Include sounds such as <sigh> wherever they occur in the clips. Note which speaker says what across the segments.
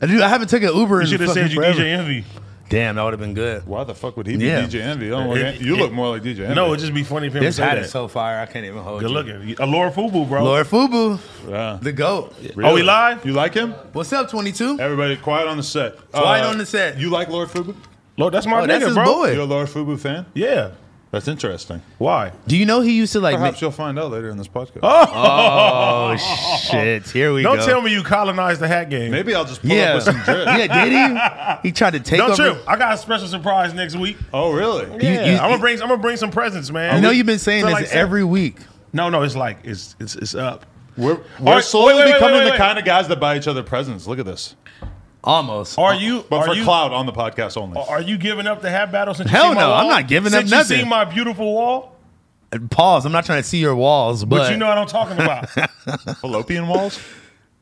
Speaker 1: I, do, I haven't taken an Uber
Speaker 2: You
Speaker 1: in
Speaker 2: should have
Speaker 1: fucking
Speaker 2: said you
Speaker 1: forever.
Speaker 2: DJ Envy.
Speaker 1: Damn, that would have been good.
Speaker 3: Why the fuck would he be
Speaker 1: Yeah.
Speaker 3: DJ Envy? I don't look
Speaker 2: It-
Speaker 3: at- you
Speaker 2: it-
Speaker 3: look more like DJ Envy.
Speaker 2: No, it'd just be funny if him
Speaker 1: This
Speaker 2: say
Speaker 1: hat is
Speaker 2: that.
Speaker 1: so fire, I can't even hold
Speaker 2: Good
Speaker 1: you.
Speaker 2: looking. A Laura Fubu, bro.
Speaker 1: Lord Fubu,
Speaker 3: Yeah.
Speaker 1: the GOAT.
Speaker 2: Are we live?
Speaker 3: You like him?
Speaker 1: What's up, 22?
Speaker 3: Everybody, quiet on the set. Uh,
Speaker 1: Quiet on the set.
Speaker 3: You like Lord Fubu?
Speaker 2: Lord, that's my
Speaker 1: Oh,
Speaker 2: nigga,
Speaker 1: that's his
Speaker 2: bro.
Speaker 1: boy.
Speaker 3: You're a Lord Fubu fan?
Speaker 2: Yeah.
Speaker 3: That's interesting.
Speaker 2: Why?
Speaker 1: Do you know he used to like.
Speaker 2: <laughs>
Speaker 3: Perhaps
Speaker 1: ma-
Speaker 3: you'll find out later in this podcast.
Speaker 1: oh,
Speaker 2: <laughs>
Speaker 1: shit. Here we
Speaker 2: Don't
Speaker 1: go.
Speaker 2: tell me you colonized the hat game.
Speaker 3: Maybe I'll just pull
Speaker 1: Yeah.
Speaker 3: up with some <laughs>
Speaker 1: <laughs>
Speaker 3: drip.
Speaker 1: yeah, did he? He tried to take
Speaker 2: Don't
Speaker 1: over.
Speaker 2: you? I got a special surprise next week.
Speaker 3: Oh, really?
Speaker 2: Yeah,
Speaker 1: you-
Speaker 2: I'm gonna bring. I'm gonna bring some presents, man.
Speaker 1: I know you've been saying
Speaker 2: So,
Speaker 1: this
Speaker 2: like, say-
Speaker 1: every week.
Speaker 2: No, no, it's like it's it's it's up.
Speaker 3: We're,
Speaker 2: All
Speaker 3: we're
Speaker 2: right,
Speaker 3: slowly
Speaker 2: wait, wait, wait,
Speaker 3: becoming
Speaker 2: wait,
Speaker 3: the
Speaker 2: wait.
Speaker 3: kind of guys that buy each other presents. Look at this.
Speaker 1: Almost.
Speaker 2: Are you?
Speaker 3: But
Speaker 2: are
Speaker 3: for
Speaker 2: you,
Speaker 3: cloud on the podcast only.
Speaker 2: Are you giving up the hat battle? Since you
Speaker 1: Hell
Speaker 2: seen my
Speaker 1: no, I'm
Speaker 2: wall?
Speaker 1: not giving up
Speaker 2: since
Speaker 1: nothing.
Speaker 2: You seen my beautiful wall,
Speaker 1: Uh, Pause. I'm not trying to see your walls, but,
Speaker 2: but, you know what I'm talking about.
Speaker 1: <laughs>
Speaker 3: Fallopian walls?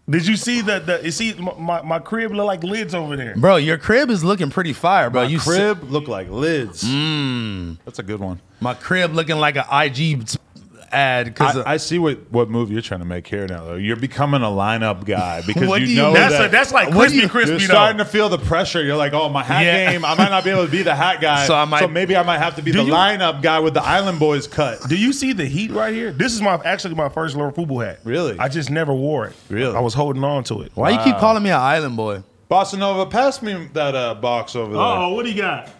Speaker 2: Did you see the the? You see my, my, my crib look like lids over there.
Speaker 1: bro, your crib is looking pretty fire, bro.
Speaker 3: My
Speaker 1: you s-
Speaker 3: crib look like lids. That's a good one.
Speaker 1: my crib looking like an IG ad because
Speaker 3: I, I see what, what move you're trying to make here now, though. You're becoming a lineup guy because
Speaker 1: What
Speaker 3: you
Speaker 1: do you
Speaker 3: know
Speaker 1: mean?
Speaker 2: That's
Speaker 3: that
Speaker 2: a, that's like
Speaker 1: What do
Speaker 2: crispy
Speaker 1: you-
Speaker 2: crispy.
Speaker 3: you're
Speaker 2: though.
Speaker 3: starting to feel the pressure. You're like, oh, my hat
Speaker 1: Yeah.
Speaker 3: game. I might not be able to be the hat guy,
Speaker 1: So I might-
Speaker 3: maybe I might have to be the
Speaker 2: you-
Speaker 3: lineup guy with the Island Boys cut.
Speaker 2: Do you see the heat right here? This is my actually my first Lord Fubu hat.
Speaker 3: Really?
Speaker 2: I just never wore it.
Speaker 3: Really?
Speaker 2: I was holding on to it. Uh,
Speaker 1: why you keep calling me an island boy?
Speaker 3: Bossa Nova, pass me that uh, box over there.
Speaker 2: Oh, what do you got?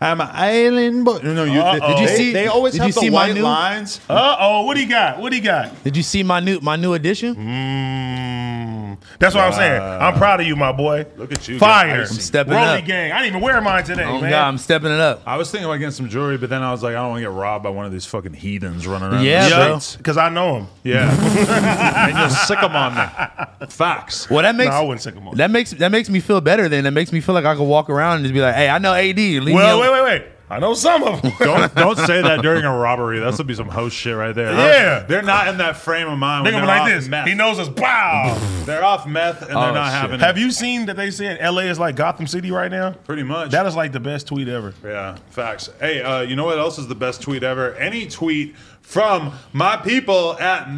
Speaker 3: I'm an island boy. No, no, you,
Speaker 2: Uh-oh.
Speaker 3: did you
Speaker 1: Did you
Speaker 3: see?
Speaker 1: see-
Speaker 3: They always
Speaker 1: did
Speaker 3: have
Speaker 1: you
Speaker 3: the
Speaker 1: see my
Speaker 3: white
Speaker 1: new-
Speaker 3: lines.
Speaker 2: Uh oh, what do you got? What do you got?
Speaker 1: Did you see my new my new addition?
Speaker 2: Mm-hmm. Mm, that's what I'm saying. I'm proud of you, my boy.
Speaker 3: Look at you,
Speaker 2: Fire.
Speaker 3: just icy. I'm
Speaker 1: stepping
Speaker 2: Rolly
Speaker 1: up.
Speaker 2: gang. I didn't even wear mine today,
Speaker 1: Oh
Speaker 2: man.
Speaker 1: God, I'm stepping it up.
Speaker 3: I was thinking about getting some jewelry, but then I was like, I don't want to get robbed by one of these fucking heathens running around.
Speaker 1: Yeah,
Speaker 3: the
Speaker 1: bro.
Speaker 3: streets.
Speaker 2: Because I know him.
Speaker 3: yeah. and you'll sick them on me. <laughs> Facts.
Speaker 1: Well, that makes
Speaker 2: No, I wouldn't take him on.
Speaker 1: that makes that makes me feel better. Then that makes me feel like I could walk around and just be like, "Hey, I know AD." Leave me
Speaker 2: well,
Speaker 1: alone.
Speaker 2: wait, wait, wait. I know some of <laughs> them.
Speaker 3: Don't don't say that during a robbery. That's would be some host shit right there.
Speaker 2: Yeah.
Speaker 3: they're not in that frame of mind.
Speaker 2: Think
Speaker 3: When
Speaker 2: of
Speaker 3: they're
Speaker 2: it like
Speaker 3: off
Speaker 2: this.
Speaker 3: Meth.
Speaker 2: He knows us. Wow.
Speaker 3: they're off meth and they're
Speaker 1: Oh,
Speaker 3: not
Speaker 1: shit.
Speaker 3: having.
Speaker 2: Have you seen that they said LA is like Gotham City right now?
Speaker 3: Pretty much.
Speaker 2: That is like the best tweet ever.
Speaker 3: Yeah, facts. Hey, uh, you know what else is the best tweet ever? Any tweet from my people at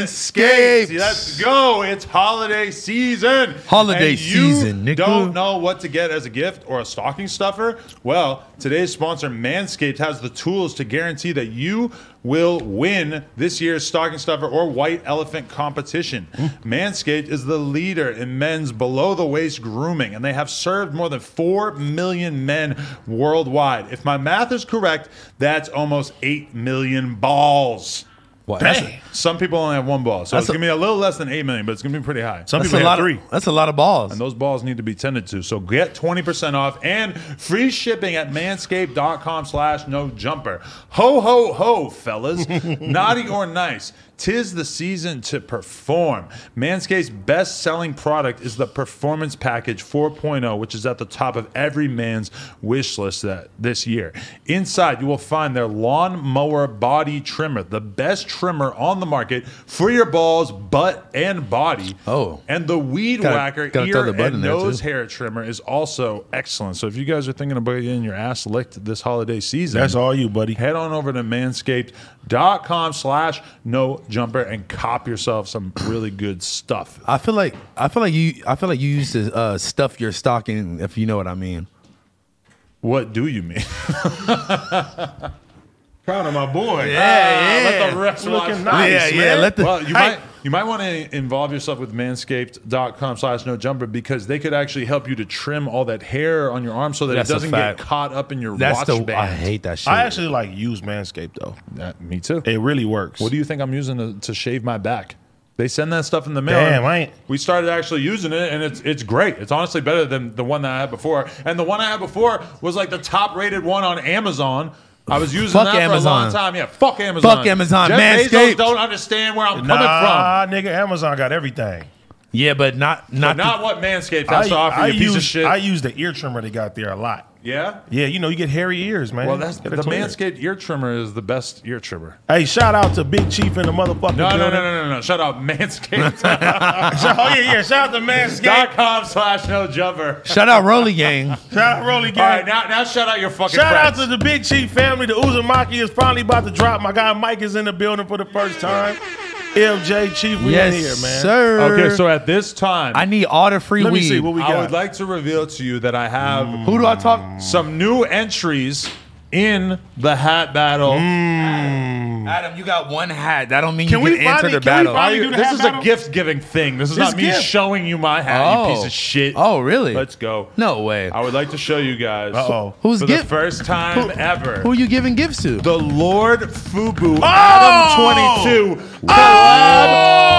Speaker 3: Manscaped.
Speaker 1: Manscaped.
Speaker 3: Let's go. It's holiday season.
Speaker 1: Holiday
Speaker 3: And
Speaker 1: season,
Speaker 3: You
Speaker 1: nigga.
Speaker 3: don't know what to get as a gift or a stocking stuffer? Well, today's sponsor, Manscaped, has the tools to guarantee that you will win this year's stocking stuffer or white elephant competition.
Speaker 1: Hmm.
Speaker 3: Manscaped is the leader in men's below the waist grooming, and they have served more than 4 million men worldwide. If my math is correct, that's almost 8 million balls.
Speaker 1: What?
Speaker 2: Dang.
Speaker 3: Some people only have one ball, so
Speaker 1: That's
Speaker 3: it's
Speaker 1: a-
Speaker 3: gonna be a little less than 8 million, but it's gonna be pretty high.
Speaker 2: Some
Speaker 1: That's
Speaker 2: people
Speaker 1: a lot.
Speaker 2: have three.
Speaker 1: Of, that's a lot of balls.
Speaker 3: And those balls need to be tended to. So get 20% off and free shipping at manscaped.com slash no jumper. Ho, ho, ho, fellas. Naughty or nice. Tis the season to perform. Manscaped's best selling product is the Performance Package 4.0, which is at the top of every man's wish list that this year. Inside, you will find their lawn mower body trimmer, the best trimmer on the market for your balls, butt, and body.
Speaker 1: Oh.
Speaker 3: And the weed
Speaker 1: Gotta-
Speaker 3: whacker
Speaker 1: gotta throw
Speaker 3: ear
Speaker 1: the button
Speaker 3: and
Speaker 1: there, too.
Speaker 3: nose hair trimmer is also excellent. So if you guys are thinking about getting your ass licked this holiday season,
Speaker 2: That's all you, buddy.
Speaker 3: Head on over to manscaped.com slash no jumper and cop yourself some really good stuff.
Speaker 1: I feel like I feel like you I feel like you used to uh, stuff your stocking if you know what I mean.
Speaker 3: What do you <laughs> mean?
Speaker 2: Proud of my boy.
Speaker 3: Let the refs
Speaker 2: Looking
Speaker 3: watch.
Speaker 2: nice,
Speaker 1: Yeah, yeah,
Speaker 2: man.
Speaker 1: let the-
Speaker 3: well, you
Speaker 2: Hey.
Speaker 3: might you might want to involve yourself with manscaped.com slash no jumper because they could actually help you to trim all that hair on your arm so that
Speaker 1: That's
Speaker 3: it
Speaker 1: a
Speaker 3: doesn't get
Speaker 1: fact.
Speaker 3: caught up in your
Speaker 1: That's
Speaker 3: watch
Speaker 1: the
Speaker 3: band.
Speaker 1: I hate that shit.
Speaker 2: I actually like use Manscaped though.
Speaker 3: That- me too.
Speaker 2: It really works.
Speaker 3: What do you think I'm using to, to shave my back? They send that stuff in the mail.
Speaker 2: Damn, I ain't-
Speaker 3: We started actually using it, and it's it's great. It's honestly better than the one that I had before. And the one I had before was like the top rated one on Amazon. I was using
Speaker 1: Fuck
Speaker 3: that for a long
Speaker 1: Amazon.
Speaker 3: time. Yeah, fuck Amazon.
Speaker 1: Fuck Amazon.
Speaker 3: Jeff Bezos
Speaker 1: Manscaped.
Speaker 3: don't understand where I'm
Speaker 2: nah,
Speaker 3: coming from.
Speaker 2: nigga, Amazon got everything.
Speaker 1: Yeah, but not not,
Speaker 3: Not what Manscaped has to offer you, piece
Speaker 2: use,
Speaker 3: of shit.
Speaker 2: I use the ear trimmer they got there a lot.
Speaker 3: yeah?
Speaker 2: Yeah, you know, you get hairy ears, man.
Speaker 3: Well, that's the
Speaker 2: Get it cleared.
Speaker 3: Manscaped ear trimmer is the best ear trimmer.
Speaker 2: Hey, shout out to Big Chief and the motherfucking
Speaker 3: No, no, no,
Speaker 2: building.
Speaker 3: no, no, no. Shut up. <laughs> Manscaped.com
Speaker 2: <laughs> Oh, yeah, yeah. Shout out to Manscaped.
Speaker 3: slash no
Speaker 2: <laughs>
Speaker 3: jumper.
Speaker 1: the, shout out Rolly Gang.
Speaker 2: Shout out Rolly Gang.
Speaker 3: All right, now, now shout out your fucking
Speaker 2: Shout out
Speaker 3: friends.
Speaker 2: to the Big Chief family. The Uzumaki is finally about to drop. My guy Mike is in the building for the first time. LJ Chief, we
Speaker 1: yes,
Speaker 2: in here, man.
Speaker 1: sir.
Speaker 3: Okay, so at this time,
Speaker 1: I need all the free
Speaker 2: Let
Speaker 1: weed.
Speaker 2: me see what we
Speaker 3: I
Speaker 2: got.
Speaker 3: would like to reveal to you that I have
Speaker 1: Who do I talk?
Speaker 3: some new entries in the hat battle.
Speaker 1: Adam, you got one hat. That don't mean
Speaker 2: Can
Speaker 1: you
Speaker 2: we
Speaker 1: can answer
Speaker 2: finally-
Speaker 1: the
Speaker 2: can we
Speaker 1: battle.
Speaker 2: finally-
Speaker 3: I-
Speaker 2: do the
Speaker 3: this
Speaker 2: hat
Speaker 3: is
Speaker 2: battle?
Speaker 3: a gift giving thing. This is
Speaker 2: This
Speaker 3: not me
Speaker 2: gift.
Speaker 3: showing you my hat, you piece of shit.
Speaker 1: Oh, really?
Speaker 3: Let's go.
Speaker 1: No way.
Speaker 3: I would like to show you guys.
Speaker 2: Uh-oh.
Speaker 1: Who's
Speaker 3: for
Speaker 1: gift-
Speaker 3: the first time ever?
Speaker 1: Who are you giving gifts to?
Speaker 3: the Lord Fubu
Speaker 2: Oh!
Speaker 3: Adam 22 collab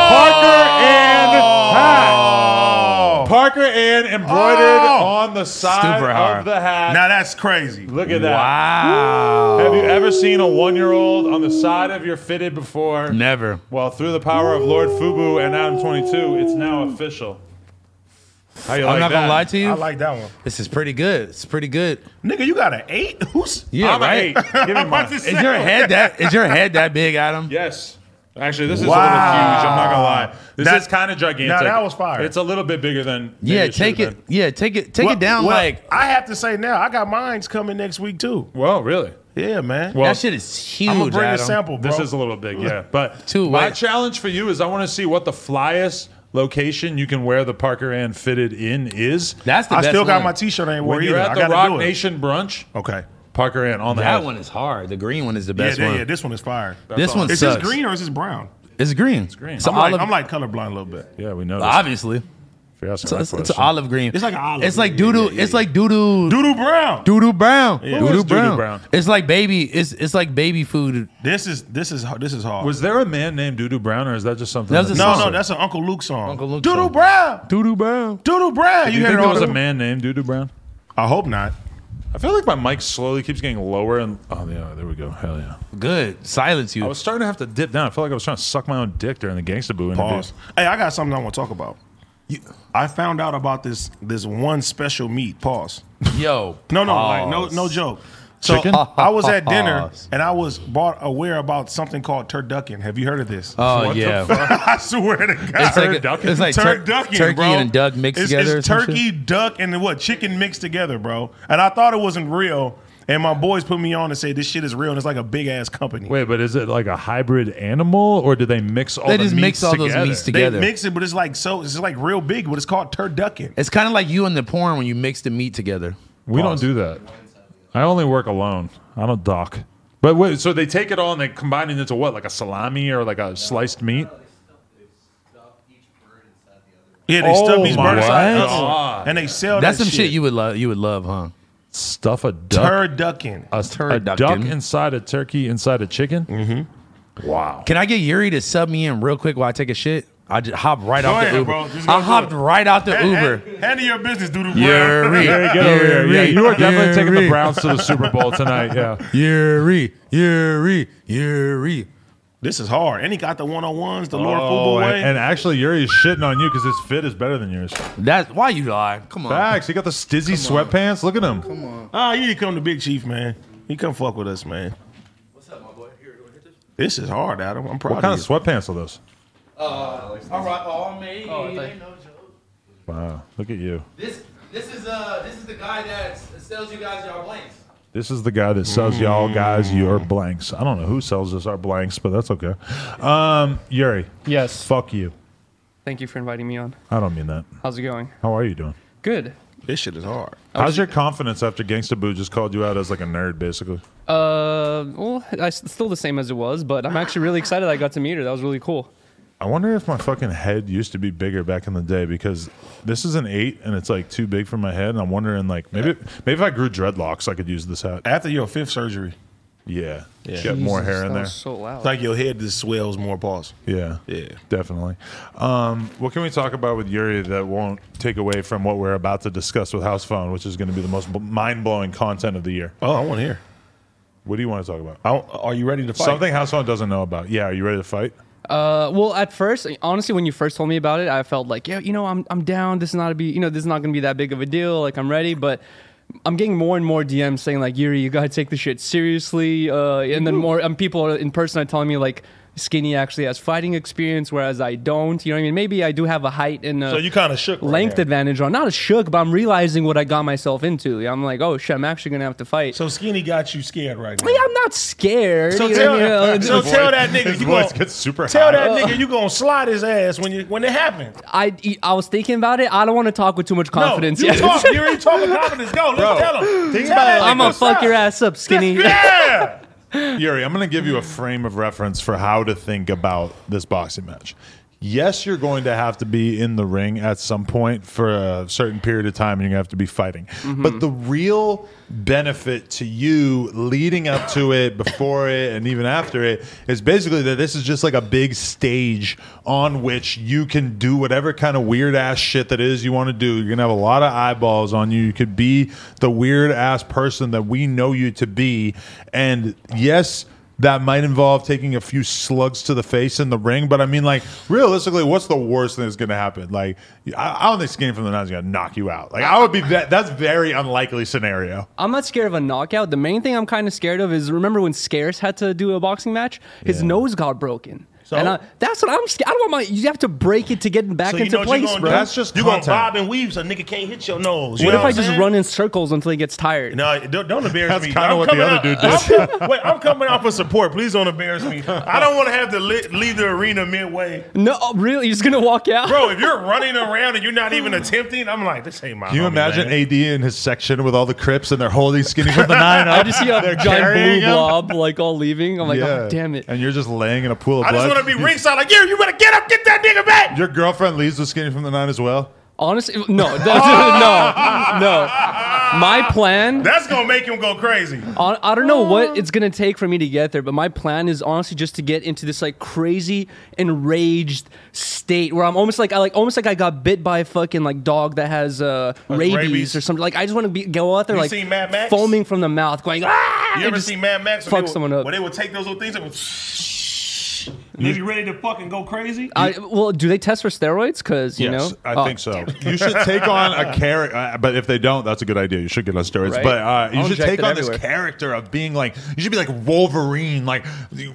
Speaker 3: Parker and hat. Parker and embroidered
Speaker 2: Oh!
Speaker 3: on the side
Speaker 1: Super
Speaker 3: of
Speaker 1: hard.
Speaker 3: the hat.
Speaker 2: Now that's crazy.
Speaker 3: Look at that.
Speaker 1: Wow.
Speaker 3: Have you ever seen a one year old on the side of your fitted before?
Speaker 1: Never.
Speaker 3: Well, through the power of Lord Fubu and Adam 22, it's now official. How you
Speaker 1: I'm
Speaker 3: like
Speaker 1: not
Speaker 3: that?
Speaker 1: gonna lie to you.
Speaker 2: I like that one.
Speaker 1: this is pretty good. It's pretty good.
Speaker 2: Nigga, you got an eight? Who's
Speaker 1: Yeah,
Speaker 3: I'm a
Speaker 1: right.
Speaker 2: <laughs>
Speaker 3: eight. Give me
Speaker 2: I'm about to
Speaker 3: mine.
Speaker 2: say-
Speaker 1: Is your head that? Is your head that big, Adam?
Speaker 3: Yes. Actually, this is a
Speaker 2: Wow.
Speaker 3: little huge. I'm not gonna lie. This
Speaker 2: That-
Speaker 3: is kind of gigantic.
Speaker 2: Now, that was fire.
Speaker 3: It's a little bit bigger than. maybe
Speaker 1: Yeah, take
Speaker 3: should've
Speaker 1: it. Yeah, take it. Take
Speaker 2: Well-
Speaker 1: it down.
Speaker 2: well,
Speaker 1: like
Speaker 2: I have to say now, I got mine's coming next week too.
Speaker 3: been. Well, really.
Speaker 2: Yeah, man.
Speaker 3: Well,
Speaker 1: that shit is huge.
Speaker 2: I'm gonna bring a
Speaker 1: Adam.
Speaker 2: sample, bro.
Speaker 3: This is a little big, yeah. But
Speaker 1: Two
Speaker 3: my
Speaker 1: ways.
Speaker 3: challenge for you is I want to see what the flyest location you can wear the Parker and fitted in is.
Speaker 1: That's the
Speaker 2: I
Speaker 1: best
Speaker 2: still got
Speaker 1: one.
Speaker 2: my T-shirt. I ain't
Speaker 3: when
Speaker 2: wearing
Speaker 3: you're
Speaker 2: either. I
Speaker 3: at the
Speaker 2: gotta
Speaker 3: Rock
Speaker 2: do it.
Speaker 3: Nation brunch,
Speaker 2: Okay.
Speaker 3: Parker and on the
Speaker 1: That
Speaker 3: hat.
Speaker 1: one is hard. The green one is the
Speaker 2: Yeah,
Speaker 1: best
Speaker 2: yeah,
Speaker 1: one.
Speaker 2: yeah, this one is fire.
Speaker 1: this
Speaker 3: awesome.
Speaker 1: one
Speaker 2: Is this
Speaker 1: sucks.
Speaker 2: green or is this brown?
Speaker 1: It's green. It's
Speaker 3: green.
Speaker 1: It's an
Speaker 3: I'm
Speaker 2: I'm like,
Speaker 1: olive.
Speaker 2: I'm like colorblind a little bit.
Speaker 3: Yeah, we know.
Speaker 1: obviously. It's, it's, it's an olive green.
Speaker 2: It's like an olive
Speaker 1: It's like
Speaker 2: green. Yeah,
Speaker 1: doodoo.
Speaker 2: yeah, yeah,
Speaker 1: It's like doodoo.
Speaker 2: Doodoo brown.
Speaker 1: Doodoo brown.
Speaker 3: What
Speaker 1: Doodoo
Speaker 3: is doodoo
Speaker 1: brown.
Speaker 3: brown?
Speaker 1: It's like baby. It's it's like baby food.
Speaker 2: This is this is this is hard.
Speaker 3: Was there a man named Doodoo Brown, or is that just something?
Speaker 1: That was a
Speaker 2: no,
Speaker 1: song.
Speaker 2: no, that's an Uncle Luke song.
Speaker 1: Uncle Luke
Speaker 2: Doodoo
Speaker 1: song.
Speaker 2: brown.
Speaker 1: Doodoo brown.
Speaker 2: Doodoo brown.
Speaker 3: You
Speaker 2: hear
Speaker 3: think
Speaker 2: it
Speaker 3: there
Speaker 2: all
Speaker 3: was a
Speaker 2: the-
Speaker 3: man named Doodoo Brown?
Speaker 2: I hope not.
Speaker 3: I feel like my mic slowly keeps getting lower, and oh yeah, there we go. Hell yeah.
Speaker 1: Good. Silence
Speaker 3: I
Speaker 1: you.
Speaker 3: was starting to have to dip down. I felt like I was trying to suck my own dick during the Gangsta Boo interview.
Speaker 2: Pause. Hey, I got something I want to talk about. I found out about this this one special meat. Pause.
Speaker 1: Yo.
Speaker 2: No, no, like, no,
Speaker 1: pause.
Speaker 2: no joke. So
Speaker 3: Chicken?
Speaker 2: I was at
Speaker 1: <laughs>
Speaker 2: dinner
Speaker 1: Pause.
Speaker 2: and I was brought aware about something called turducken. Have you heard of this?
Speaker 1: Oh
Speaker 3: What the
Speaker 1: yeah.
Speaker 2: <laughs>
Speaker 3: fuck?
Speaker 2: I swear to God.
Speaker 1: It's like
Speaker 3: Turducken?
Speaker 1: it's like tur-
Speaker 2: turducken,
Speaker 1: turkey
Speaker 2: bro.
Speaker 1: and duck mixed
Speaker 2: It's-
Speaker 1: together.
Speaker 2: It's
Speaker 1: or some shit?
Speaker 2: turkey, duck, and what chicken mixed together, bro. And I thought it wasn't real. And my boys put me on and say this shit is real, and it's like a big ass company.
Speaker 3: Wait, but is it like a hybrid animal, or do they mix all?
Speaker 1: They
Speaker 3: the
Speaker 1: just mix
Speaker 3: meats
Speaker 1: all those
Speaker 3: together?
Speaker 1: meats
Speaker 2: they
Speaker 1: together.
Speaker 2: mix it, but it's like so it's like real big, but it's called turducken.
Speaker 1: It's kind of like you and the porn when you mix the meat together.
Speaker 3: We don't do that. I only work alone. I don't dock. But wait, so they take it all and they combine it into what, like a salami or like a sliced meat?
Speaker 2: Yeah, they
Speaker 3: Oh
Speaker 2: stuff these
Speaker 3: my
Speaker 2: birds
Speaker 3: God.
Speaker 2: and they sell
Speaker 1: That's
Speaker 2: that
Speaker 1: some shit. you would love. You would love, huh?
Speaker 3: Stuff a duck,
Speaker 2: turducken.
Speaker 3: a, a
Speaker 1: turducken.
Speaker 3: duck inside a turkey inside a chicken. Mm-hmm. Wow.
Speaker 1: Can I get Yuri to sub me in real quick while I take a shit? I just hopped right off
Speaker 2: ahead,
Speaker 1: the Uber.
Speaker 2: bro. Just go
Speaker 1: I
Speaker 2: do
Speaker 1: hopped
Speaker 2: it.
Speaker 1: right out the Uber.
Speaker 2: Hand- Handle your business, dude.
Speaker 1: Yuri,
Speaker 3: Hey, get over here. Yeah,
Speaker 1: Yuri,
Speaker 3: you are definitely taking the
Speaker 1: Yuri,
Speaker 3: Browns to the Super Bowl
Speaker 1: <laughs>
Speaker 3: tonight. Yeah.
Speaker 1: Yuri, Yuri, Yuri.
Speaker 2: This is hard. And he got the one on ones, the Lord
Speaker 3: Oh,
Speaker 2: Fubu way.
Speaker 3: and, and actually, Yuri's shitting on you because his fit is better than yours.
Speaker 1: That's why you lie. Come on.
Speaker 3: Facts. He got the stizzy sweatpants. Look at him.
Speaker 2: Ah, you need to come to Big Chief, man. You come fuck with us, man. This is hard, Adam. I'm proud
Speaker 3: What kind of
Speaker 2: of you.
Speaker 3: sweatpants are those?
Speaker 4: All right, all made.
Speaker 1: Oh,
Speaker 3: Wow. Look at you.
Speaker 4: This this is uh this is the guy that s- sells you guys your blanks.
Speaker 3: This is the guy that sells y'all guys your blanks. I don't know who sells us our blanks, but that's okay. Um, Yuri,
Speaker 5: Yes.
Speaker 3: fuck you.
Speaker 5: Thank you for inviting me on.
Speaker 3: I don't mean that.
Speaker 5: How's it going?
Speaker 3: How are you doing?
Speaker 5: Good.
Speaker 2: This shit is hard.
Speaker 3: How's your confidence after Gangsta Boo just called you out as like a nerd, basically?
Speaker 5: Uh, well, I, it's still the same as it was, but I'm actually really excited I got to meet her. That was really cool.
Speaker 3: I wonder if my fucking head used to be bigger back in the day because this is an eight and it's like too big for my head. And I'm wondering, like, maybe maybe if I grew dreadlocks, I could use this hat.
Speaker 2: After your fifth surgery,
Speaker 3: Yeah, get more
Speaker 5: Jesus,
Speaker 3: hair in
Speaker 5: that
Speaker 3: there.
Speaker 5: was so loud.
Speaker 2: it's like your head just swells more, pause.
Speaker 3: Yeah.
Speaker 2: Yeah.
Speaker 3: Definitely. Um, what can we talk about with Yuri that won't take away from what we're about to discuss with House Phone, which is going to be the most mind blowing content of the year?
Speaker 2: Oh, I want to hear.
Speaker 3: What do you want to talk about?
Speaker 2: I, want- are you ready to fight?
Speaker 3: Something House Phone doesn't know about. Yeah. Are you ready to fight?
Speaker 5: Uh, well, at first, honestly, when you first told me about it, I felt like, yeah, you know, I'm I'm down. This is not to be, you know, this is not gonna be that big of a deal. Like I'm ready, but. I'm getting more and more DMs saying like, Yuri, you gotta take this shit seriously. Uh, and then more um, people are- in person are telling me like, Skinny actually has fighting experience, whereas I don't. You know what I mean? Maybe I do have a height and a
Speaker 2: So you kinda shook right
Speaker 5: length
Speaker 2: there.
Speaker 5: advantage on. Not a shook, but I'm realizing what I got myself into. I'm like, oh shit, I'm actually gonna have to fight.
Speaker 2: So skinny got you scared right now.
Speaker 5: Yeah, I'm not scared.
Speaker 2: So
Speaker 5: you know
Speaker 2: tell,
Speaker 5: what I <laughs> mean?
Speaker 2: so tell that nigga
Speaker 3: his
Speaker 2: you
Speaker 3: voice
Speaker 2: gonna-
Speaker 3: gets super
Speaker 2: Tell
Speaker 3: high.
Speaker 2: that nigga you gonna slide his ass when you when it happens.
Speaker 5: I I was thinking about it. I don't want to talk with too much confidence.
Speaker 2: No, you
Speaker 5: yet. <laughs>
Speaker 2: talk. You're already talking confidence. Go. Let's
Speaker 3: Bro,
Speaker 2: tell him.
Speaker 3: think
Speaker 2: Tell
Speaker 3: about
Speaker 2: that
Speaker 3: it
Speaker 2: nigga
Speaker 3: like
Speaker 5: I'm gonna
Speaker 3: Because
Speaker 5: fuck
Speaker 2: stop.
Speaker 5: your ass up, skinny.
Speaker 2: Yeah.
Speaker 3: Yuri, I'm going to give you a frame of reference for how to think about this boxing match. Yes, you're going to have to be in the ring at some point for a certain period of time and you're going to have to be fighting. But the real benefit to you leading up to it, before it, and even after it is basically that this is just like a big stage on which you can do whatever kind of weird ass shit that is you want to do. You're going to have a lot of eyeballs on you. You could be the weird ass person that we know you to be. And yes, that might involve taking a few slugs to the face in the ring, but I mean, like, realistically, what's the worst thing that's going to happen? Like, I, I don't think Skinny from the Nine's going to knock you out. Like, I would be that. That's very unlikely scenario.
Speaker 5: I'm not scared of a knockout. The main thing I'm kind of scared of is remember when Scarce had to do a boxing match? His
Speaker 3: Yeah.
Speaker 5: nose got broken.
Speaker 2: So?
Speaker 5: and I, that's what I'm scared. I don't want my. You have to break it to get it back
Speaker 2: So you
Speaker 5: into
Speaker 2: know what you
Speaker 5: place,
Speaker 2: gonna
Speaker 5: bro.
Speaker 2: do?
Speaker 3: That's just
Speaker 2: you gonna
Speaker 3: content.
Speaker 2: bob and weave so a nigga can't hit your nose. you
Speaker 5: What
Speaker 2: know
Speaker 5: if I
Speaker 2: I'm
Speaker 5: just
Speaker 2: saying?
Speaker 5: run in circles until he gets tired?
Speaker 2: No, don't, don't embarrass
Speaker 3: That's
Speaker 2: me.
Speaker 3: kinda
Speaker 2: I'm
Speaker 3: what the
Speaker 2: coming
Speaker 3: other
Speaker 2: out- <laughs>
Speaker 3: dude
Speaker 2: I'm- wait, I'm coming out for support. Please don't embarrass me. I don't want to have to li- leave the arena midway.
Speaker 5: No, oh, really? He's gonna walk out?
Speaker 2: Bro, if you're running around and you're not even attempting, I'm like, this ain't my.
Speaker 3: Can you
Speaker 2: homie,
Speaker 3: imagine
Speaker 2: man.
Speaker 3: AD in his section with all the Crips and they're holding Skinny from the <laughs> Nine
Speaker 5: I
Speaker 3: up?
Speaker 5: just see a giant
Speaker 3: carrying
Speaker 5: blue
Speaker 3: him.
Speaker 5: blob like all leaving. I'm like,
Speaker 3: Yeah.
Speaker 5: oh damn it.
Speaker 3: And you're just laying in a pool of
Speaker 2: I
Speaker 3: blood.
Speaker 2: just want to be ringside. Like, yeah, you better get up, get that nigga back.
Speaker 3: Your girlfriend leaves with Skinny from the Nine as well.
Speaker 5: Honestly, no, <laughs> that's, no, no. My plan.
Speaker 2: That's gonna make him go crazy.
Speaker 5: hon- I don't know what it's gonna take for me to get there, but my plan is honestly just to get into this like crazy enraged state where I'm almost like I like almost like I got bit by a fucking like dog that has uh, rabies,
Speaker 2: rabies?
Speaker 5: or something. Like I just want to be go out there
Speaker 2: You
Speaker 5: like
Speaker 2: seen Mad Max?
Speaker 5: foaming from the mouth, going ah.
Speaker 2: You
Speaker 5: and
Speaker 2: ever
Speaker 5: just
Speaker 2: see Mad Max? when
Speaker 5: fuck
Speaker 2: they would-
Speaker 5: someone up.
Speaker 2: Where they would take those little things and would- <laughs> and they be ready to fucking go crazy.
Speaker 5: I, well, do they test for steroids? Because you know,
Speaker 3: I
Speaker 5: Oh,
Speaker 3: think
Speaker 5: <laughs>
Speaker 3: so. You should take on a character, uh, but if they don't, that's a good idea. You should get on steroids,
Speaker 5: Right.
Speaker 3: but uh, you
Speaker 5: I'll
Speaker 3: should
Speaker 5: inject
Speaker 3: take
Speaker 5: it
Speaker 3: on this
Speaker 5: everywhere.
Speaker 3: character of being like you should be like Wolverine. Like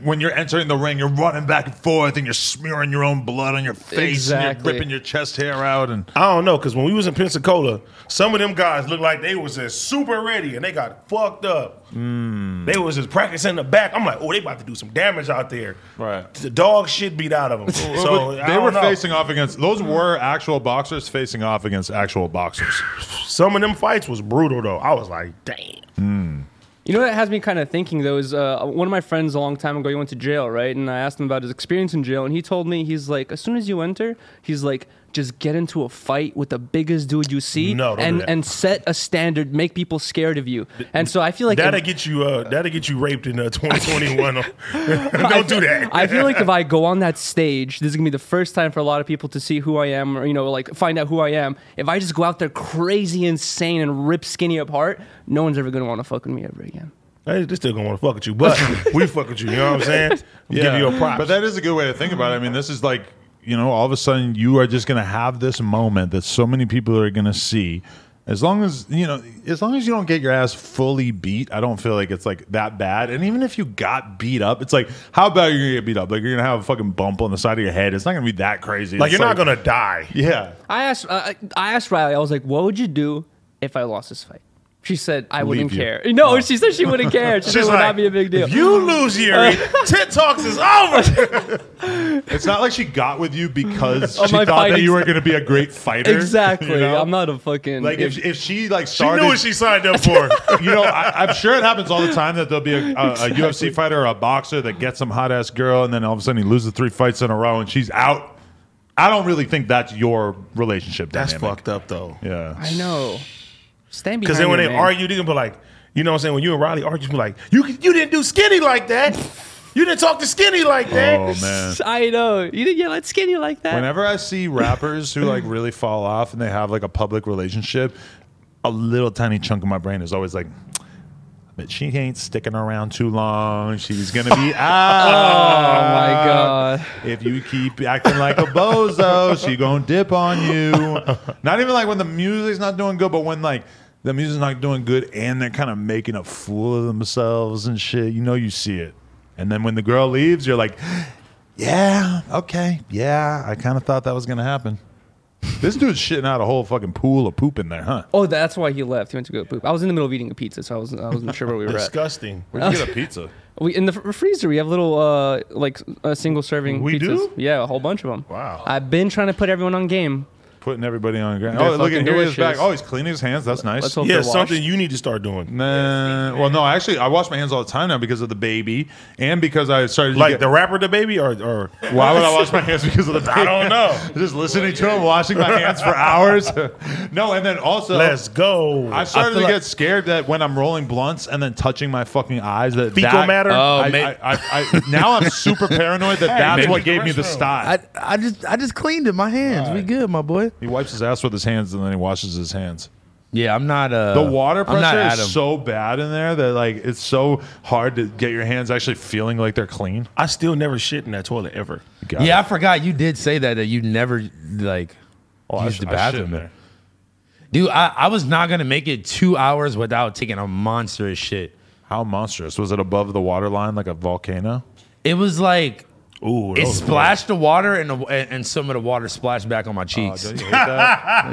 Speaker 3: when you're entering the ring, you're running back and forth, and you're smearing your own blood on your face, and
Speaker 5: Exactly.
Speaker 3: you're ripping your chest hair out, and
Speaker 2: I don't know, cause when we was in Pensacola, some of them guys looked like they was just super ready and they got fucked up.
Speaker 3: Hmm.
Speaker 2: They was just practicing the back. I'm like, oh, they about to do some damage out there.
Speaker 3: Right.
Speaker 2: The dog shit beat out
Speaker 3: <laughs>
Speaker 2: of them. so I
Speaker 3: they
Speaker 2: don't
Speaker 3: were
Speaker 2: know.
Speaker 3: facing off against those were actual boxers facing off against actual boxers.
Speaker 2: some of them fights was brutal though. I was like, damn.
Speaker 5: You know what has me kind of thinking though is uh, one of my friends a long time ago he went to jail right and I asked him about his experience in jail and he told me he's like as soon as you enter he's like just get into a fight with the biggest dude you see
Speaker 2: No, don't do
Speaker 5: and
Speaker 2: that.
Speaker 5: and set a standard make people scared of you and so I feel like
Speaker 2: That'll
Speaker 5: if-
Speaker 2: get you. Uh, that'll get you raped
Speaker 5: <laughs>
Speaker 2: in uh, 2021. <laughs> Don't do that.
Speaker 5: I feel like if I go on that stage this is gonna be the first time for a lot of people to see who I am or you know like find out who I am if I just go out there crazy insane and rip skinny apart no one's ever gonna want to fuck with me ever again.
Speaker 2: <laughs> Hey, they still gonna want to fuck with you,
Speaker 5: <laughs>
Speaker 2: but we fuck with you. You know what I'm saying? Give you a prop.
Speaker 3: But that is a good way to think about it. I mean, this is like, you know, all of a sudden you are just going to have this moment that so many people are going to see. As long as, you know, as long as you don't get your ass fully beat, I don't feel like it's like that bad. And even if you got beat up, it's like, how bad are you going to get beat up? Like, you're going to have a fucking bump on the side of your head. It's not going to be that crazy.
Speaker 2: like
Speaker 3: It's
Speaker 2: you're not gonna die.
Speaker 3: Yeah.
Speaker 5: I asked, uh, I asked Riley. I was like, "What would you do if I lost this fight?" She said, "I wouldn't
Speaker 3: you. Oh.
Speaker 5: care." No, she said she
Speaker 3: <laughs>
Speaker 5: wouldn't care. She said it would not be a big deal.
Speaker 2: If you lose,
Speaker 5: <laughs>
Speaker 2: Yuri, tit talks is over.
Speaker 3: It's not like she got with you because she
Speaker 5: Of my
Speaker 3: thought that
Speaker 5: fighting
Speaker 3: you were going to be a great fighter.
Speaker 5: exactly.
Speaker 3: you know?
Speaker 5: I'm not a fucking.
Speaker 3: Like, if, if she, like,
Speaker 2: she
Speaker 3: started.
Speaker 2: knew what she signed up for.
Speaker 3: <laughs> you know, I, I'm sure it happens all the time that there'll be a, a, a UFC fighter or a boxer that gets some hot ass girl, and then all of a sudden he loses three fights in a row, and she's out. I don't really think that's your relationship.
Speaker 2: That's
Speaker 3: dynamic.
Speaker 2: fucked up though.
Speaker 3: Yeah.
Speaker 5: I know. Stand behind.
Speaker 2: Because then when
Speaker 5: your
Speaker 2: they
Speaker 5: man.
Speaker 2: argue, they can be like, you know what I'm saying? When you and Riley argue, you be like, you you didn't do skinny like that. You didn't talk to skinny like that. <laughs>
Speaker 3: Oh man.
Speaker 5: I know you didn't yell at skinny like that.
Speaker 3: Whenever I see rappers who
Speaker 2: <laughs>
Speaker 3: like really fall off and they have like a public relationship, a little tiny chunk of my brain is always like, but she ain't sticking around too long. She's gonna
Speaker 2: <laughs>
Speaker 3: be out.
Speaker 5: Oh my God.
Speaker 3: If you keep acting like a bozo, she gonna dip on you. Not even like when the music's not doing good, but when like the music's not doing good and they're kind of making a fool of themselves and shit. You know you see it. And then when the girl leaves, you're like, yeah, okay, yeah. I kind of thought that was gonna happen. This dude's shitting out a whole fucking pool of poop in there, huh?
Speaker 5: Oh, that's why he left. He went to go poop. I was in the middle of eating a pizza, so I wasn't, I wasn't sure where we were at.
Speaker 2: Disgusting.
Speaker 3: Where'd you get a pizza?
Speaker 5: We in the fr- freezer. We have little uh like uh, single serving.
Speaker 3: We
Speaker 5: pizzas.
Speaker 3: do?
Speaker 5: Yeah, a whole bunch of them.
Speaker 3: Wow.
Speaker 5: I've been trying to put everyone on game.
Speaker 3: Putting everybody on the ground.
Speaker 5: They're
Speaker 3: Oh, look
Speaker 5: fucking
Speaker 3: at here he is back.
Speaker 5: delicious.
Speaker 3: Oh, he's cleaning his hands. That's nice.
Speaker 5: Let's hope
Speaker 2: Yeah,
Speaker 5: they're washed.
Speaker 2: something you need to start
Speaker 3: Mm.
Speaker 2: doing.
Speaker 3: Nah, well, no, actually, I wash my hands all the time now because of the baby and because I started to
Speaker 2: Like
Speaker 3: get-
Speaker 2: the rapper, the baby, or or
Speaker 3: <laughs> Why would I wash my hands because of the baby?
Speaker 2: I don't know.
Speaker 3: <laughs> Just listening to him washing my
Speaker 2: <laughs>
Speaker 3: hands for hours. <laughs> no, and then also
Speaker 2: Let's go.
Speaker 3: I started to
Speaker 1: feel like-
Speaker 3: get scared that when I'm rolling blunts and then touching my fucking eyes, that
Speaker 2: Fecal
Speaker 3: that-
Speaker 2: matter?
Speaker 1: Oh,
Speaker 3: I,
Speaker 1: ma-
Speaker 3: I, I, I, now I'm
Speaker 2: <laughs>
Speaker 3: super paranoid that that's
Speaker 2: maybe
Speaker 3: what
Speaker 2: the
Speaker 3: gave me the
Speaker 2: restroom.
Speaker 3: style.
Speaker 1: I, I just I just cleaned it. My hands, we good, my boy.
Speaker 3: he wipes his ass with his hands and then he washes his hands.
Speaker 1: Yeah, I'm not. Uh,
Speaker 3: The water
Speaker 1: I'm not
Speaker 3: pressure
Speaker 1: Adam.
Speaker 3: is so bad in there that like it's so hard to get your hands actually feeling like they're clean.
Speaker 2: I still never shit in that toilet ever.
Speaker 3: Got
Speaker 1: yeah, I
Speaker 3: it.
Speaker 1: forgot you did say that that you never like
Speaker 3: Oh, I
Speaker 1: used
Speaker 3: sh-
Speaker 1: the
Speaker 3: I shit
Speaker 1: bathroom
Speaker 3: in
Speaker 1: there. Dude, I, I was not gonna make it two hours without taking a monstrous shit.
Speaker 3: How monstrous was it above the water line like a volcano?
Speaker 1: It was like
Speaker 2: Ooh,
Speaker 1: it
Speaker 2: those-
Speaker 1: splashed the water and, the, and and some of the water splashed back on my cheeks.
Speaker 3: Oh, Don't you hate that?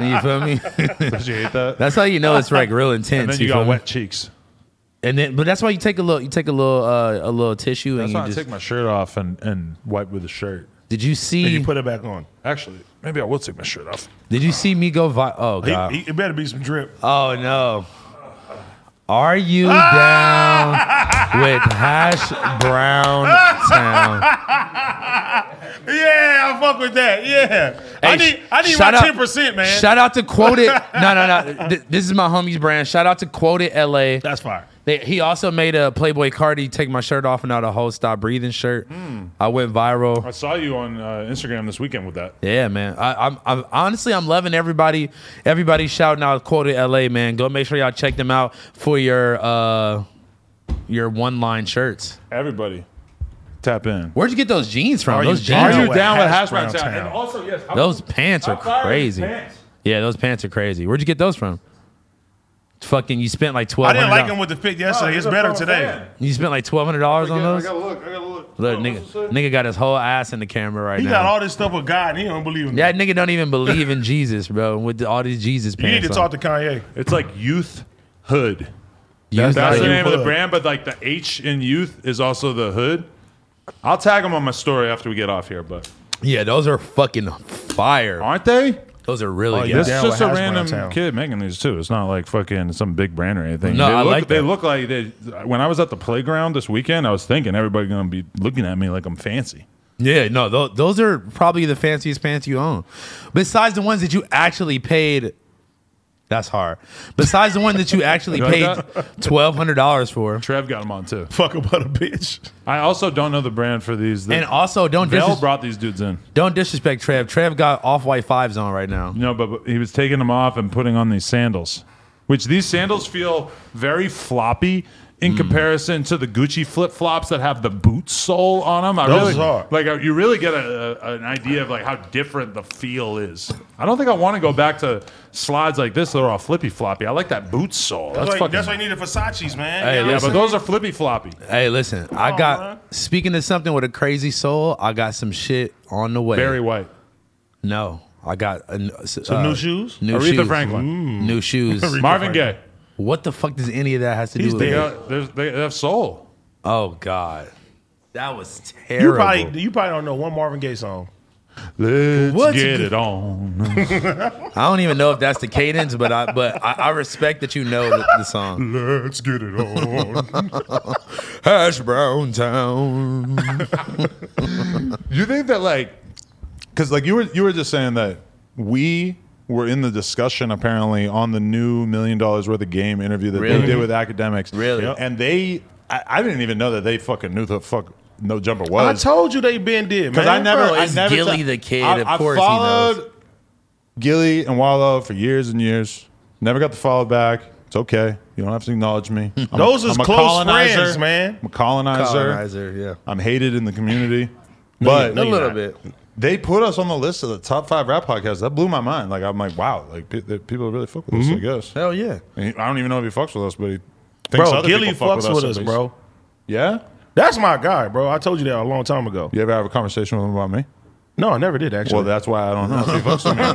Speaker 1: <laughs> you feel me?
Speaker 3: Don't you hate that?
Speaker 1: that's how you know it's like real intense.
Speaker 3: and then you
Speaker 1: feel
Speaker 3: got
Speaker 1: me?
Speaker 3: wet cheeks.
Speaker 1: And then, but that's why you take a little, you take a little, uh, a little tissue,
Speaker 3: That's
Speaker 1: and
Speaker 3: why
Speaker 1: you
Speaker 3: I
Speaker 1: just.
Speaker 3: take my shirt off and, and wipe with a shirt.
Speaker 1: did you see?
Speaker 2: And you put it back on.
Speaker 3: Actually, maybe I will take my shirt off.
Speaker 1: did you see me go? Vi- oh
Speaker 2: He-
Speaker 1: god!
Speaker 2: he- it better be some drip.
Speaker 1: oh no! Are you
Speaker 2: Ah!
Speaker 1: down with hash
Speaker 2: <laughs>
Speaker 1: brown town?
Speaker 2: Yeah, I fuck with that. Yeah,
Speaker 1: Hey,
Speaker 2: I need I need
Speaker 1: shout
Speaker 2: my
Speaker 1: out-
Speaker 2: ten percent, man.
Speaker 1: Shout out to Quote
Speaker 2: <laughs>
Speaker 1: It. No, no, no. Th- this is my homie's brand. Shout out to Quote It LA.
Speaker 2: That's fire.
Speaker 1: They, he also made a Playboy Cardi take my shirt off and out a whole stop breathing shirt.
Speaker 2: Hmm.
Speaker 1: I went viral.
Speaker 3: I saw you on uh, Instagram this weekend with that.
Speaker 1: Yeah, man. I, I'm, I'm honestly, I'm loving everybody. Everybody shouting out quoted LA, man. Go make sure y'all check them out for your uh, your one line shirts.
Speaker 3: Everybody, tap in.
Speaker 1: Where'd you get those jeans from?
Speaker 2: Are you
Speaker 1: those
Speaker 2: down
Speaker 1: jeans,
Speaker 2: with
Speaker 1: are-
Speaker 2: know what hash brown
Speaker 3: brown
Speaker 2: town.
Speaker 3: And also, yes, how-
Speaker 1: those pants are
Speaker 3: how fire is
Speaker 1: crazy.
Speaker 3: pants?
Speaker 1: Yeah, those pants are crazy. Where'd you get those from? Fucking, you spent like
Speaker 2: I
Speaker 1: twelve
Speaker 2: didn't
Speaker 1: hundred.
Speaker 2: like him with the fit yesterday.
Speaker 3: he's
Speaker 2: it's
Speaker 3: a
Speaker 2: better
Speaker 3: pro
Speaker 2: today.
Speaker 3: fan.
Speaker 1: You spent like twelve hundred dollars on
Speaker 3: I
Speaker 1: those.
Speaker 3: gotta look. I gotta look.
Speaker 1: Look,
Speaker 3: Oh,
Speaker 1: nigga,
Speaker 3: what's it say?
Speaker 1: nigga got his whole ass in the camera right
Speaker 2: He
Speaker 1: now.
Speaker 2: got all this stuff with God, and he don't believe in
Speaker 1: that
Speaker 2: it.
Speaker 1: nigga don't even believe in Jesus, bro. With all these Jesus
Speaker 2: You
Speaker 1: pants.
Speaker 2: need to
Speaker 1: on.
Speaker 2: talk to
Speaker 3: <laughs>
Speaker 2: Kanye.
Speaker 3: It's like youth hood.
Speaker 1: You was
Speaker 3: That's
Speaker 1: like-
Speaker 3: the name of the
Speaker 2: Hood.
Speaker 3: brand, but like the H in youth is also the hood. I'll tag them on my story after we get off here, but
Speaker 1: Yeah, those are fucking fire.
Speaker 3: aren't they?
Speaker 1: Those are really
Speaker 2: yeah.
Speaker 1: good.
Speaker 3: It's
Speaker 2: down
Speaker 3: just
Speaker 2: with
Speaker 3: a
Speaker 2: hash brown
Speaker 3: random
Speaker 2: town.
Speaker 3: kid making these too. It's not like fucking some big brand or anything.
Speaker 1: No,
Speaker 3: they
Speaker 1: I
Speaker 3: look,
Speaker 1: like
Speaker 3: They
Speaker 1: that.
Speaker 3: look like they. When I was at the playground this weekend, I was thinking everybody gonna be looking at me like I'm fancy.
Speaker 1: Yeah, no, tho- those are probably the fanciest pants you own. Besides the ones that you actually paid, that's hard. Besides the one that you actually
Speaker 3: like
Speaker 1: paid
Speaker 3: that?
Speaker 1: twelve hundred dollars for,
Speaker 3: Trev got them on too.
Speaker 2: Fuck about a bitch.
Speaker 3: I also don't know the brand for these.
Speaker 1: and
Speaker 3: The,
Speaker 1: also don't
Speaker 3: Bell
Speaker 1: dis-
Speaker 3: brought these dudes in.
Speaker 1: don't disrespect Trev. Trev got off white fives on right now.
Speaker 3: No, but, but he was taking them off and putting on these sandals, which these sandals feel very floppy in
Speaker 2: Hmm.
Speaker 3: comparison to the Gucci flip flops that have the boot sole on them. I
Speaker 2: Those
Speaker 3: really,
Speaker 2: are.
Speaker 3: like uh, you really get a, a, an idea of like how different the feel is. I don't think I want to go back to slides like this that are all flippy floppy. I like that boot sole. That's,
Speaker 2: That's, why,
Speaker 3: fucking.
Speaker 2: that's why you need the Versace's, man.
Speaker 1: Hey,
Speaker 2: You know
Speaker 3: yeah,
Speaker 2: what I'm
Speaker 3: but
Speaker 2: saying?
Speaker 3: those are flippy floppy.
Speaker 1: Hey, listen, I got
Speaker 2: man.
Speaker 1: speaking of something with a crazy soul. I got some shit on the way.
Speaker 3: Very white.
Speaker 1: no, I got a n- s- uh,
Speaker 2: new shoes?
Speaker 1: New
Speaker 3: Aretha
Speaker 1: shoes.
Speaker 3: Franklin,
Speaker 1: New shoes.
Speaker 3: Marvin Gaye.
Speaker 1: what the fuck does any of that has to
Speaker 2: He's
Speaker 1: do
Speaker 3: They
Speaker 1: with?
Speaker 2: dead.
Speaker 1: it?
Speaker 3: got, there's- they have soul.
Speaker 1: Oh God, that was
Speaker 2: you
Speaker 1: terrible.
Speaker 2: probably you probably don't know one Marvin Gaye song.
Speaker 3: Let's
Speaker 1: What's
Speaker 3: get
Speaker 1: good-
Speaker 3: it on.
Speaker 1: I don't even know if that's the cadence, but I but I, I respect that you know the, the song.
Speaker 3: Let's get it on.
Speaker 2: <laughs>
Speaker 1: Hash brown town.
Speaker 3: You think that like, because like you were you were just saying that we were in the discussion apparently on the new million dollars worth of game interview that they
Speaker 1: Really?
Speaker 3: did with academics.
Speaker 1: Really? Yep.
Speaker 3: and they I, I didn't even know that they fucking knew the fuck no jumper
Speaker 2: I
Speaker 3: was
Speaker 2: told you they been did, man.
Speaker 3: because I never
Speaker 1: Bro,
Speaker 3: I
Speaker 1: it's
Speaker 3: never
Speaker 1: Gilly
Speaker 3: ta-
Speaker 1: the Kid,
Speaker 3: I,
Speaker 1: of
Speaker 3: I
Speaker 1: course he
Speaker 3: followed
Speaker 1: knows.
Speaker 3: Gilly and Wallow for years and years. Never got the follow back. It's okay. You don't have to
Speaker 1: <laughs>
Speaker 3: acknowledge me. I'm a-
Speaker 2: Those is
Speaker 3: I'm a
Speaker 2: close
Speaker 3: colonizer.
Speaker 2: friends, man.
Speaker 3: I'm a colonizer.
Speaker 1: Colonizer, yeah.
Speaker 3: I'm hated in the community. But
Speaker 2: No,
Speaker 1: a
Speaker 2: you're
Speaker 1: little
Speaker 2: not.
Speaker 1: bit.
Speaker 3: they put us on the list of the top five rap podcasts. That blew my mind. Like I'm like, wow, like pe- that people really fuck with
Speaker 2: Mm-hmm.
Speaker 3: us. I guess.
Speaker 1: Hell yeah.
Speaker 3: I don't even know if he fucks with us, but he thinks
Speaker 2: Bro,
Speaker 3: other
Speaker 2: Gilly
Speaker 3: people fuck
Speaker 2: fucks with
Speaker 3: at
Speaker 2: us,
Speaker 3: least.
Speaker 2: bro.
Speaker 3: Yeah.
Speaker 2: That's my guy, bro. I told you that a long time ago.
Speaker 3: You ever have a conversation with him about me?
Speaker 2: No, I never did
Speaker 3: Well,
Speaker 2: actually.
Speaker 3: that's why I don't know if he fucks with me. Or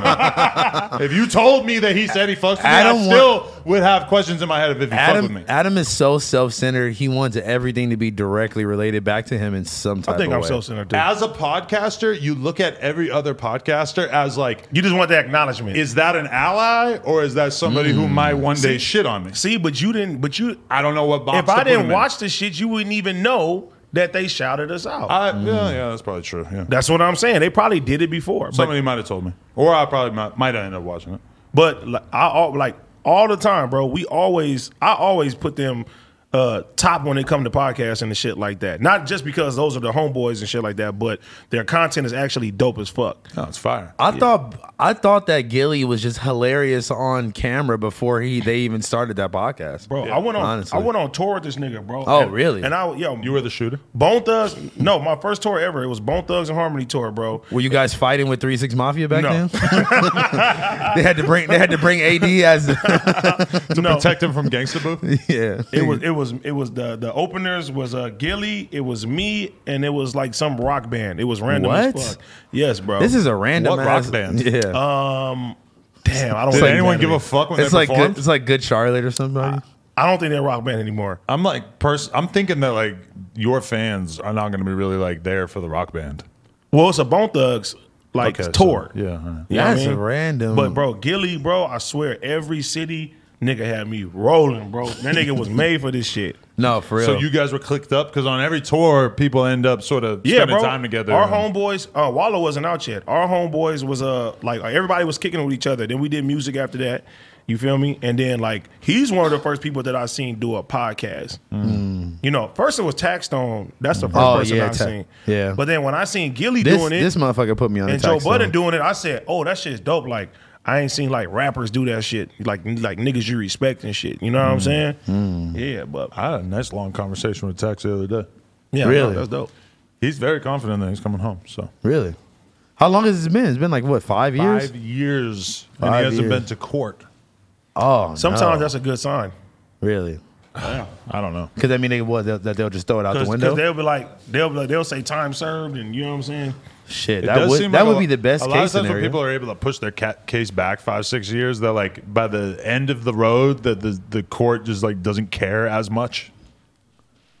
Speaker 2: <laughs>
Speaker 3: not. if you told me that he said he fucks with
Speaker 1: Adam
Speaker 3: me, I
Speaker 1: wa-
Speaker 3: still would have questions in my head if he fucked with
Speaker 1: Adam
Speaker 3: me.
Speaker 1: Adam is so self centered. He wants everything to be directly related back to him in some type
Speaker 2: I think
Speaker 1: of
Speaker 2: I'm
Speaker 1: way.
Speaker 2: so centered too.
Speaker 3: As a podcaster, you look at every other podcaster as like,
Speaker 2: You just want the acknowledgement.
Speaker 3: is that an ally or is that somebody who might one day shit on me?
Speaker 2: Mm. See, but you didn't. But you,
Speaker 3: I don't know what box.
Speaker 2: if
Speaker 3: to
Speaker 2: I
Speaker 3: put him
Speaker 2: didn't
Speaker 3: in.
Speaker 2: watch the shit, you wouldn't even know that they shouted us out.
Speaker 3: I, yeah,
Speaker 1: Mm.
Speaker 3: yeah, that's probably true. Yeah.
Speaker 2: That's what I'm saying. They probably did it before,
Speaker 3: Somebody might have told me, or I probably might, might have ended up watching it.
Speaker 2: but but like, I al- like all the time, bro. We always, I always put them uh, top when it come to podcasts and the shit like that. Not just because those are the homeboys and shit like that, but their content is actually dope as fuck.
Speaker 3: No, it's fire.
Speaker 1: I thought I thought that Gilly was just hilarious on camera before he they even started that podcast.
Speaker 2: Bro, I went on
Speaker 1: honestly.
Speaker 2: I went on tour with this nigga, bro.
Speaker 1: Oh,
Speaker 2: And-
Speaker 1: really?
Speaker 2: And I yo,
Speaker 3: You were the shooter.
Speaker 2: Bone Thugs. No, my first tour ever. It was Bone Thugs and Harmony tour,
Speaker 3: <laughs>
Speaker 2: bro.
Speaker 1: Were you guys fighting with Three Six Mafia back
Speaker 2: No.
Speaker 1: then? <laughs> they had to bring they had to bring AD as
Speaker 2: no,
Speaker 3: Protect him from gangster boo.
Speaker 1: <laughs> yeah.
Speaker 2: it was it was it was the the openers was uh Gilly, it was me, and it was like some rock band. It was random
Speaker 1: What?
Speaker 2: as fuck. Yes, bro.
Speaker 1: This is a random
Speaker 3: What
Speaker 1: ass-
Speaker 3: rock band?
Speaker 1: Yeah.
Speaker 2: damn. I don't.
Speaker 3: Did
Speaker 2: think
Speaker 3: anyone
Speaker 2: that
Speaker 3: give a
Speaker 2: is-
Speaker 3: fuck when
Speaker 1: it's
Speaker 3: they
Speaker 1: like
Speaker 3: performed? Ah.
Speaker 1: good, it's like Good Charlotte or somebody.
Speaker 2: I don't think they're a rock band anymore.
Speaker 3: I'm like, pers- I'm thinking that like your fans are not going to be really like there for the rock band.
Speaker 2: Well, it's a Bone Thugs like
Speaker 3: Okay, so-
Speaker 2: tour.
Speaker 3: yeah, all right.
Speaker 2: You know what I
Speaker 1: That's
Speaker 2: mean?
Speaker 1: random.
Speaker 2: But bro, Gilly, bro, I swear, every city nigga had me rolling, bro. That nigga
Speaker 3: <laughs>
Speaker 2: was made for this shit.
Speaker 1: no, for real.
Speaker 3: So you guys were clicked up because on every tour, people end up sort of
Speaker 2: Yeah,
Speaker 3: spending
Speaker 2: bro.
Speaker 3: time together.
Speaker 2: Our
Speaker 3: and-
Speaker 2: homeboys, uh, Wallow wasn't out yet. Our homeboys was uh like everybody was kicking with each other. Then we did music after that. You feel me? And then like he's one of the first people that I seen do a podcast. You know, first it was Taxstone. That's the first
Speaker 1: Mm. Oh,
Speaker 2: person
Speaker 1: yeah,
Speaker 2: I
Speaker 1: Ta-
Speaker 2: seen.
Speaker 1: yeah.
Speaker 2: But then when I seen Gilly
Speaker 1: this
Speaker 2: doing it
Speaker 1: this motherfucker put me on
Speaker 2: and
Speaker 1: the
Speaker 2: Joe
Speaker 1: tax
Speaker 2: Budden
Speaker 1: though.
Speaker 2: doing it, I said, "Oh, that shit's dope." Like I ain't seen like rappers do that shit. Like like niggas you respect and shit. You know what
Speaker 1: Mm.
Speaker 2: I'm saying? Yeah, but
Speaker 3: I had a nice long conversation with Tex the other day.
Speaker 2: yeah,
Speaker 1: Really?
Speaker 2: no, that's dope.
Speaker 3: He's very confident that he's coming home. So
Speaker 1: Really? How long has it been? It's been like what five years?
Speaker 3: five years, and he
Speaker 1: Five
Speaker 3: hasn't
Speaker 1: years.
Speaker 3: been to court.
Speaker 1: Oh,
Speaker 2: Sometimes
Speaker 1: no.
Speaker 2: that's a good sign.
Speaker 1: really
Speaker 3: I don't know.
Speaker 1: because I mean they what they'll, that they'll just throw it out the
Speaker 2: Because
Speaker 1: window.
Speaker 2: they'll be like, they'll be like, they'll say time served, and you know what I'm saying.
Speaker 1: Shit,
Speaker 3: It
Speaker 1: that
Speaker 3: does
Speaker 1: would
Speaker 3: seem
Speaker 1: that
Speaker 3: like a
Speaker 1: would
Speaker 3: lo-
Speaker 1: be the best
Speaker 3: A lot
Speaker 1: case
Speaker 3: of times when
Speaker 1: scenario.
Speaker 3: people are able to push their ca- case back five, six years, they're like by the end of the road, that the, the court just like doesn't care as much.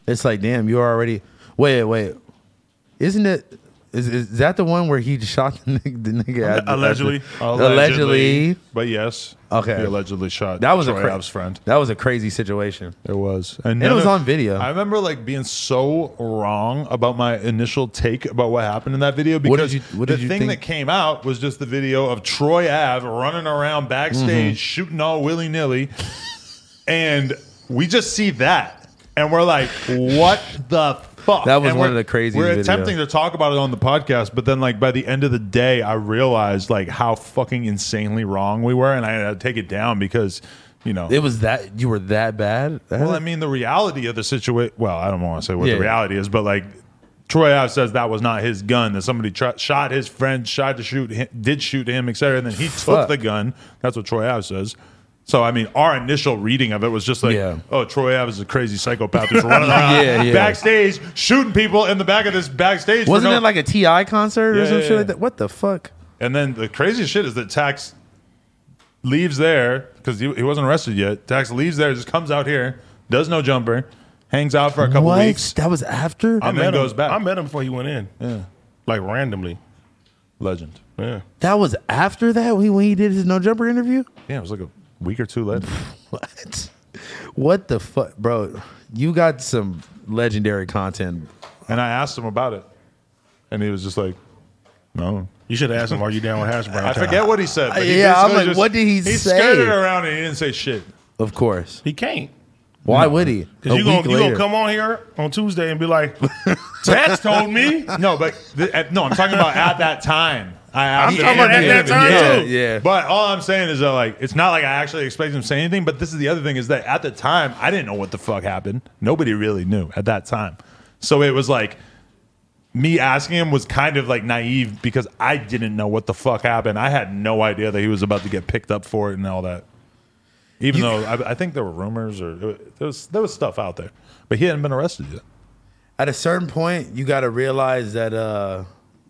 Speaker 1: It's like damn, you're already wait wait, isn't it? Is, is that the one where he <laughs> shot the nigga? The nigga at the- at the-
Speaker 2: Allegedly.
Speaker 1: allegedly.
Speaker 3: but yes,
Speaker 1: Okay.
Speaker 3: he allegedly shot.
Speaker 1: That was
Speaker 3: Troy
Speaker 1: a cra-
Speaker 3: Ab's friend.
Speaker 1: That was a crazy situation.
Speaker 3: It was, and,
Speaker 1: it
Speaker 3: none
Speaker 1: was
Speaker 3: of-
Speaker 1: on video.
Speaker 3: I remember like being so wrong about my initial take about what happened in that video
Speaker 1: did
Speaker 3: because
Speaker 1: you- what
Speaker 3: the
Speaker 1: did you
Speaker 3: thing
Speaker 1: think?
Speaker 3: that came out was just the video of Troy Ave running around
Speaker 1: Mm-hmm.
Speaker 3: backstage shooting all willy nilly, and we just see that, and we're like, what the. Fuck.
Speaker 1: That was
Speaker 3: And
Speaker 1: one
Speaker 3: we're-
Speaker 1: of the craziest
Speaker 3: We're
Speaker 1: video.
Speaker 3: attempting to talk about it on the podcast, but then like by the end of the day, I realized like how fucking insanely wrong we were, and I had to take it down because you know
Speaker 1: It was that you were that bad.
Speaker 3: well, I mean, the reality of the situation. Well, I don't want to say what
Speaker 1: Yeah,
Speaker 3: the
Speaker 1: yeah.
Speaker 3: reality is, but like Troy Ave says that was not his gun. That somebody tr- shot his friend, tried to shoot, him, did shoot him, etc. And then he took
Speaker 1: Fuck.
Speaker 3: the gun. That's what Troy Ave says. So I mean, our initial reading of it was just like,
Speaker 1: Yeah.
Speaker 3: "Oh, Troy Ave is a crazy psychopath
Speaker 1: <laughs>
Speaker 3: who's running around
Speaker 1: Yeah, yeah.
Speaker 3: backstage shooting people in the back of this backstage." for
Speaker 1: wasn't
Speaker 3: no-
Speaker 1: it like a Ti concert or
Speaker 3: Yeah,
Speaker 1: some
Speaker 3: yeah,
Speaker 1: shit
Speaker 3: yeah.
Speaker 1: like that? What the fuck?
Speaker 3: And then the craziest shit is that Tax leaves there because he, he wasn't arrested yet. Tax leaves there, just comes out here, does no jumper, hangs out for a couple
Speaker 1: what?
Speaker 3: weeks,
Speaker 1: That was after.
Speaker 3: and then
Speaker 2: met
Speaker 3: goes
Speaker 2: him.
Speaker 3: back.
Speaker 2: I met him before he went in. Yeah, like randomly.
Speaker 3: Legend.
Speaker 2: Yeah,
Speaker 1: that was after that when he, when he did his no jumper interview. <laughs>
Speaker 3: Yeah, it was like a week or two later.
Speaker 1: What? What the fuck, bro? You got some legendary content.
Speaker 3: and I asked him about it, and he was just like, "No."
Speaker 2: you should ask him, "Are you down with hash brown?"
Speaker 3: I
Speaker 2: time?"
Speaker 3: forget what he said. but he
Speaker 1: Yeah, I'm
Speaker 3: basically
Speaker 1: like, what did he say?
Speaker 3: He skirted around and he didn't say shit.
Speaker 1: Of course.
Speaker 2: He can't.
Speaker 1: Why would he?
Speaker 2: Cause
Speaker 1: A week
Speaker 2: you gonna you gonna
Speaker 1: later.
Speaker 2: come on here on
Speaker 1: <laughs>
Speaker 2: Tuesday and be like, Tats told me.
Speaker 3: No, but th- at- no, I'm talking about at that time. I
Speaker 2: I'm
Speaker 3: absolutely
Speaker 2: talking about at that time
Speaker 3: yeah,
Speaker 2: too.
Speaker 1: Yeah.
Speaker 3: But all I'm saying is that like it's not like I actually expected him to say anything. But this is the other thing is that at the time I didn't know what the fuck happened. Nobody really knew at that time. So it was like me asking him was kind of like naive because I didn't know what the fuck happened. I had no idea that he was about to get picked up for it and all that. Even
Speaker 1: You-
Speaker 3: though I, I think there were rumors or uh, there was there was stuff out there, but he hadn't been arrested yet.
Speaker 1: at a certain point you got to realize that uh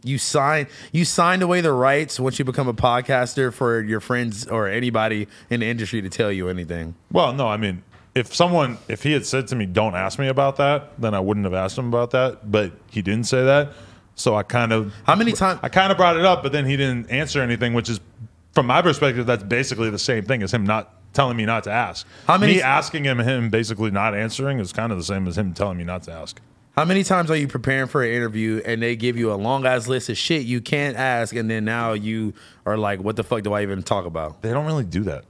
Speaker 1: you sign you signed away the rights once you become a podcaster for your friends or anybody in the industry to tell you anything
Speaker 3: Well, no, I mean, if someone, if he had said to me, "Don't ask me about that," then I wouldn't have asked him about that. But he didn't say that, so I kind of
Speaker 1: How many time-
Speaker 3: I kind of brought it up, but then he didn't answer anything, which is, from my perspective, that's basically the same thing as him not telling me not to ask.
Speaker 1: How many-
Speaker 3: me asking him, him basically not answering is kind of the same as him telling me not to ask.
Speaker 1: how many times are you preparing for an interview and they give you a long ass list of shit you can't ask and then now you are like what the fuck do i even talk about
Speaker 3: They don't really do that.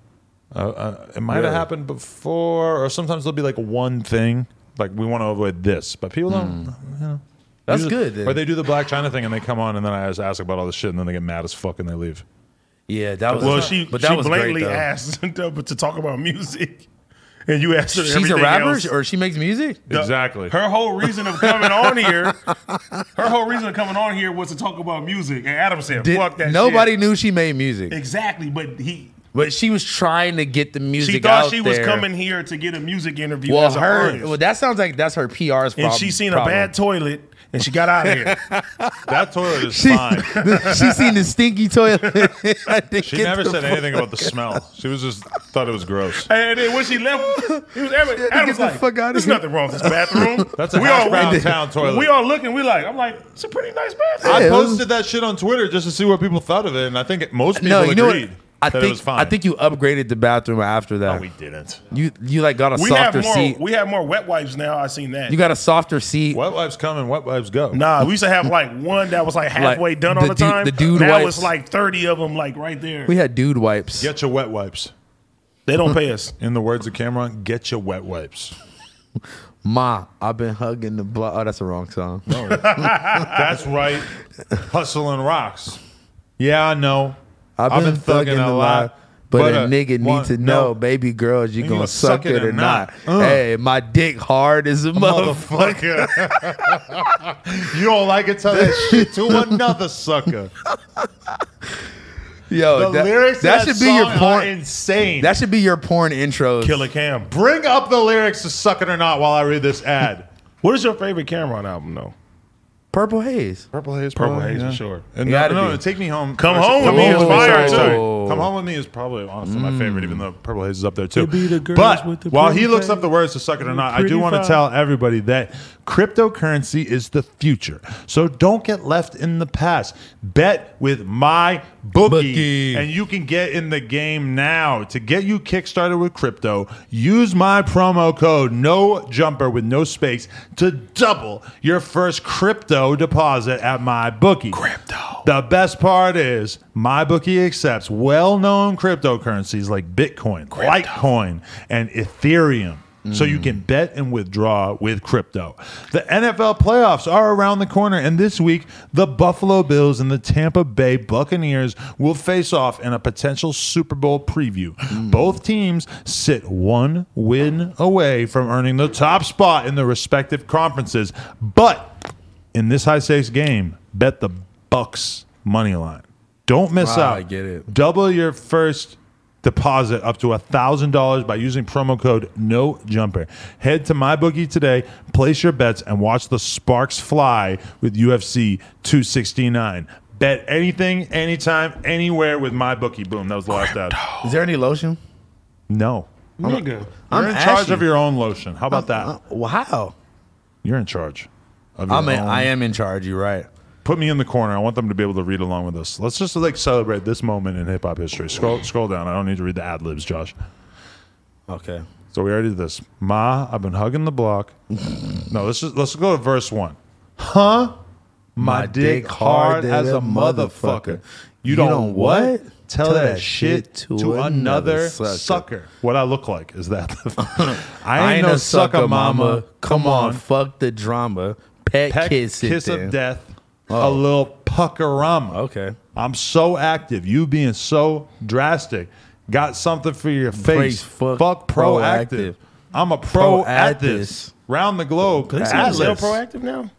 Speaker 3: Uh, uh, it might have
Speaker 1: Really?
Speaker 3: happened before, or sometimes there'll be like one thing, like we want to avoid this, but people don't.
Speaker 1: Hmm. that's
Speaker 3: Usually-
Speaker 1: good then.
Speaker 3: Or they do the Black China thing and they come on and then I just ask about all this shit and then they get mad as fuck and they leave.
Speaker 1: yeah that was
Speaker 2: Well, she
Speaker 1: but that
Speaker 2: she
Speaker 1: was
Speaker 2: blatantly
Speaker 1: great, though.
Speaker 2: asked <laughs> to, to talk about music, and you asked her.
Speaker 1: she's a
Speaker 2: everything
Speaker 1: rapper
Speaker 2: else.
Speaker 1: or she makes music
Speaker 2: The-
Speaker 3: exactly.
Speaker 2: Her whole reason of coming on here, her whole reason of coming on here was to talk about music. And Adam said,
Speaker 1: Did-
Speaker 2: "Fuck that." shit."
Speaker 1: nobody knew she made music
Speaker 2: exactly, but he.
Speaker 1: but she was trying to get the music
Speaker 2: She thought
Speaker 1: out
Speaker 2: she was
Speaker 1: there.
Speaker 2: coming here to get a music interview
Speaker 1: well
Speaker 2: as an
Speaker 1: her
Speaker 2: artist.
Speaker 1: well that sounds like that's her pr's problem
Speaker 2: and she seen a
Speaker 1: problem. <laughs>
Speaker 2: bad toilet and she got out of here.
Speaker 3: That toilet is
Speaker 1: She,
Speaker 3: fine.
Speaker 1: she seen the stinky toilet. <laughs> I think
Speaker 3: She
Speaker 1: it's
Speaker 3: never
Speaker 1: the
Speaker 3: said
Speaker 1: fu-
Speaker 3: anything about the smell. She was just thought it was gross.
Speaker 2: and then when she left, he was every,
Speaker 1: get
Speaker 2: Adam was
Speaker 1: the
Speaker 2: like,
Speaker 1: fuck outta
Speaker 2: "There's
Speaker 1: here."
Speaker 2: nothing wrong with this bathroom."
Speaker 3: <laughs> That's a hash brown
Speaker 2: went-
Speaker 3: town toilet.
Speaker 2: We all looking. We like. I'm like, it's a pretty nice bathroom.
Speaker 3: I posted that shit on Twitter just to see what people thought of it, and I think it, most people
Speaker 1: No, you know what?
Speaker 3: agreed
Speaker 1: I
Speaker 3: that
Speaker 1: think
Speaker 3: it was fine.
Speaker 1: I think you upgraded the bathroom after that.
Speaker 3: no, we didn't.
Speaker 1: you you like got a
Speaker 2: we have
Speaker 1: softer
Speaker 2: more.
Speaker 1: seat.
Speaker 2: We have more wet wipes now. I seen that.
Speaker 1: you got a softer seat.
Speaker 3: Wet wipes come and wet wipes go.
Speaker 2: Nah, we used to have like one that was like halfway done
Speaker 1: the
Speaker 2: all the
Speaker 1: dude-
Speaker 2: time.
Speaker 1: the dude
Speaker 2: now
Speaker 1: wipes.
Speaker 2: it's like thirty of them, like right there.
Speaker 1: We had dude wipes.
Speaker 3: Get your wet wipes.
Speaker 2: they don't pay us.
Speaker 3: In the words of Cameron, get your wet wipes.
Speaker 1: Ma, I've been hugging the block. Oh, that's the wrong song.
Speaker 3: That's right. Hustling rocks. Yeah, I know.
Speaker 1: I've been, thugging, a lot. But, a
Speaker 3: uh,
Speaker 1: nigga
Speaker 3: one-
Speaker 1: need to
Speaker 3: no.
Speaker 1: know, baby girls, you, gonna, suck it or not.
Speaker 3: Uh.
Speaker 1: Hey, my dick hard as a motherfucker.
Speaker 3: motherfucker. <laughs> you don't like it, tell that shit to another sucker. The
Speaker 1: Yo, that,
Speaker 3: lyrics to
Speaker 1: that
Speaker 3: that
Speaker 1: should be your
Speaker 3: song are
Speaker 1: porn.
Speaker 3: insane.
Speaker 1: that should be your porn intros.
Speaker 2: Killer Cam.
Speaker 3: Bring up the lyrics to "Suck It or Not" while I read this ad.
Speaker 2: What is your favorite Cameron album though?
Speaker 1: Purple haze.
Speaker 3: Purple Haze,
Speaker 2: Purple Haze, for sure.
Speaker 3: And
Speaker 1: It
Speaker 3: no,
Speaker 1: gotta
Speaker 3: no,
Speaker 1: be.
Speaker 3: no, take me home.
Speaker 2: Come
Speaker 3: Or-
Speaker 2: Home With Me is
Speaker 3: Home With
Speaker 2: fire,
Speaker 3: sorry,
Speaker 2: too.
Speaker 3: sorry. Come home with me is probably honestly my favorite, even though Purple Haze is up there too.
Speaker 2: be the girls
Speaker 3: but
Speaker 2: with the
Speaker 3: while he
Speaker 2: pretty
Speaker 3: looks up
Speaker 2: face
Speaker 3: the words to "Suck It or Not," I
Speaker 2: pretty
Speaker 3: do want to
Speaker 2: face.
Speaker 3: tell everybody that cryptocurrency is the future. So don't get left in the past. Bet with my bookie,
Speaker 1: Bookie.
Speaker 3: and you can get in the game now to get you kickstarted with crypto use my promo code no jumper with no space to double your first crypto deposit at my bookie crypto the best part is my bookie accepts well-known cryptocurrencies like bitcoin litecoin and ethereum so you can bet and withdraw with crypto. The NFL playoffs are around the corner, and this week the Buffalo Bills and the Tampa Bay Buccaneers will face off in a potential Super Bowl preview. Both teams sit one win away from earning the top spot in their respective conferences, but in this high stakes game, bet the Bucks money line. Don't miss
Speaker 1: Wow,
Speaker 3: out.
Speaker 1: Ah, I get it.
Speaker 3: Double your first deposit up to $1,000 by using promo code No Jumper. Head to MyBookie today, place your bets, and watch the sparks fly with UFC 269. Bet anything, anytime, anywhere with MyBookie. Boom, that was the last ad.
Speaker 1: Is there any lotion?
Speaker 3: No.
Speaker 2: Nigga.
Speaker 3: You're
Speaker 1: I'm
Speaker 3: in charge
Speaker 1: ashy.
Speaker 3: of your own lotion. How about that?
Speaker 1: Wow.
Speaker 3: You're in charge. Of your
Speaker 1: I mean,
Speaker 3: own-
Speaker 1: I am in charge. You're right.
Speaker 3: put me in the corner. I want them to be able to read along with us. Let's just like celebrate this moment in hip hop history. Scroll scroll down. I don't need to read the ad libs, Josh.
Speaker 1: Okay.
Speaker 3: So we already did this. Ma, I've been hugging the block. No, let's just let's go to verse one. Huh? My, dick, hard as a motherfucker. You don't, what? Tell that shit to another sucker. What I look like is that. <laughs>
Speaker 1: I ain't no sucker mama. Come on, fuck the drama. Pet,
Speaker 3: Peck,
Speaker 1: kiss
Speaker 3: kiss,
Speaker 1: it.
Speaker 3: of
Speaker 1: then.
Speaker 3: death. A little puckerama.
Speaker 1: Okay.
Speaker 3: I'm so active. You being so drastic. Got something for your
Speaker 1: Face,
Speaker 3: face.
Speaker 1: fuck
Speaker 3: proactive.
Speaker 1: proactive.
Speaker 3: I'm a pro,
Speaker 1: Pro
Speaker 3: at
Speaker 1: at
Speaker 3: this.
Speaker 1: this.
Speaker 3: Round the globe.
Speaker 2: Is Zelle
Speaker 3: Atlas.
Speaker 2: proactive now?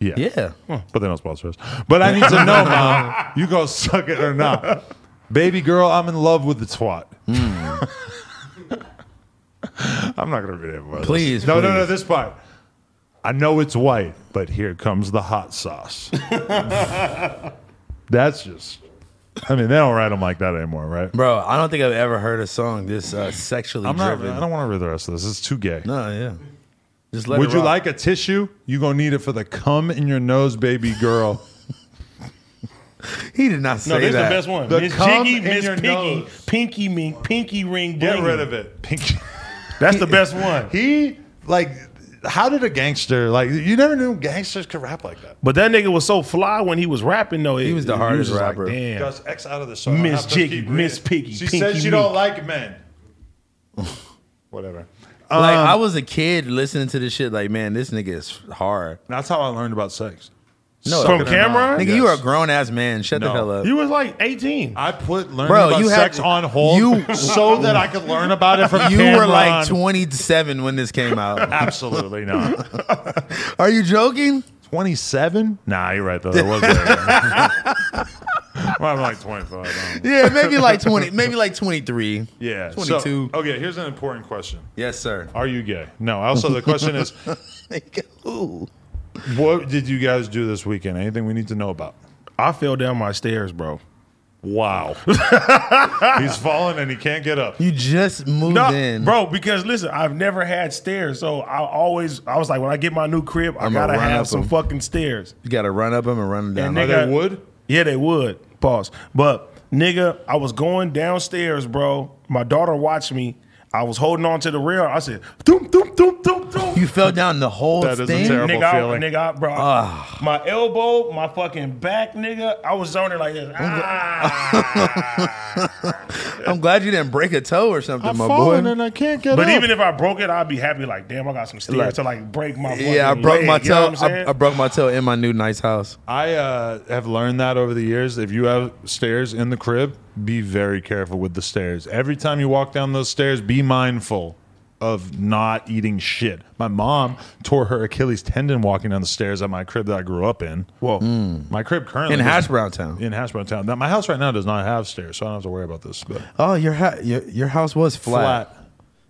Speaker 3: Yeah.
Speaker 1: Yeah.
Speaker 3: But they don't sponsor us. But I need to know, mom, you gonna suck it or not. Baby girl, I'm in love with the twat. Hmm. <laughs> I'm not gonna read it. but-
Speaker 1: Please,
Speaker 3: No, no, no,
Speaker 1: please.
Speaker 3: this part. I know it's white, but here comes the hot <laughs> sauce. That's just I mean, they don't write them like that anymore, right?
Speaker 1: Bro, I don't think I've ever heard a song this uh, sexually
Speaker 3: I'm not,
Speaker 1: driven.
Speaker 3: I don't want to read the rest of this. It's too gay.
Speaker 1: no, yeah. Just let
Speaker 3: Would
Speaker 1: it
Speaker 3: you
Speaker 1: rock.
Speaker 3: like a tissue? You gonna need it for the cum in your nose, baby girl.
Speaker 1: He did not say
Speaker 2: No, this is the
Speaker 1: that.
Speaker 2: best one.
Speaker 3: The
Speaker 2: Miss
Speaker 3: cum
Speaker 2: Jiggy,
Speaker 3: in
Speaker 2: Miss
Speaker 3: your
Speaker 2: Pinky,
Speaker 3: nose.
Speaker 2: Pinky Mink, Pinky Ring.
Speaker 3: Get
Speaker 2: blingy.
Speaker 3: rid of it, <laughs> pinky.
Speaker 2: That's the best one.
Speaker 3: He like how did a gangster like you never knew gangsters could rap like that?
Speaker 2: But that nigga was so fly when he was rapping though. He
Speaker 1: was the hardest rapper.
Speaker 2: Damn.
Speaker 3: Gus X out of the song.
Speaker 2: Miss Jiggy, Miss Piggy,
Speaker 3: She
Speaker 2: Pinky
Speaker 3: says she
Speaker 2: Meek.
Speaker 3: don't like men. <laughs> Whatever. Uh, Um,
Speaker 1: Like I was a kid listening to this shit. Like, man, this nigga is hard.
Speaker 3: That's how I learned about sex.
Speaker 1: No,
Speaker 2: From
Speaker 1: fucking
Speaker 2: Cameron?
Speaker 1: not. nigga,
Speaker 3: Yes.
Speaker 1: you are a grown ass man. Shut
Speaker 3: No.
Speaker 1: the hell up.
Speaker 2: You was like 18.
Speaker 3: I put learning
Speaker 1: Bro,
Speaker 3: about
Speaker 1: you had-
Speaker 3: sex on hold
Speaker 1: you-
Speaker 3: <laughs> so that I could learn about it from
Speaker 1: You were like
Speaker 3: Cameron.
Speaker 1: 27 when this came
Speaker 3: <laughs>
Speaker 1: out.
Speaker 3: Absolutely not. <laughs>
Speaker 1: Are you joking?
Speaker 3: 27? Nah, you're right though. That <laughs> was there. <laughs> Well, I'm like 25. I don't know.
Speaker 1: Yeah, maybe like 20, maybe like 23.
Speaker 3: Yeah. so- Oh.
Speaker 1: 22.
Speaker 3: okay, here's an important question.
Speaker 1: Yes, sir.
Speaker 3: Are you gay? No. Also, the question is,
Speaker 1: <laughs> Like, ooh.
Speaker 3: what did you guys do this weekend? Anything we need to know about?
Speaker 2: I fell down my stairs, bro.
Speaker 3: Wow. He's fallen and he can't get up.
Speaker 1: You just moved
Speaker 2: No,
Speaker 1: in.
Speaker 2: bro, because listen, I've never had stairs, so I always I was like, when I get my new crib, I
Speaker 1: I'ma
Speaker 2: gotta
Speaker 1: run
Speaker 2: have
Speaker 1: up
Speaker 2: some
Speaker 1: 'em.
Speaker 2: fucking stairs.
Speaker 1: You got to run up him and run him down.
Speaker 2: And
Speaker 3: Are
Speaker 2: nigga-
Speaker 3: they wood?
Speaker 2: Yeah, they would. Pause. But nigga, I was going downstairs, bro. My daughter watched me. I was holding on to the rail. I said, doom, doom, doom, doom, doom.
Speaker 1: you fell down the whole
Speaker 3: That is a
Speaker 1: thing.
Speaker 3: terrible-
Speaker 2: nigga, I,
Speaker 3: feeling.
Speaker 2: nigga, I, bro,
Speaker 1: Ah.
Speaker 2: my elbow, my fucking back, nigga. I was on it like this. Ah. <laughs>
Speaker 1: I'm glad you didn't break a toe or something, my boy.
Speaker 3: I can't get
Speaker 2: but even if I broke it, I'd be happy. Like, damn, I got some stairs to like break my.
Speaker 1: yeah, I
Speaker 2: fucking
Speaker 1: broke my
Speaker 2: leg, you know
Speaker 1: toe.
Speaker 2: what I'm saying?
Speaker 1: I, I broke my toe in my new nice house.
Speaker 3: I uh, have learned that over the years, if you have stairs in the crib, be very careful with the stairs. Every time you walk down those stairs, be mindful of not eating shit. My mom tore her Achilles tendon walking down the stairs at my crib that I grew up in. Well, my crib currently
Speaker 1: In
Speaker 3: doesn't-
Speaker 1: Hash Brown Town.
Speaker 3: in Hash Brown Town. Now, my house right now does not have stairs, so I don't have to worry about this. But
Speaker 1: Oh, your ha- your your house was flat.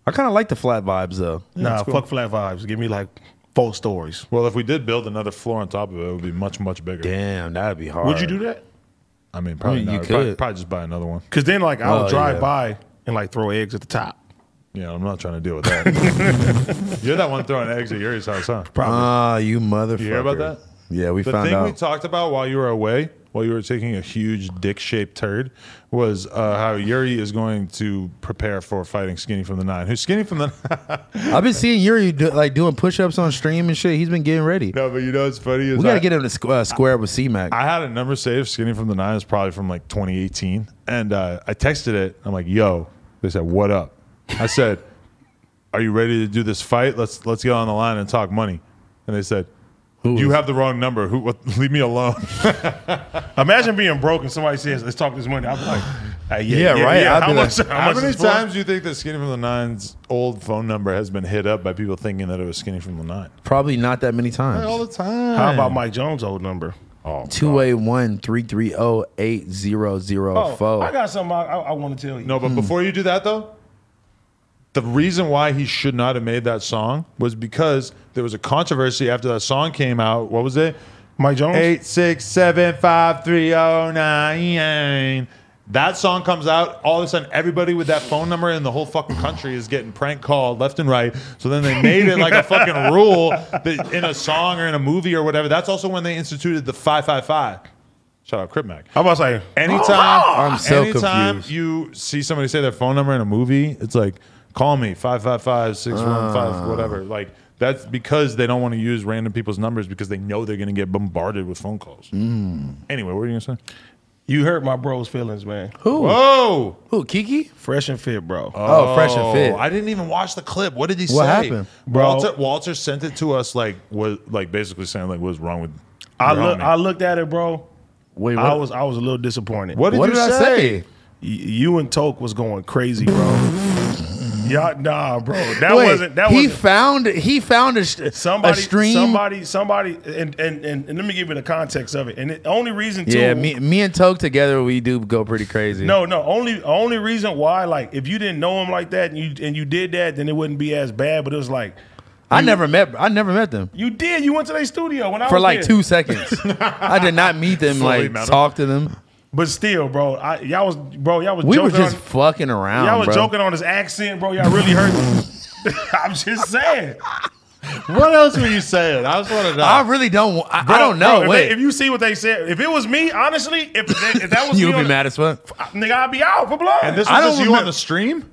Speaker 1: I kind of like the flat vibes though.
Speaker 2: nah, fuck flat vibes. Give me like four stories.
Speaker 3: Well, if we did build another floor on top of it, it would be much, much bigger.
Speaker 1: Damn, that'd be hard.
Speaker 2: Would you do that?
Speaker 3: I mean, probably
Speaker 1: I mean, you
Speaker 3: not. Probably,
Speaker 1: could.
Speaker 3: probably just buy another one.
Speaker 2: Because then, like, I would
Speaker 1: Oh,
Speaker 2: drive
Speaker 1: yeah.
Speaker 2: by and like throw eggs at the top.
Speaker 3: Yeah, I'm not trying to deal with that. You're that <laughs> one throwing eggs at Yuri's house, huh?
Speaker 1: Ah, you motherfucker.
Speaker 3: You hear about that?
Speaker 1: Yeah, we
Speaker 3: the
Speaker 1: found
Speaker 3: thing
Speaker 1: out.
Speaker 3: we talked about while you were away, while you were taking a huge dick-shaped turd, was uh, how Yuri is going to prepare for fighting Skinny from the Nine. Who's Skinny from the? <laughs>
Speaker 1: I've been seeing Yuri do, like doing push-ups on stream and shit. He's been getting ready.
Speaker 3: no, but you know what's funny is
Speaker 1: we got
Speaker 3: I-
Speaker 1: to get him to squ- uh, square up with C Mac.
Speaker 3: I had a number saved, skinny from the nine is probably from like 2018, and uh, I texted it. I'm like, "Yo," they said, "What up?" I said, "Are you ready to do this fight? Let's let's get on the line and talk money." And they said, "You have the wrong number. Who? What, <laughs> leave me alone."
Speaker 2: Imagine being broke and somebody says, "Let's talk this money." I'm like, "Hey,
Speaker 1: Yeah, right. I'd
Speaker 2: How
Speaker 1: be
Speaker 2: much?
Speaker 1: like,
Speaker 2: how,
Speaker 3: How
Speaker 2: much
Speaker 3: many
Speaker 2: is for it?"
Speaker 3: times do you think that Skinny from the Nine's old phone number has been hit up by people thinking that it was Skinny from the Nine?
Speaker 1: Probably not that many
Speaker 3: All
Speaker 1: times.
Speaker 3: the time.
Speaker 2: How about Mike Jones' old number?
Speaker 1: Two eight one three three zero eight zero zero
Speaker 2: Oh, I
Speaker 1: four.
Speaker 2: got something I, I, want to tell you.
Speaker 3: No, but before you do that though, the reason why he should not have made that song was because there was a controversy after that song came out. What was it?
Speaker 2: Mike Jones.
Speaker 3: Eight six seven five three zero nine. That song comes out. All of a sudden, everybody with that phone number in the whole fucking country is getting prank called left and right. So then they made it like a fucking rule that in a song or in a movie or whatever. That's also when they instituted the five five five. Shout out Crip Mac.
Speaker 2: I was like,
Speaker 3: Anytime,
Speaker 1: I'm so
Speaker 3: anytime
Speaker 1: confused.
Speaker 3: you see somebody say their phone number in a movie, it's like, call me 555 615, whatever. Like, that's because they don't want to use random people's numbers because they know they're going to get bombarded with phone calls. Anyway, what were you going to say?
Speaker 2: "You hurt my bro's feelings, man."
Speaker 3: Whoa!
Speaker 1: Who Kiki?
Speaker 2: Fresh and fit, bro.
Speaker 1: Oh, fresh and fit.
Speaker 3: Oh, I didn't even watch the clip. What did he
Speaker 1: What
Speaker 3: say?
Speaker 1: happened?
Speaker 2: Bro.
Speaker 3: Walter, Walter sent it to us, like, was like basically saying, like, what's wrong with
Speaker 2: I
Speaker 3: your
Speaker 2: look,
Speaker 3: homie?
Speaker 2: I looked at it, bro.
Speaker 6: Wait,
Speaker 2: I
Speaker 6: what,
Speaker 2: was I was a little disappointed.
Speaker 6: what did
Speaker 1: What
Speaker 6: you
Speaker 1: did I
Speaker 6: say?
Speaker 1: say?
Speaker 2: Y- you and Toke was going crazy, bro. Y'all, nah, bro. That
Speaker 1: Wait,
Speaker 2: wasn't that
Speaker 1: he
Speaker 2: wasn't
Speaker 1: found he found a, st-
Speaker 2: somebody
Speaker 1: a stream.
Speaker 2: somebody somebody and, and and and let me give you the context of it. And the only reason too
Speaker 1: yeah, me, me and Toke together, we do go pretty crazy.
Speaker 2: No, no. Only only reason why, like, if you didn't know him like that and you and you did that, then it wouldn't be as bad. But it was like
Speaker 1: I never met I never met them
Speaker 2: you did. You went to their studio when I
Speaker 1: for
Speaker 2: was
Speaker 1: like
Speaker 2: there.
Speaker 1: two
Speaker 2: <laughs>
Speaker 1: seconds. I did not meet them,
Speaker 3: Fully
Speaker 1: like
Speaker 3: met 'em.
Speaker 1: talk to them.
Speaker 2: But still, bro, I, y'all was bro, y'all was
Speaker 1: We were
Speaker 2: joking
Speaker 1: just
Speaker 2: on,
Speaker 1: fucking around.
Speaker 2: y'all was
Speaker 1: bro.
Speaker 2: joking on his accent, bro. Y'all really hurt me. <laughs> I'm just saying.
Speaker 3: What else were you saying? I just want to know.
Speaker 1: I really don't. wa- I, I
Speaker 2: Bro,
Speaker 1: don't know.
Speaker 2: bro, if,
Speaker 1: Wait,
Speaker 2: they- if you see what they said, if it was me, honestly, if, they,
Speaker 1: <laughs>
Speaker 2: if that was
Speaker 1: you
Speaker 2: me
Speaker 1: would be
Speaker 2: on
Speaker 1: mad as fuck.
Speaker 2: the, nigga, I'd be out for blood.
Speaker 3: and this
Speaker 1: I
Speaker 3: was just
Speaker 1: don't
Speaker 3: you
Speaker 1: remem-
Speaker 3: on the stream.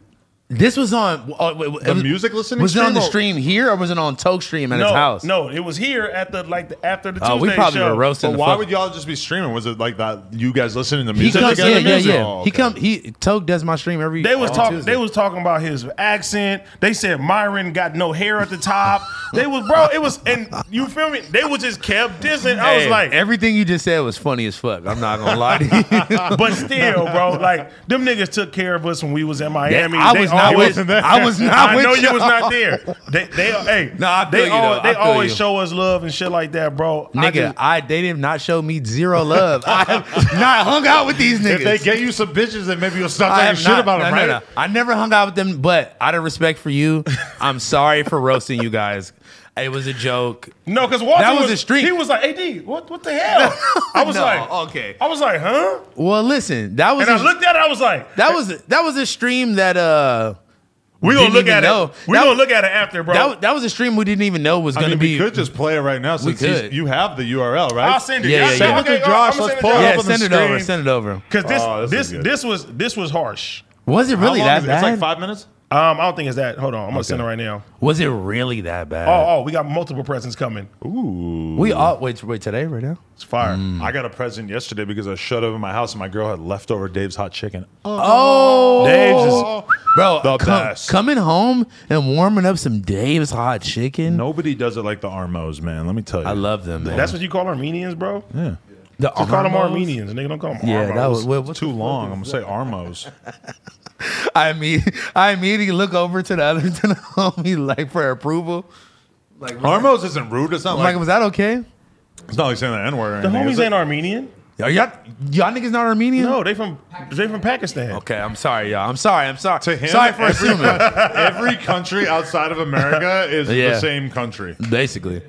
Speaker 1: This was on uh, wait, wait,
Speaker 3: The
Speaker 1: it was-
Speaker 3: music listening
Speaker 1: Was it on
Speaker 3: stream
Speaker 1: the
Speaker 3: or-
Speaker 1: stream here or was it on Toke's stream at
Speaker 2: no,
Speaker 1: his house?
Speaker 2: no, it was here at the like the, after the Tuesday
Speaker 1: Oh, we probably
Speaker 2: show.
Speaker 1: were roasting
Speaker 3: But
Speaker 1: the
Speaker 3: why
Speaker 1: fuck.
Speaker 3: would y'all just be streaming? Was it like that? You guys listening to
Speaker 1: he
Speaker 3: music
Speaker 1: comes, yeah,
Speaker 3: together?
Speaker 1: yeah,
Speaker 3: Music?
Speaker 1: yeah.
Speaker 3: Oh,
Speaker 1: He
Speaker 3: okay.
Speaker 1: come. He Toke does my stream every.
Speaker 2: They was
Speaker 1: on
Speaker 2: talking.
Speaker 1: Tuesday.
Speaker 2: They was talking about his accent. They said Myron got no hair at the top. they was bro. It was and you feel me. They was just kept dissing. I was
Speaker 1: Hey,
Speaker 2: like,
Speaker 1: everything you just said was funny as fuck. I'm not gonna lie to you.
Speaker 2: but still, bro. Like them niggas took care of us when we was in Miami.
Speaker 1: I
Speaker 2: They
Speaker 1: was not
Speaker 2: always-
Speaker 1: with- I
Speaker 2: <laughs>
Speaker 1: was not
Speaker 2: I
Speaker 1: with
Speaker 2: know you was
Speaker 1: y'all.
Speaker 2: not there. They, they hey,
Speaker 1: <laughs> Nah, I feel
Speaker 2: they
Speaker 1: you,
Speaker 2: al-
Speaker 1: though. I
Speaker 2: they
Speaker 1: feel
Speaker 2: always
Speaker 1: you.
Speaker 2: show us love and shit like that, bro. I
Speaker 1: Nigga,
Speaker 2: just-
Speaker 1: I, they did not show me zero love. I have not hung out with these niggas.
Speaker 3: If they get you some bitches, then maybe you'll stop
Speaker 1: I
Speaker 3: talking
Speaker 1: have
Speaker 3: shit
Speaker 1: not-
Speaker 3: about
Speaker 1: no,
Speaker 3: them,
Speaker 1: no,
Speaker 3: right?
Speaker 1: no. I never hung out with them, but out of respect for you, I'm sorry for roasting you guys. It was a joke.
Speaker 2: no, because Walter
Speaker 1: That was
Speaker 2: was
Speaker 1: a streak.
Speaker 2: He was like, "Ad, what
Speaker 1: <laughs>
Speaker 2: what the hell?" I was
Speaker 1: No,
Speaker 2: like,
Speaker 1: okay.
Speaker 2: I was like, huh?
Speaker 1: Well, listen, that was
Speaker 2: And I
Speaker 1: a-
Speaker 2: looked at it. I was like,
Speaker 1: that was that was a stream that uh
Speaker 2: "We gonna
Speaker 1: Didn't
Speaker 2: look
Speaker 1: even
Speaker 2: at
Speaker 1: know.
Speaker 2: it. We
Speaker 1: That-
Speaker 2: gonna look at it after, bro."
Speaker 1: that, wa- that was a stream we didn't even know was
Speaker 3: I
Speaker 1: going
Speaker 3: mean,
Speaker 1: to be
Speaker 3: we could just play it right now since he's-
Speaker 1: could.
Speaker 3: you have the URL, right?
Speaker 2: I'll send it.
Speaker 1: Yeah,
Speaker 2: Y'all-
Speaker 1: yeah,
Speaker 2: y'all-
Speaker 1: yeah.
Speaker 2: okay,
Speaker 3: Send it to
Speaker 2: y'all-
Speaker 3: Josh.
Speaker 2: I'ma
Speaker 3: Let's
Speaker 2: send it to
Speaker 3: pull it
Speaker 2: y'all.
Speaker 1: yeah,
Speaker 3: up on the
Speaker 1: send it over.
Speaker 3: screen.
Speaker 1: Send it over.
Speaker 2: Cause this
Speaker 3: Oh, this
Speaker 2: this
Speaker 3: is
Speaker 2: this,
Speaker 3: good.
Speaker 2: was this was harsh.
Speaker 1: Was it
Speaker 3: How
Speaker 1: really
Speaker 3: long
Speaker 1: that
Speaker 3: is it?
Speaker 1: bad?
Speaker 3: It's like five minutes.
Speaker 2: Um, I don't think it's that. Hold on, I'm gonna send it right now.
Speaker 1: Was it really that bad?
Speaker 2: Oh, oh, we got multiple presents coming.
Speaker 1: we all wait, wait today right now.
Speaker 2: It's fire.
Speaker 1: Mm.
Speaker 3: I got a present yesterday because I shut up in my house and my girl had leftover Dave's hot chicken.
Speaker 1: Oh,
Speaker 2: Dave's is-
Speaker 1: bro,
Speaker 3: The
Speaker 1: come-
Speaker 3: best.
Speaker 1: coming home and warming up some Dave's hot chicken.
Speaker 3: Nobody does it like the Armos, man. Let me tell you.
Speaker 1: I love them. Man.
Speaker 2: That's what you call Armenians, bro. Yeah. Just
Speaker 1: the
Speaker 2: call them
Speaker 1: Armos?
Speaker 2: Armenians, nigga. Don't call them.
Speaker 1: Yeah,
Speaker 2: Armos.
Speaker 1: that was what,
Speaker 3: It's
Speaker 1: what
Speaker 3: too long. I'm gonna say Armos.
Speaker 1: I mean, <laughs> I immediately look over to the other <laughs> to the homie like for approval. Like, was,
Speaker 3: Armos isn't rude. It's not
Speaker 1: like,
Speaker 3: like,
Speaker 1: was that okay?
Speaker 3: it's not like saying the N word or
Speaker 2: The
Speaker 3: anything. is
Speaker 2: homies
Speaker 3: it?
Speaker 2: ain't Armenian.
Speaker 1: Are y'all y'all niggas not Armenian?
Speaker 2: No, they from they from Pakistan.
Speaker 1: Okay, I'm sorry, y'all. I'm sorry. I'm sorry.
Speaker 3: To him,
Speaker 1: sorry for
Speaker 3: every,
Speaker 1: assuming.
Speaker 3: every country outside of America is
Speaker 1: Yeah.
Speaker 3: the same country.
Speaker 1: <laughs> Basically,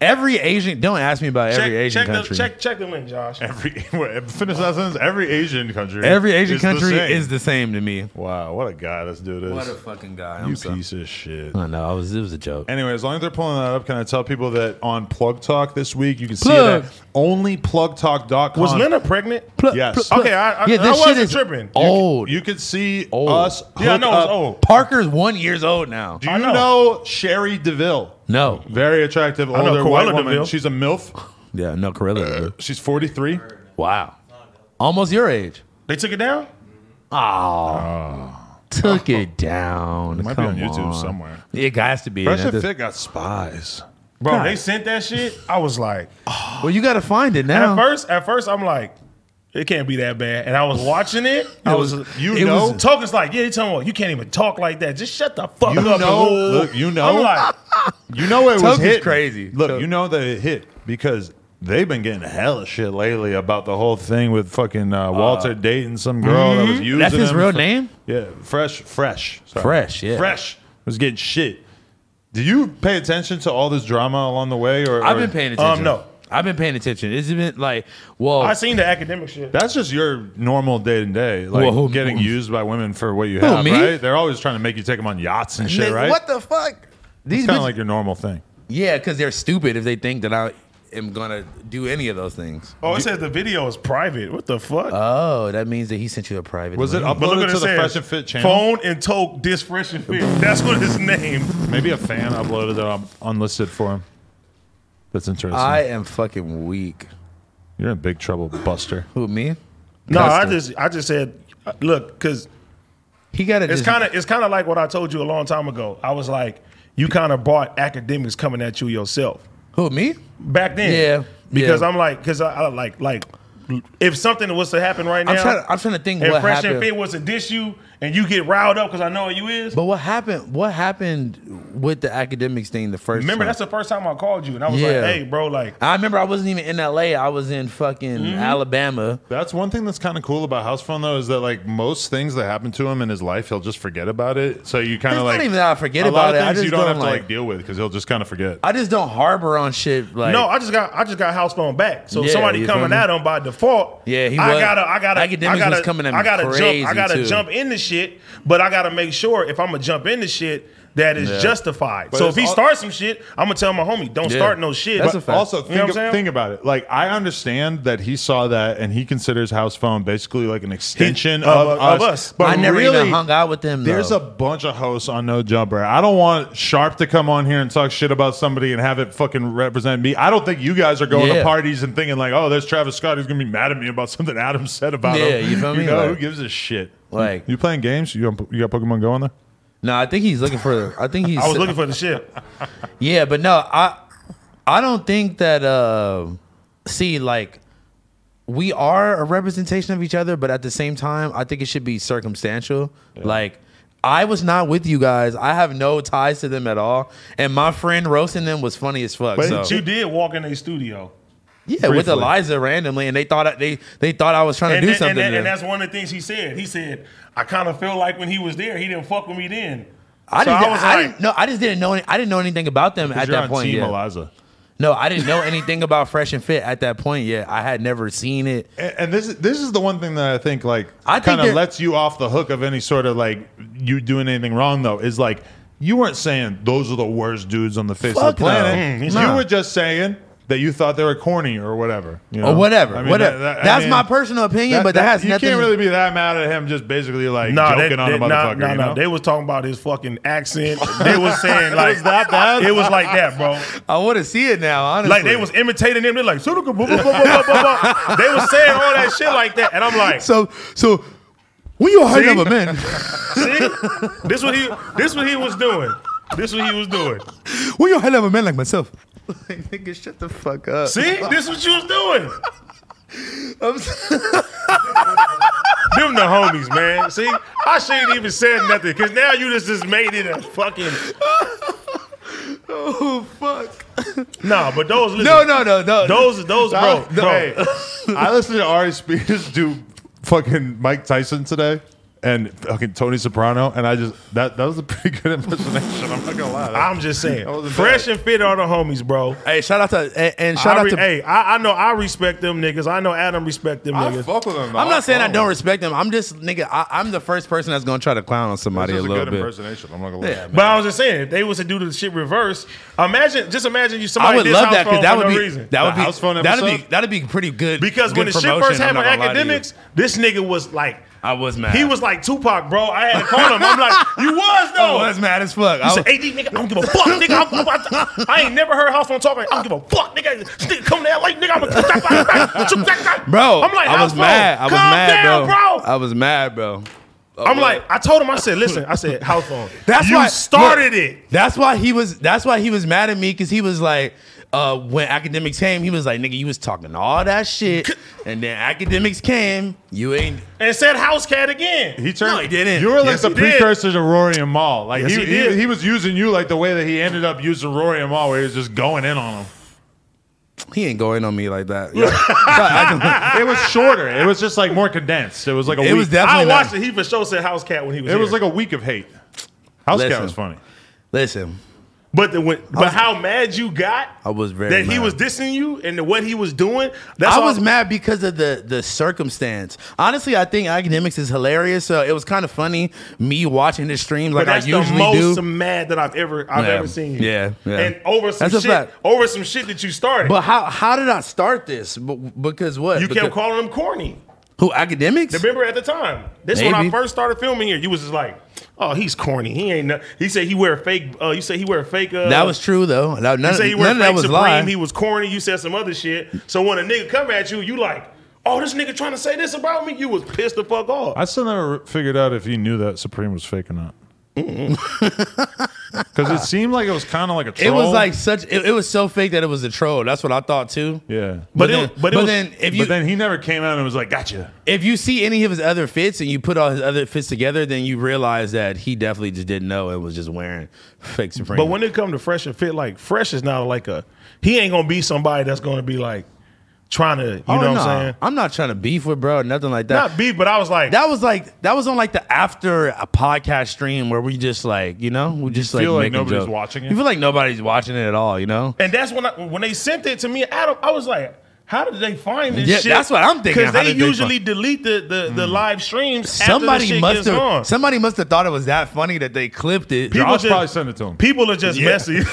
Speaker 1: every Asian. Don't ask me about every
Speaker 2: Check,
Speaker 1: Asian
Speaker 2: check the
Speaker 1: country.
Speaker 2: check check the link, Josh.
Speaker 3: Every <laughs> finish that sentence. Every Asian country.
Speaker 1: every Asian
Speaker 3: is the
Speaker 1: country
Speaker 3: same.
Speaker 1: is the same to me.
Speaker 3: Wow, what a guy this dude is.
Speaker 1: fucking guy.
Speaker 3: you piece of shit.
Speaker 1: I know. I was. It was a joke.
Speaker 3: Anyway, as long as they're pulling that up, can I tell people that on Plug Talk this week, you can
Speaker 1: Plug.
Speaker 3: see that only plugtalk.com.
Speaker 2: Was Lena pregnant?
Speaker 1: Pl-
Speaker 3: Yes.
Speaker 1: pl- pl-
Speaker 2: Okay, I- I- I wasn't tripping. You-
Speaker 1: Old.
Speaker 3: You could see
Speaker 1: Old.
Speaker 3: us.
Speaker 2: Yeah, I
Speaker 3: hook
Speaker 2: know it's
Speaker 3: up-
Speaker 2: old.
Speaker 1: Parker's one years old now.
Speaker 3: Do
Speaker 2: I
Speaker 3: you know.
Speaker 2: know.
Speaker 3: Sherry DeVille?
Speaker 1: No.
Speaker 3: Very attractive
Speaker 2: know
Speaker 3: older white
Speaker 2: Cruella
Speaker 3: woman.
Speaker 2: DeVille.
Speaker 3: She's a MILF.
Speaker 1: Yeah. No. Corilla.
Speaker 3: She's 43.
Speaker 1: Wow. Almost your age.
Speaker 2: They took it down.
Speaker 1: Took it down.
Speaker 3: Might
Speaker 1: Come
Speaker 3: be on YouTube
Speaker 1: on.
Speaker 3: somewhere.
Speaker 1: It has to be.
Speaker 3: Fresh and
Speaker 1: At this-
Speaker 3: Fit got spies.
Speaker 2: Bro,
Speaker 1: God.
Speaker 2: they sent that shit. I was like,
Speaker 1: well, you got to find it
Speaker 2: at
Speaker 1: now.
Speaker 2: first, at first, I'm like, it can't be that bad. And I was watching it. I was,
Speaker 3: you
Speaker 1: it
Speaker 3: know-
Speaker 1: was-
Speaker 2: Token's like, yeah, you tell me what, you can't even talk like that. Just shut the fuck
Speaker 3: You
Speaker 2: up.
Speaker 3: know-
Speaker 2: fool."
Speaker 3: look, you know.
Speaker 2: I'm like,
Speaker 3: You know it was
Speaker 1: Token's
Speaker 3: hit
Speaker 1: crazy.
Speaker 3: Look,
Speaker 1: Token-
Speaker 3: you know that it hit because they've been getting hella shit lately about the whole thing with fucking uh, Walter dating some girl that was using
Speaker 1: mm-hmm. That's his
Speaker 3: him
Speaker 1: real
Speaker 3: for-
Speaker 1: name?
Speaker 3: Yeah, fresh, fresh, sorry.
Speaker 1: Fresh, yeah.
Speaker 3: fresh was getting shit. Do you pay attention to all this drama along the way, or
Speaker 1: I've
Speaker 3: or- um,
Speaker 1: been paying attention.
Speaker 2: no.
Speaker 1: I've been paying attention. It's been like, well,
Speaker 3: Oh.
Speaker 2: I seen the academic shit.
Speaker 3: That's just your normal day to day, like
Speaker 1: Well, who-
Speaker 3: getting used by women for what you have,
Speaker 1: me?
Speaker 3: right? They're always trying to make you take them on yachts and shit, right?
Speaker 1: What the fuck? These
Speaker 3: it's kind
Speaker 1: bitches,
Speaker 3: of like your normal thing.
Speaker 1: yeah, because they're stupid if they think that I am gonna do any of those things.
Speaker 2: Oh, it says the video is private. What the fuck?
Speaker 1: Oh, that means that he sent you a private.
Speaker 3: Was it
Speaker 1: link.
Speaker 2: But it
Speaker 3: uploaded Uh, to the
Speaker 2: says,
Speaker 3: Fresh and Fit channel?
Speaker 2: Phone and toke dis fresh and fit.
Speaker 3: <laughs>
Speaker 2: That's what his name.
Speaker 3: Maybe a fan uploaded it on unlisted for him. That's interesting.
Speaker 1: I am fucking weak.
Speaker 3: You're in big trouble, Buster.
Speaker 1: Who me?
Speaker 2: No, I
Speaker 1: Custom.
Speaker 2: just I just said look, cause
Speaker 1: He got to.
Speaker 2: it's kind of it's kind of like what I told you a long time ago. I was like, you kind of brought academics coming at you yourself.
Speaker 1: who me?
Speaker 2: back then.
Speaker 1: Yeah,
Speaker 2: Because
Speaker 1: yeah.
Speaker 2: I'm like, because I, I like like if something was to happen right now,
Speaker 1: I'm trying. I'm trying to think
Speaker 2: and
Speaker 1: what
Speaker 2: Fresh
Speaker 1: happened.
Speaker 2: and Fit was to diss you, and you get riled up because I know you is.
Speaker 1: but what happened? What happened with the academics thing? The first.
Speaker 2: Remember,
Speaker 1: time?
Speaker 2: that's the first time I called you, and I was
Speaker 1: Yeah.
Speaker 2: like, "Hey, bro, like,
Speaker 1: I remember I wasn't even in LA. I was in fucking
Speaker 3: Mm-hmm.
Speaker 1: Alabama.
Speaker 3: That's one thing that's kind of cool about House Phone though is that like most things that happen to him in his life, he'll just forget about it. So you kind
Speaker 1: It's
Speaker 3: of
Speaker 1: not
Speaker 3: like
Speaker 1: even that I forget
Speaker 3: a lot
Speaker 1: about it.
Speaker 3: of
Speaker 1: I
Speaker 3: things
Speaker 1: just
Speaker 3: you don't
Speaker 1: don't,
Speaker 3: have to
Speaker 1: like-
Speaker 3: like deal with because he'll just kind of forget.
Speaker 1: I just don't harbor on shit like
Speaker 2: no, I just got, I just got house phone back. So if
Speaker 1: Yeah,
Speaker 2: somebody
Speaker 1: you feel
Speaker 2: coming
Speaker 1: me?
Speaker 2: at him by default.
Speaker 1: Yeah, he
Speaker 2: I
Speaker 1: was.
Speaker 2: gotta, I gotta,
Speaker 1: Academics
Speaker 2: I gotta,
Speaker 1: was coming at me
Speaker 2: I gotta
Speaker 1: crazy,
Speaker 2: jump, I gotta
Speaker 1: too.
Speaker 2: jump into shit, but I gotta make sure if I'm gonna jump into shit that is justified. so if
Speaker 3: it's
Speaker 2: he
Speaker 3: all-
Speaker 2: starts some shit, I'm gonna tell my homie, don't
Speaker 1: Yeah.
Speaker 2: start no shit.
Speaker 1: That's
Speaker 2: But
Speaker 1: a fact.
Speaker 3: Also,
Speaker 2: You know
Speaker 3: think,
Speaker 2: what I'm saying?
Speaker 3: think about it. Like, I understand that he saw that and he considers House Phone basically like an extension
Speaker 2: He-
Speaker 3: of,
Speaker 2: of-
Speaker 3: us,
Speaker 2: of us.
Speaker 3: But
Speaker 1: I never
Speaker 3: really,
Speaker 1: even hung out with them.
Speaker 3: There's
Speaker 1: though.
Speaker 3: a bunch of hosts on No Jumper. I don't want Sharp to come on here and talk shit about somebody and have it fucking represent me. I don't think you guys are going
Speaker 1: Yeah.
Speaker 3: to parties and thinking like, oh, there's Travis Scott who's gonna be mad at me about <laughs> something Adam said about
Speaker 1: Yeah,
Speaker 3: him.
Speaker 1: you feel me?
Speaker 3: know,
Speaker 1: Like-
Speaker 3: who gives a shit?
Speaker 1: Like-
Speaker 3: you playing games? You got, you got Pokemon Go on there?
Speaker 1: no. I think he's looking for. I think he's.
Speaker 2: <laughs> I was looking for the shit.
Speaker 1: Yeah, but no, I I don't think that uh see like we are a representation of each other, but at the same time, I think it should be circumstantial. Like I was not with you guys. I have no ties to them at all. And my friend roasting them was funny as fuck.
Speaker 3: But
Speaker 1: so.
Speaker 2: You did walk in a studio.
Speaker 1: yeah, with
Speaker 3: briefly.
Speaker 1: Eliza randomly, and they thought I, they they thought I was trying to
Speaker 2: And,
Speaker 1: do
Speaker 2: that-
Speaker 1: something.
Speaker 2: and, that-
Speaker 1: to
Speaker 2: and
Speaker 1: them.
Speaker 2: that's one of the things he said. He said, I kind of feel like when he was there, he didn't fuck with me then.
Speaker 1: I,
Speaker 2: so
Speaker 1: didn't,
Speaker 2: I was
Speaker 1: I
Speaker 2: like-
Speaker 1: didn't- no, I just didn't know. Any, I didn't know anything about them at
Speaker 3: you're
Speaker 1: that
Speaker 3: on
Speaker 1: point.
Speaker 3: Team
Speaker 1: yet.
Speaker 3: Eliza.
Speaker 1: No, I didn't know anything about Fresh and Fit at that point yet. I had never seen it.
Speaker 3: And, and this is this is the one thing that I think like
Speaker 1: I think
Speaker 3: kind of
Speaker 1: there-
Speaker 3: lets you off the hook of any sort of like you doing anything wrong though is like you weren't saying those are the worst dudes on the face of
Speaker 1: Fuck
Speaker 3: the
Speaker 1: no.
Speaker 3: planet.
Speaker 1: Mm,
Speaker 3: you
Speaker 1: he's not.
Speaker 3: were just saying that you thought they were corny or whatever you know?
Speaker 1: or whatever.
Speaker 3: I mean,
Speaker 1: whatever.
Speaker 3: that- that- I
Speaker 1: That's
Speaker 3: mean,
Speaker 1: my personal opinion,
Speaker 3: that-
Speaker 1: but that, has
Speaker 3: you
Speaker 1: nothing.
Speaker 3: can't really be that mad at him just basically like
Speaker 2: Nah,
Speaker 3: joking
Speaker 2: they,
Speaker 3: on
Speaker 2: they,
Speaker 3: a motherfucker.
Speaker 2: nah, nah,
Speaker 3: you
Speaker 2: nah.
Speaker 3: know?
Speaker 2: They was talking about his fucking accent. They was saying like
Speaker 3: was that bad?
Speaker 2: It was like that, bro.
Speaker 1: I want to see it now. Honestly,
Speaker 2: Like they was imitating him. They're like, "Sudoku, blah, blah, blah, blah, blah, blah." they was saying all that shit like that, and I'm like,
Speaker 1: so so. We all heard
Speaker 2: See?
Speaker 1: of a man.
Speaker 2: see, this what he, this what he was doing. This what he was doing.
Speaker 1: We all heard of a man like myself. Like, <laughs> nigga, shut the fuck up.
Speaker 2: See, this what you was doing.
Speaker 1: I'm s-
Speaker 2: Them the homies, man. See, I shouldn't even said nothing because now you just just made it a fucking.
Speaker 1: oh fuck.
Speaker 2: Nah, but those listen,
Speaker 1: No, no, no, no.
Speaker 2: those those bro,
Speaker 3: I,
Speaker 2: bro.
Speaker 3: hey, <laughs> I listened to Ari Spears do fucking Mike Tyson today and fucking Tony Soprano, and I just that that was a pretty good <laughs> impersonation. I'm not gonna lie.
Speaker 2: I'm just saying,
Speaker 3: That wasn't
Speaker 2: fresh and fit are the homies, bro.
Speaker 1: Hey, shout out to and, and shout
Speaker 2: I
Speaker 1: out
Speaker 2: re-
Speaker 1: to.
Speaker 2: hey, I, I know I respect them niggas. I know Adam respect them niggas.
Speaker 3: with him. Oh.
Speaker 1: I'm not saying I
Speaker 2: oh.
Speaker 1: don't respect them. I'm just nigga. I, I'm the first person that's gonna try to clown on somebody
Speaker 3: This
Speaker 1: a
Speaker 3: is a
Speaker 1: little
Speaker 3: good
Speaker 1: bit.
Speaker 3: impersonation. I'm not gonna lie.
Speaker 1: Yeah,
Speaker 2: but I was just saying, if they was to do the shit reverse, imagine just imagine you somebody
Speaker 1: I would
Speaker 2: did
Speaker 1: love
Speaker 2: house
Speaker 1: that
Speaker 2: phone
Speaker 1: because that
Speaker 2: for
Speaker 1: would
Speaker 2: no
Speaker 1: be
Speaker 2: reason.
Speaker 1: that would
Speaker 3: The
Speaker 1: be
Speaker 3: house phone
Speaker 1: that'd be
Speaker 3: episode?
Speaker 1: that'd be pretty good.
Speaker 2: because when the
Speaker 1: good
Speaker 2: shit first
Speaker 1: promotion, I'm not
Speaker 2: happened,
Speaker 1: gonna lie to you.
Speaker 2: academics, this nigga was like,
Speaker 1: I was mad.
Speaker 2: he was like Tupac, bro. I had to call him. I'm like, you was
Speaker 1: <laughs> I
Speaker 2: though.
Speaker 1: was mad as fuck. I was,
Speaker 2: I said, AD nigga, I don't give a fuck, nigga. I'm, I'm, I ain't never heard house phone talk. Like, I don't give a fuck, nigga. This nigga come to LA, nigga. <laughs> I'm a
Speaker 1: Bro,
Speaker 2: I'm like,
Speaker 1: I
Speaker 2: House
Speaker 1: was
Speaker 2: Phone,
Speaker 1: mad. I was
Speaker 2: calm
Speaker 1: mad, bro.
Speaker 2: down, bro.
Speaker 1: I was mad, bro.
Speaker 2: I'm like, I told him, I said, listen, I said, house phone.
Speaker 1: That's
Speaker 2: you
Speaker 1: why
Speaker 2: started
Speaker 1: look,
Speaker 2: it.
Speaker 1: That's why he was. That's why he was mad at me because he was like, uh, when academics came, he was like, nigga, you was talking all that shit, and then academics came, you ain't.
Speaker 2: and said house cat again.
Speaker 3: He turned.
Speaker 1: No, he didn't.
Speaker 3: You were like
Speaker 1: Yes,
Speaker 3: the
Speaker 1: he
Speaker 2: did.
Speaker 3: precursor to Rory and Maul. Like
Speaker 2: Yes,
Speaker 3: he,
Speaker 2: he
Speaker 3: he,
Speaker 2: did.
Speaker 3: he was using you like the way that he ended up using Rory and Maul, where he was just going in on him.
Speaker 1: He ain't going on me like that. <laughs> Yeah. I
Speaker 3: It
Speaker 1: <laughs>
Speaker 3: was shorter. It was just like more condensed. It was like a
Speaker 1: It
Speaker 3: week.
Speaker 1: was definitely-
Speaker 2: I
Speaker 1: Definitely
Speaker 2: watched
Speaker 1: not.
Speaker 2: it. He for sure said house cat when he was.
Speaker 3: it was
Speaker 2: here.
Speaker 3: like a week of hate. House
Speaker 1: Listen.
Speaker 3: Cat was funny.
Speaker 1: listen,
Speaker 2: but the, when, but how mad you got?
Speaker 1: I was very
Speaker 2: that he
Speaker 1: mad.
Speaker 2: was dissing you and the, what he was doing. That's
Speaker 1: I
Speaker 2: all-
Speaker 1: was mad because of the the circumstance. Honestly, I think academics is hilarious, so it was kind of funny me watching the stream like
Speaker 2: But that's
Speaker 1: I usually
Speaker 2: the most
Speaker 1: do.
Speaker 2: mad that I've ever I've
Speaker 1: Yeah.
Speaker 2: ever seen you.
Speaker 1: Yeah, yeah.
Speaker 2: And over some
Speaker 1: That's a
Speaker 2: shit,
Speaker 1: fact.
Speaker 2: over some shit that you started.
Speaker 1: But how how did I start this? B- because what
Speaker 2: you
Speaker 1: Because-
Speaker 2: kept calling him corny.
Speaker 1: who academics?
Speaker 2: Remember at the time, this when I
Speaker 1: Maybe.
Speaker 2: first started filming here, you was just like, "Oh, he's corny. He ain't." No, he said he wear fake. Uh, you said he wear fake. Uh,
Speaker 1: That was true though. That- none,
Speaker 2: You say he
Speaker 1: none
Speaker 2: went
Speaker 1: of that
Speaker 2: fake
Speaker 1: was
Speaker 2: supreme.
Speaker 1: lying.
Speaker 2: He was corny. You said some other shit. So when a nigga come at you, you like, oh, this nigga trying to say this about me. You was pissed the fuck off.
Speaker 3: I still never figured out if he knew that Supreme was fake or not. Because it seemed like it was kind of like a
Speaker 1: It
Speaker 3: troll.
Speaker 1: was like such. It, it was so fake that it was a troll. That's what I thought too.
Speaker 3: yeah.
Speaker 2: But it-
Speaker 1: then,
Speaker 2: but it was-
Speaker 1: then if you
Speaker 3: but then he never came out and was like, gotcha.
Speaker 1: if you see any of his other fits and you put all his other fits together, then you realize that he definitely just didn't know and was just wearing <laughs> fake Supreme.
Speaker 2: But when it come to fresh and fit, like fresh is not like a he ain't gonna be somebody that's gonna be like trying to you
Speaker 1: Oh,
Speaker 2: know what
Speaker 1: nah.
Speaker 2: I'm saying?
Speaker 1: I'm not trying to beef with bro, nothing like that.
Speaker 2: Not beef, but I was like
Speaker 1: that was like that was on like the after a podcast stream where we just like you know we just
Speaker 3: feel like
Speaker 1: making
Speaker 3: nobody's
Speaker 1: jokes.
Speaker 3: watching it?
Speaker 1: You feel like nobody's watching it at all, you know?
Speaker 2: And that's when I, when they sent it to me, Adam, I was like, how did they find this
Speaker 1: Yeah,
Speaker 2: shit?
Speaker 1: that's what I'm thinking.
Speaker 2: Because
Speaker 1: How
Speaker 2: they
Speaker 1: did they Mm.
Speaker 2: usually delete the the, the live streams. after the
Speaker 1: Somebody
Speaker 2: shit
Speaker 1: must
Speaker 2: gets
Speaker 1: have
Speaker 2: on.
Speaker 1: somebody must have thought it was that funny that they clipped it.
Speaker 2: People
Speaker 3: Josh
Speaker 2: just-
Speaker 3: probably sent it to him.
Speaker 2: People are
Speaker 1: <laughs>
Speaker 2: just messy. <laughs>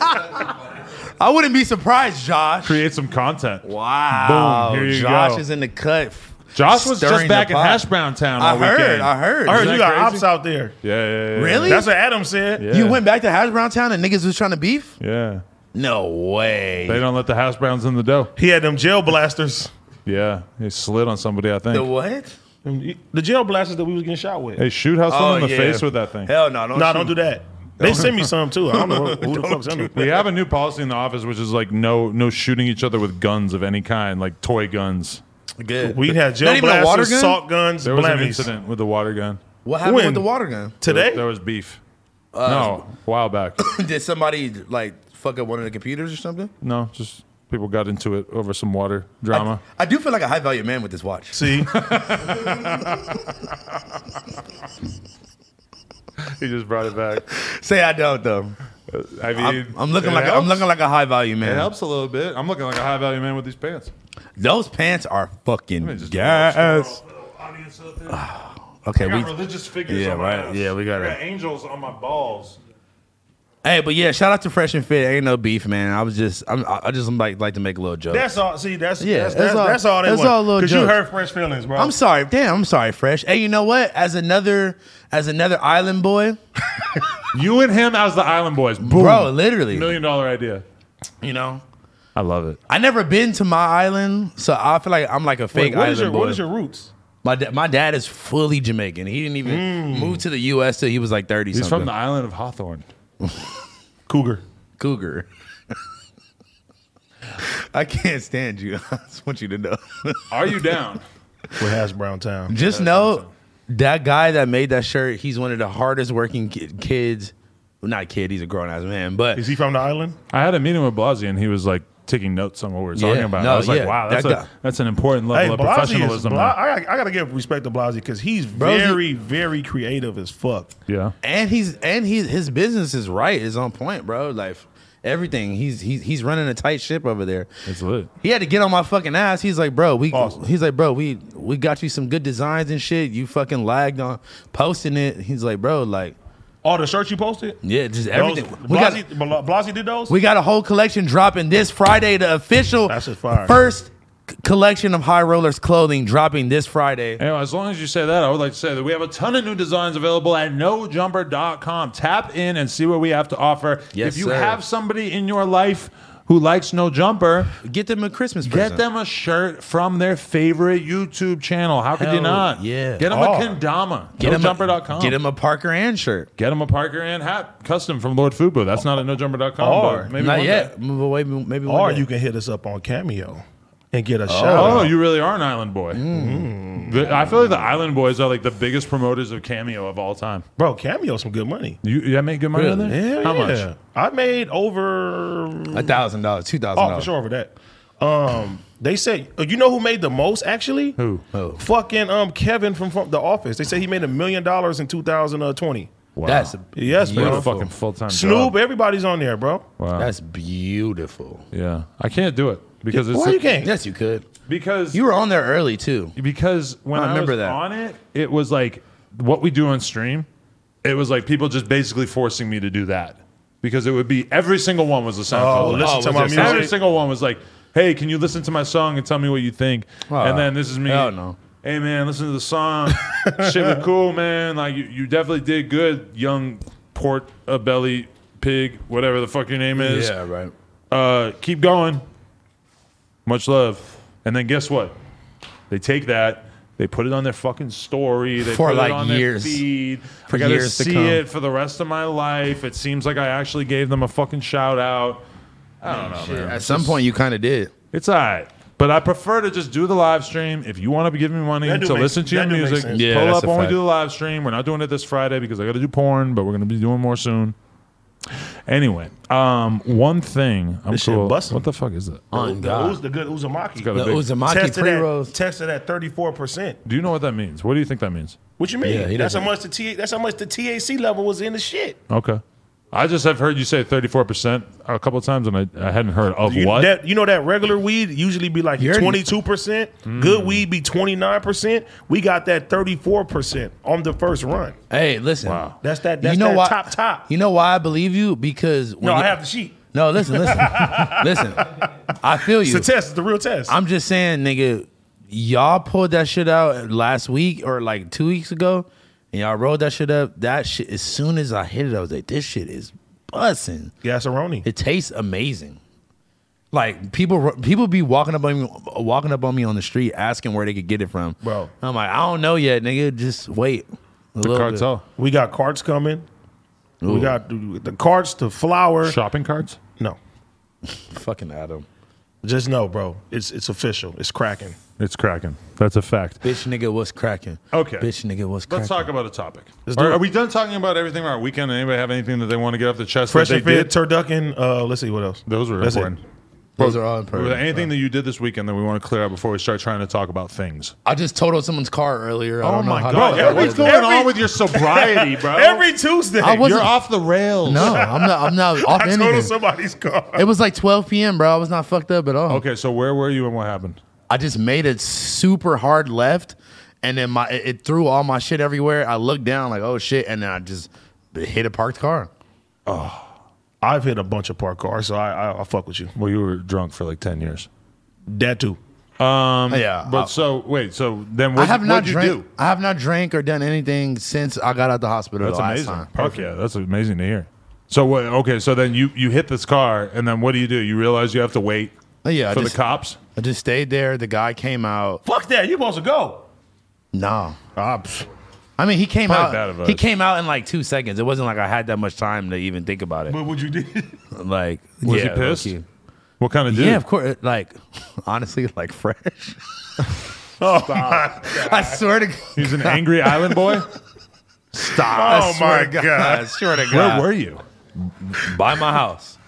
Speaker 1: I wouldn't be surprised, Josh.
Speaker 3: Create some content.
Speaker 1: Wow,
Speaker 3: Boom, here you
Speaker 1: Josh
Speaker 3: go.
Speaker 1: is in the cut.
Speaker 3: Josh was
Speaker 1: Stirring
Speaker 3: just back
Speaker 1: the
Speaker 3: in
Speaker 1: pot.
Speaker 3: Hash Brown Town.
Speaker 1: I
Speaker 3: all
Speaker 1: heard,
Speaker 3: weekend.
Speaker 1: I heard.
Speaker 2: I heard
Speaker 3: Isn't
Speaker 2: you
Speaker 3: that
Speaker 2: got
Speaker 3: crazy?
Speaker 2: ops out there.
Speaker 3: Yeah, yeah, yeah, yeah.
Speaker 1: Really?
Speaker 2: That's what Adam said.
Speaker 3: Yeah.
Speaker 1: You went back to Hash Brown Town and niggas was trying to beef?
Speaker 3: Yeah.
Speaker 1: No way.
Speaker 3: They don't let the Hash Browns in the dough.
Speaker 2: He had them jail blasters.
Speaker 3: Yeah. They slid on somebody, I think.
Speaker 1: the what?
Speaker 2: The jail blasters that we was getting shot with.
Speaker 3: Hey, shoot how someone in the face with that thing.
Speaker 1: Oh, Hell no, don't.
Speaker 2: no,
Speaker 1: shoot.
Speaker 2: don't do that. They sent me some too. I don't know
Speaker 1: <laughs>
Speaker 2: who the fuck sent me.
Speaker 3: We have a new policy in the office, which is like no no shooting each other with guns of any kind, like toy guns.
Speaker 1: Good.
Speaker 2: We had
Speaker 1: Not
Speaker 2: jail
Speaker 1: even a water
Speaker 2: blasters,
Speaker 1: gun?
Speaker 2: salt guns,
Speaker 3: There was an
Speaker 2: blammies.
Speaker 3: incident with the water gun
Speaker 1: What happened
Speaker 2: When?
Speaker 1: with the water gun? <laughs>
Speaker 3: There-
Speaker 2: Today?
Speaker 3: There was beef.
Speaker 1: Uh,
Speaker 3: no, a while back. <coughs>
Speaker 1: Did somebody like fuck up one of the computers or something?
Speaker 3: no, just people got into it over some water
Speaker 1: <laughs>
Speaker 3: drama.
Speaker 1: I do feel like a high value man with this watch.
Speaker 2: See?
Speaker 3: <laughs> he just brought it back.
Speaker 1: Say I don't though.
Speaker 3: I mean,
Speaker 1: I'm, I'm looking
Speaker 3: it
Speaker 1: like a, I'm
Speaker 3: helps.
Speaker 1: looking like a high value
Speaker 3: It
Speaker 1: man.
Speaker 3: helps a little bit. I'm looking like a high value man with these pants.
Speaker 1: Those pants are fucking
Speaker 3: just-
Speaker 1: gas.
Speaker 3: Audience out there.
Speaker 1: Okay, Ah, we.
Speaker 3: religious figures.
Speaker 1: Yeah, on my right. ass. Yeah, we got I got it.
Speaker 3: angels on my balls.
Speaker 1: Hey, but yeah, shout out to Fresh and Fit. Ain't no beef, man. I was just I'm, I I just like like to make a little joke.
Speaker 2: That's all. See, that's
Speaker 1: Yeah,
Speaker 2: that's,
Speaker 1: that's
Speaker 2: that's,
Speaker 1: all-
Speaker 2: that's all. They
Speaker 1: that's
Speaker 2: want.
Speaker 1: all little
Speaker 2: you
Speaker 1: jokes.
Speaker 2: hurt fresh feelings, bro.
Speaker 1: I'm sorry, damn. I'm sorry, Fresh. Hey, you know what? As another as another island boy,
Speaker 3: You and him as the Island Boys. Boom.
Speaker 1: bro, literally,
Speaker 3: Million dollar idea.
Speaker 1: you know.
Speaker 3: I love it.
Speaker 1: I never been to my island, so I feel like I'm like a fake
Speaker 2: Wait, what
Speaker 1: island
Speaker 2: is your
Speaker 1: boy.
Speaker 2: what is your roots?
Speaker 1: my da- my dad is fully Jamaican. He didn't even
Speaker 2: Hmm.
Speaker 1: move to the U.S. till he was like 30.
Speaker 3: He's
Speaker 1: something.
Speaker 3: from the island of <laughs> Hawthorne.
Speaker 2: Cougar.
Speaker 1: cougar. <laughs> I can't stand you. <laughs> I just want you to know. <laughs>
Speaker 3: Are you down?
Speaker 2: With Hash Brown Town.
Speaker 1: Just know that guy that made that shirt. He's one of the hardest working ki- kids. Well, not kid. He's a grown ass man, but.
Speaker 2: Is he from the island?
Speaker 3: <laughs> I had a meeting with Blasey and he was like taking notes on what we were talking
Speaker 1: Yeah,
Speaker 3: about.
Speaker 1: no,
Speaker 3: I was like,
Speaker 1: yeah,
Speaker 3: wow, that's,
Speaker 1: that guy-
Speaker 3: a, that's an important level of
Speaker 2: Blasey is.
Speaker 3: professionalism.
Speaker 2: Bla-
Speaker 3: there.
Speaker 2: I, I gotta give respect to Blasey because he's
Speaker 1: Bro's-
Speaker 2: very, very creative as fuck.
Speaker 3: yeah.
Speaker 1: and he's and he's his business is right is on point, bro. Like everything, he's he's he's running a tight ship over there.
Speaker 3: It's lit.
Speaker 1: He had to get on my fucking ass. He's like, bro, we.
Speaker 2: Awesome.
Speaker 1: He's like, bro, we we got you some good designs and shit. You fucking lagged on posting it. He's like, bro, like
Speaker 2: All the shirts you posted,
Speaker 1: yeah, just everything.
Speaker 2: Those,
Speaker 1: we got
Speaker 2: Blasey, Bla- Blasey did those.
Speaker 1: we got a whole collection dropping this Friday. The official
Speaker 2: That's just fire.
Speaker 1: first c- collection of High Rollers clothing dropping this Friday.
Speaker 3: Anyway, as long as you say that, I would like to say that we have a ton of new designs available at nojumper.com. Tap in and see what we have to offer.
Speaker 1: Yes,
Speaker 3: if you
Speaker 1: sir.
Speaker 3: have somebody in your life who likes No Jumper,
Speaker 1: Get them a Christmas present.
Speaker 3: Get them a shirt from their favorite YouTube channel. How could you
Speaker 1: Hell
Speaker 3: not?
Speaker 1: yeah.
Speaker 3: Get them
Speaker 2: Oh.
Speaker 3: a kendama.
Speaker 1: Get them a-
Speaker 3: NoJumper.com.
Speaker 1: Get them a Parker and shirt.
Speaker 3: Get them a Parker and hat custom from Lord Fubu. That's not at nojumper.com.
Speaker 2: Or-
Speaker 3: but maybe
Speaker 1: Not
Speaker 3: one
Speaker 1: yet.
Speaker 3: day.
Speaker 1: Move away. Maybe one
Speaker 2: or
Speaker 1: day.
Speaker 2: you can hit us up on Cameo and get a shout
Speaker 3: Oh,
Speaker 2: out.
Speaker 3: you really are an island boy.
Speaker 1: Mm.
Speaker 3: The- I feel like the island boys are like the biggest promoters of Cameo of all time.
Speaker 2: bro, Cameo some good money.
Speaker 3: You, you make good money on
Speaker 1: Really?
Speaker 3: there?
Speaker 2: Hell
Speaker 3: How
Speaker 2: yeah.
Speaker 3: much?
Speaker 2: I made over
Speaker 1: A thousand dollars, two thousand
Speaker 2: Oh, for
Speaker 1: dollars.
Speaker 2: sure over that. Um, they said uh, you know who made the most actually?
Speaker 3: Who?
Speaker 2: Fucking um Kevin from, from the office. They said he made a million dollars in 2020.
Speaker 3: Wow.
Speaker 1: That's
Speaker 2: Yes, bro.
Speaker 3: what a
Speaker 1: beautiful.
Speaker 3: fucking full time
Speaker 2: Snoop, everybody's on there, bro.
Speaker 3: Wow.
Speaker 1: That's beautiful.
Speaker 3: yeah. I can't do it because it's
Speaker 2: Why you can't?
Speaker 1: Yes, you could.
Speaker 3: because
Speaker 1: You were on there early too.
Speaker 3: because when
Speaker 1: I
Speaker 3: I,
Speaker 1: remember
Speaker 3: was
Speaker 1: that.
Speaker 3: on it, it was like what we do on stream. It was like people just basically forcing me to do that because it would be every single one was a
Speaker 2: Oh,
Speaker 3: SoundCloud.
Speaker 2: listen
Speaker 1: oh,
Speaker 2: to
Speaker 1: was
Speaker 2: my
Speaker 1: there
Speaker 2: music.
Speaker 3: every single one was like, "Hey, can you listen to my song and tell me what you think?" and then this is me.
Speaker 1: hell no.
Speaker 3: Hey man, listen to the song. Shit was cool, man. Like you, you definitely did good, young port a belly pig, whatever the fuck your name is
Speaker 1: right.
Speaker 3: uh, keep going. Much love. And then guess what? They take that, They put it on their fucking story. They
Speaker 1: For,
Speaker 3: put
Speaker 1: like,
Speaker 3: it on
Speaker 1: years.
Speaker 3: their feed.
Speaker 1: For
Speaker 3: I gotta
Speaker 1: years to
Speaker 3: see
Speaker 1: come.
Speaker 3: it for the rest of my life. It seems like I actually gave them a fucking shout out. I don't know, man.
Speaker 1: At some point, you kind of did.
Speaker 3: It's all right. But I prefer to just do the live stream. If you want to give me money to
Speaker 2: That do make-
Speaker 3: listen to your
Speaker 2: that do make
Speaker 3: music,
Speaker 2: sense.
Speaker 1: Yeah,
Speaker 3: pull
Speaker 1: that's
Speaker 3: up
Speaker 1: a
Speaker 3: when we
Speaker 1: fact.
Speaker 3: do the live stream. We're not doing it this Friday because I got to do porn, but we're going to be doing more soon. Anyway, um, one thing I'm
Speaker 2: This shit
Speaker 3: cool.
Speaker 2: bussin'.
Speaker 3: What the fuck is that?
Speaker 1: On
Speaker 2: The, Uz- the good Uzumaki.
Speaker 3: got a
Speaker 1: Oh, The
Speaker 3: big-
Speaker 1: Uzumaki
Speaker 2: tested
Speaker 1: pre
Speaker 2: at,
Speaker 1: rolls.
Speaker 2: tested at 34%.
Speaker 3: Do you know what that means? What do you think that means?
Speaker 2: What you mean?
Speaker 1: Yeah, he
Speaker 2: that's how
Speaker 1: doesn't-
Speaker 2: much the T, that's how much the TAC level was in the shit.
Speaker 3: Okay, I just have heard you say 34 percent a couple of times, and I, I hadn't heard of
Speaker 2: You,
Speaker 3: what.
Speaker 2: That, you know that regular weed usually be like
Speaker 1: You're-
Speaker 2: 22%.
Speaker 3: Mm.
Speaker 2: Good weed be 29%. We got that 34% on the first run.
Speaker 1: Hey, listen.
Speaker 3: Wow.
Speaker 2: That's that that's that top top.
Speaker 1: You know why I believe you? Because when
Speaker 2: no, I
Speaker 1: you-
Speaker 2: have the sheet.
Speaker 1: No, listen,
Speaker 3: <laughs>
Speaker 1: listen, listen. I feel
Speaker 2: It's
Speaker 1: you.
Speaker 2: a test. It's the real test.
Speaker 1: I'm just saying, nigga, y'all pulled that shit out last week or like two weeks ago, and y'all rolled that shit up. That shit, as soon as I hit it, I was like, this shit is busting.
Speaker 2: Gasseroni.
Speaker 1: It tastes amazing. Like people, people be walking up on me, walking up on me on the street, asking where they could get it from.
Speaker 2: Bro.
Speaker 1: I'm like, I don't know yet, nigga. Just wait. A
Speaker 3: the
Speaker 1: little
Speaker 3: cartel
Speaker 2: We got carts coming. We got the, the carts, the flour.
Speaker 3: shopping carts.
Speaker 2: No.
Speaker 1: bit. Fucking Adam,
Speaker 2: Just know, bro. It's it's official. It's cracking.
Speaker 3: It's cracking. That's a fact.
Speaker 1: bitch, nigga, what's cracking?
Speaker 3: Okay.
Speaker 1: bitch, nigga, what's cracking?
Speaker 3: Let's talk about a topic.
Speaker 2: Let's do
Speaker 3: Are,
Speaker 2: it.
Speaker 3: are we done talking about everything about our weekend? Anybody have anything that they want to get off the chest?
Speaker 2: Fresh
Speaker 3: that
Speaker 2: and
Speaker 3: they
Speaker 2: fit,
Speaker 3: did?
Speaker 2: turducken. Uh, let's see what else.
Speaker 3: Those were
Speaker 2: That's it.
Speaker 3: important.
Speaker 1: Those are all
Speaker 3: Was there
Speaker 1: important.
Speaker 3: anything that you did this weekend that we want to clear up before we start trying to talk about things?
Speaker 1: I just totaled someone's car earlier. I
Speaker 3: Oh
Speaker 1: don't know
Speaker 3: my
Speaker 1: how
Speaker 3: god!
Speaker 1: To
Speaker 2: Bro,
Speaker 3: What's
Speaker 2: every-
Speaker 3: going on
Speaker 2: every-
Speaker 3: with your sobriety, bro?
Speaker 2: <laughs> Every Tuesday,
Speaker 1: I was-
Speaker 3: you're
Speaker 1: wasn't-
Speaker 3: off the rails.
Speaker 1: no, I'm not. I'm not
Speaker 3: <laughs>
Speaker 1: off
Speaker 2: I total
Speaker 1: anything.
Speaker 2: somebody's car.
Speaker 1: It was like 12 p.m., bro. I was not fucked up at all.
Speaker 3: Okay, so where were you and what happened?
Speaker 1: I just made a super hard left, and then my it, it threw all my shit everywhere. I looked down like, oh shit, and then I just hit a parked car.
Speaker 2: I've hit a bunch of park cars, so I, I I fuck with you.
Speaker 3: Well, you were drunk for like ten years.
Speaker 2: That too.
Speaker 1: yeah,
Speaker 3: Um,
Speaker 1: uh,
Speaker 3: But
Speaker 1: I-
Speaker 3: so wait, so then what?
Speaker 1: I have not
Speaker 3: you
Speaker 1: drank.
Speaker 3: do?
Speaker 1: I have not drank or done anything since I got out the hospital.
Speaker 3: That's
Speaker 1: the last
Speaker 3: amazing.
Speaker 1: time.
Speaker 3: Fuck yeah, that's amazing to hear. So what? Okay, so then you you hit this car, and then what do you do? You realize you have to wait
Speaker 1: Oh, Yeah, I
Speaker 3: for
Speaker 1: just-
Speaker 3: the cops.
Speaker 1: I just stayed there. The guy came out.
Speaker 2: Fuck that. You supposed to go.
Speaker 1: No,
Speaker 2: Ah, pff.
Speaker 1: I mean he came
Speaker 3: Probably bad
Speaker 1: out.
Speaker 3: advice.
Speaker 1: He came out in like two seconds. It wasn't like I had that much time to even think about it.
Speaker 2: but what you did?
Speaker 1: Like, yeah,
Speaker 3: Was he pissed?
Speaker 1: low-key.
Speaker 3: What kind of dude?
Speaker 1: Yeah, of course. Like, <laughs> honestly, like fresh. <laughs> I swear to God.
Speaker 3: <laughs> He's an angry
Speaker 1: <laughs>
Speaker 3: island boy.
Speaker 1: Stop.
Speaker 2: Oh,
Speaker 1: I swear
Speaker 2: my
Speaker 1: to <laughs>
Speaker 2: God.
Speaker 1: I swear to
Speaker 3: Where
Speaker 1: God.
Speaker 3: were you?
Speaker 1: By my house.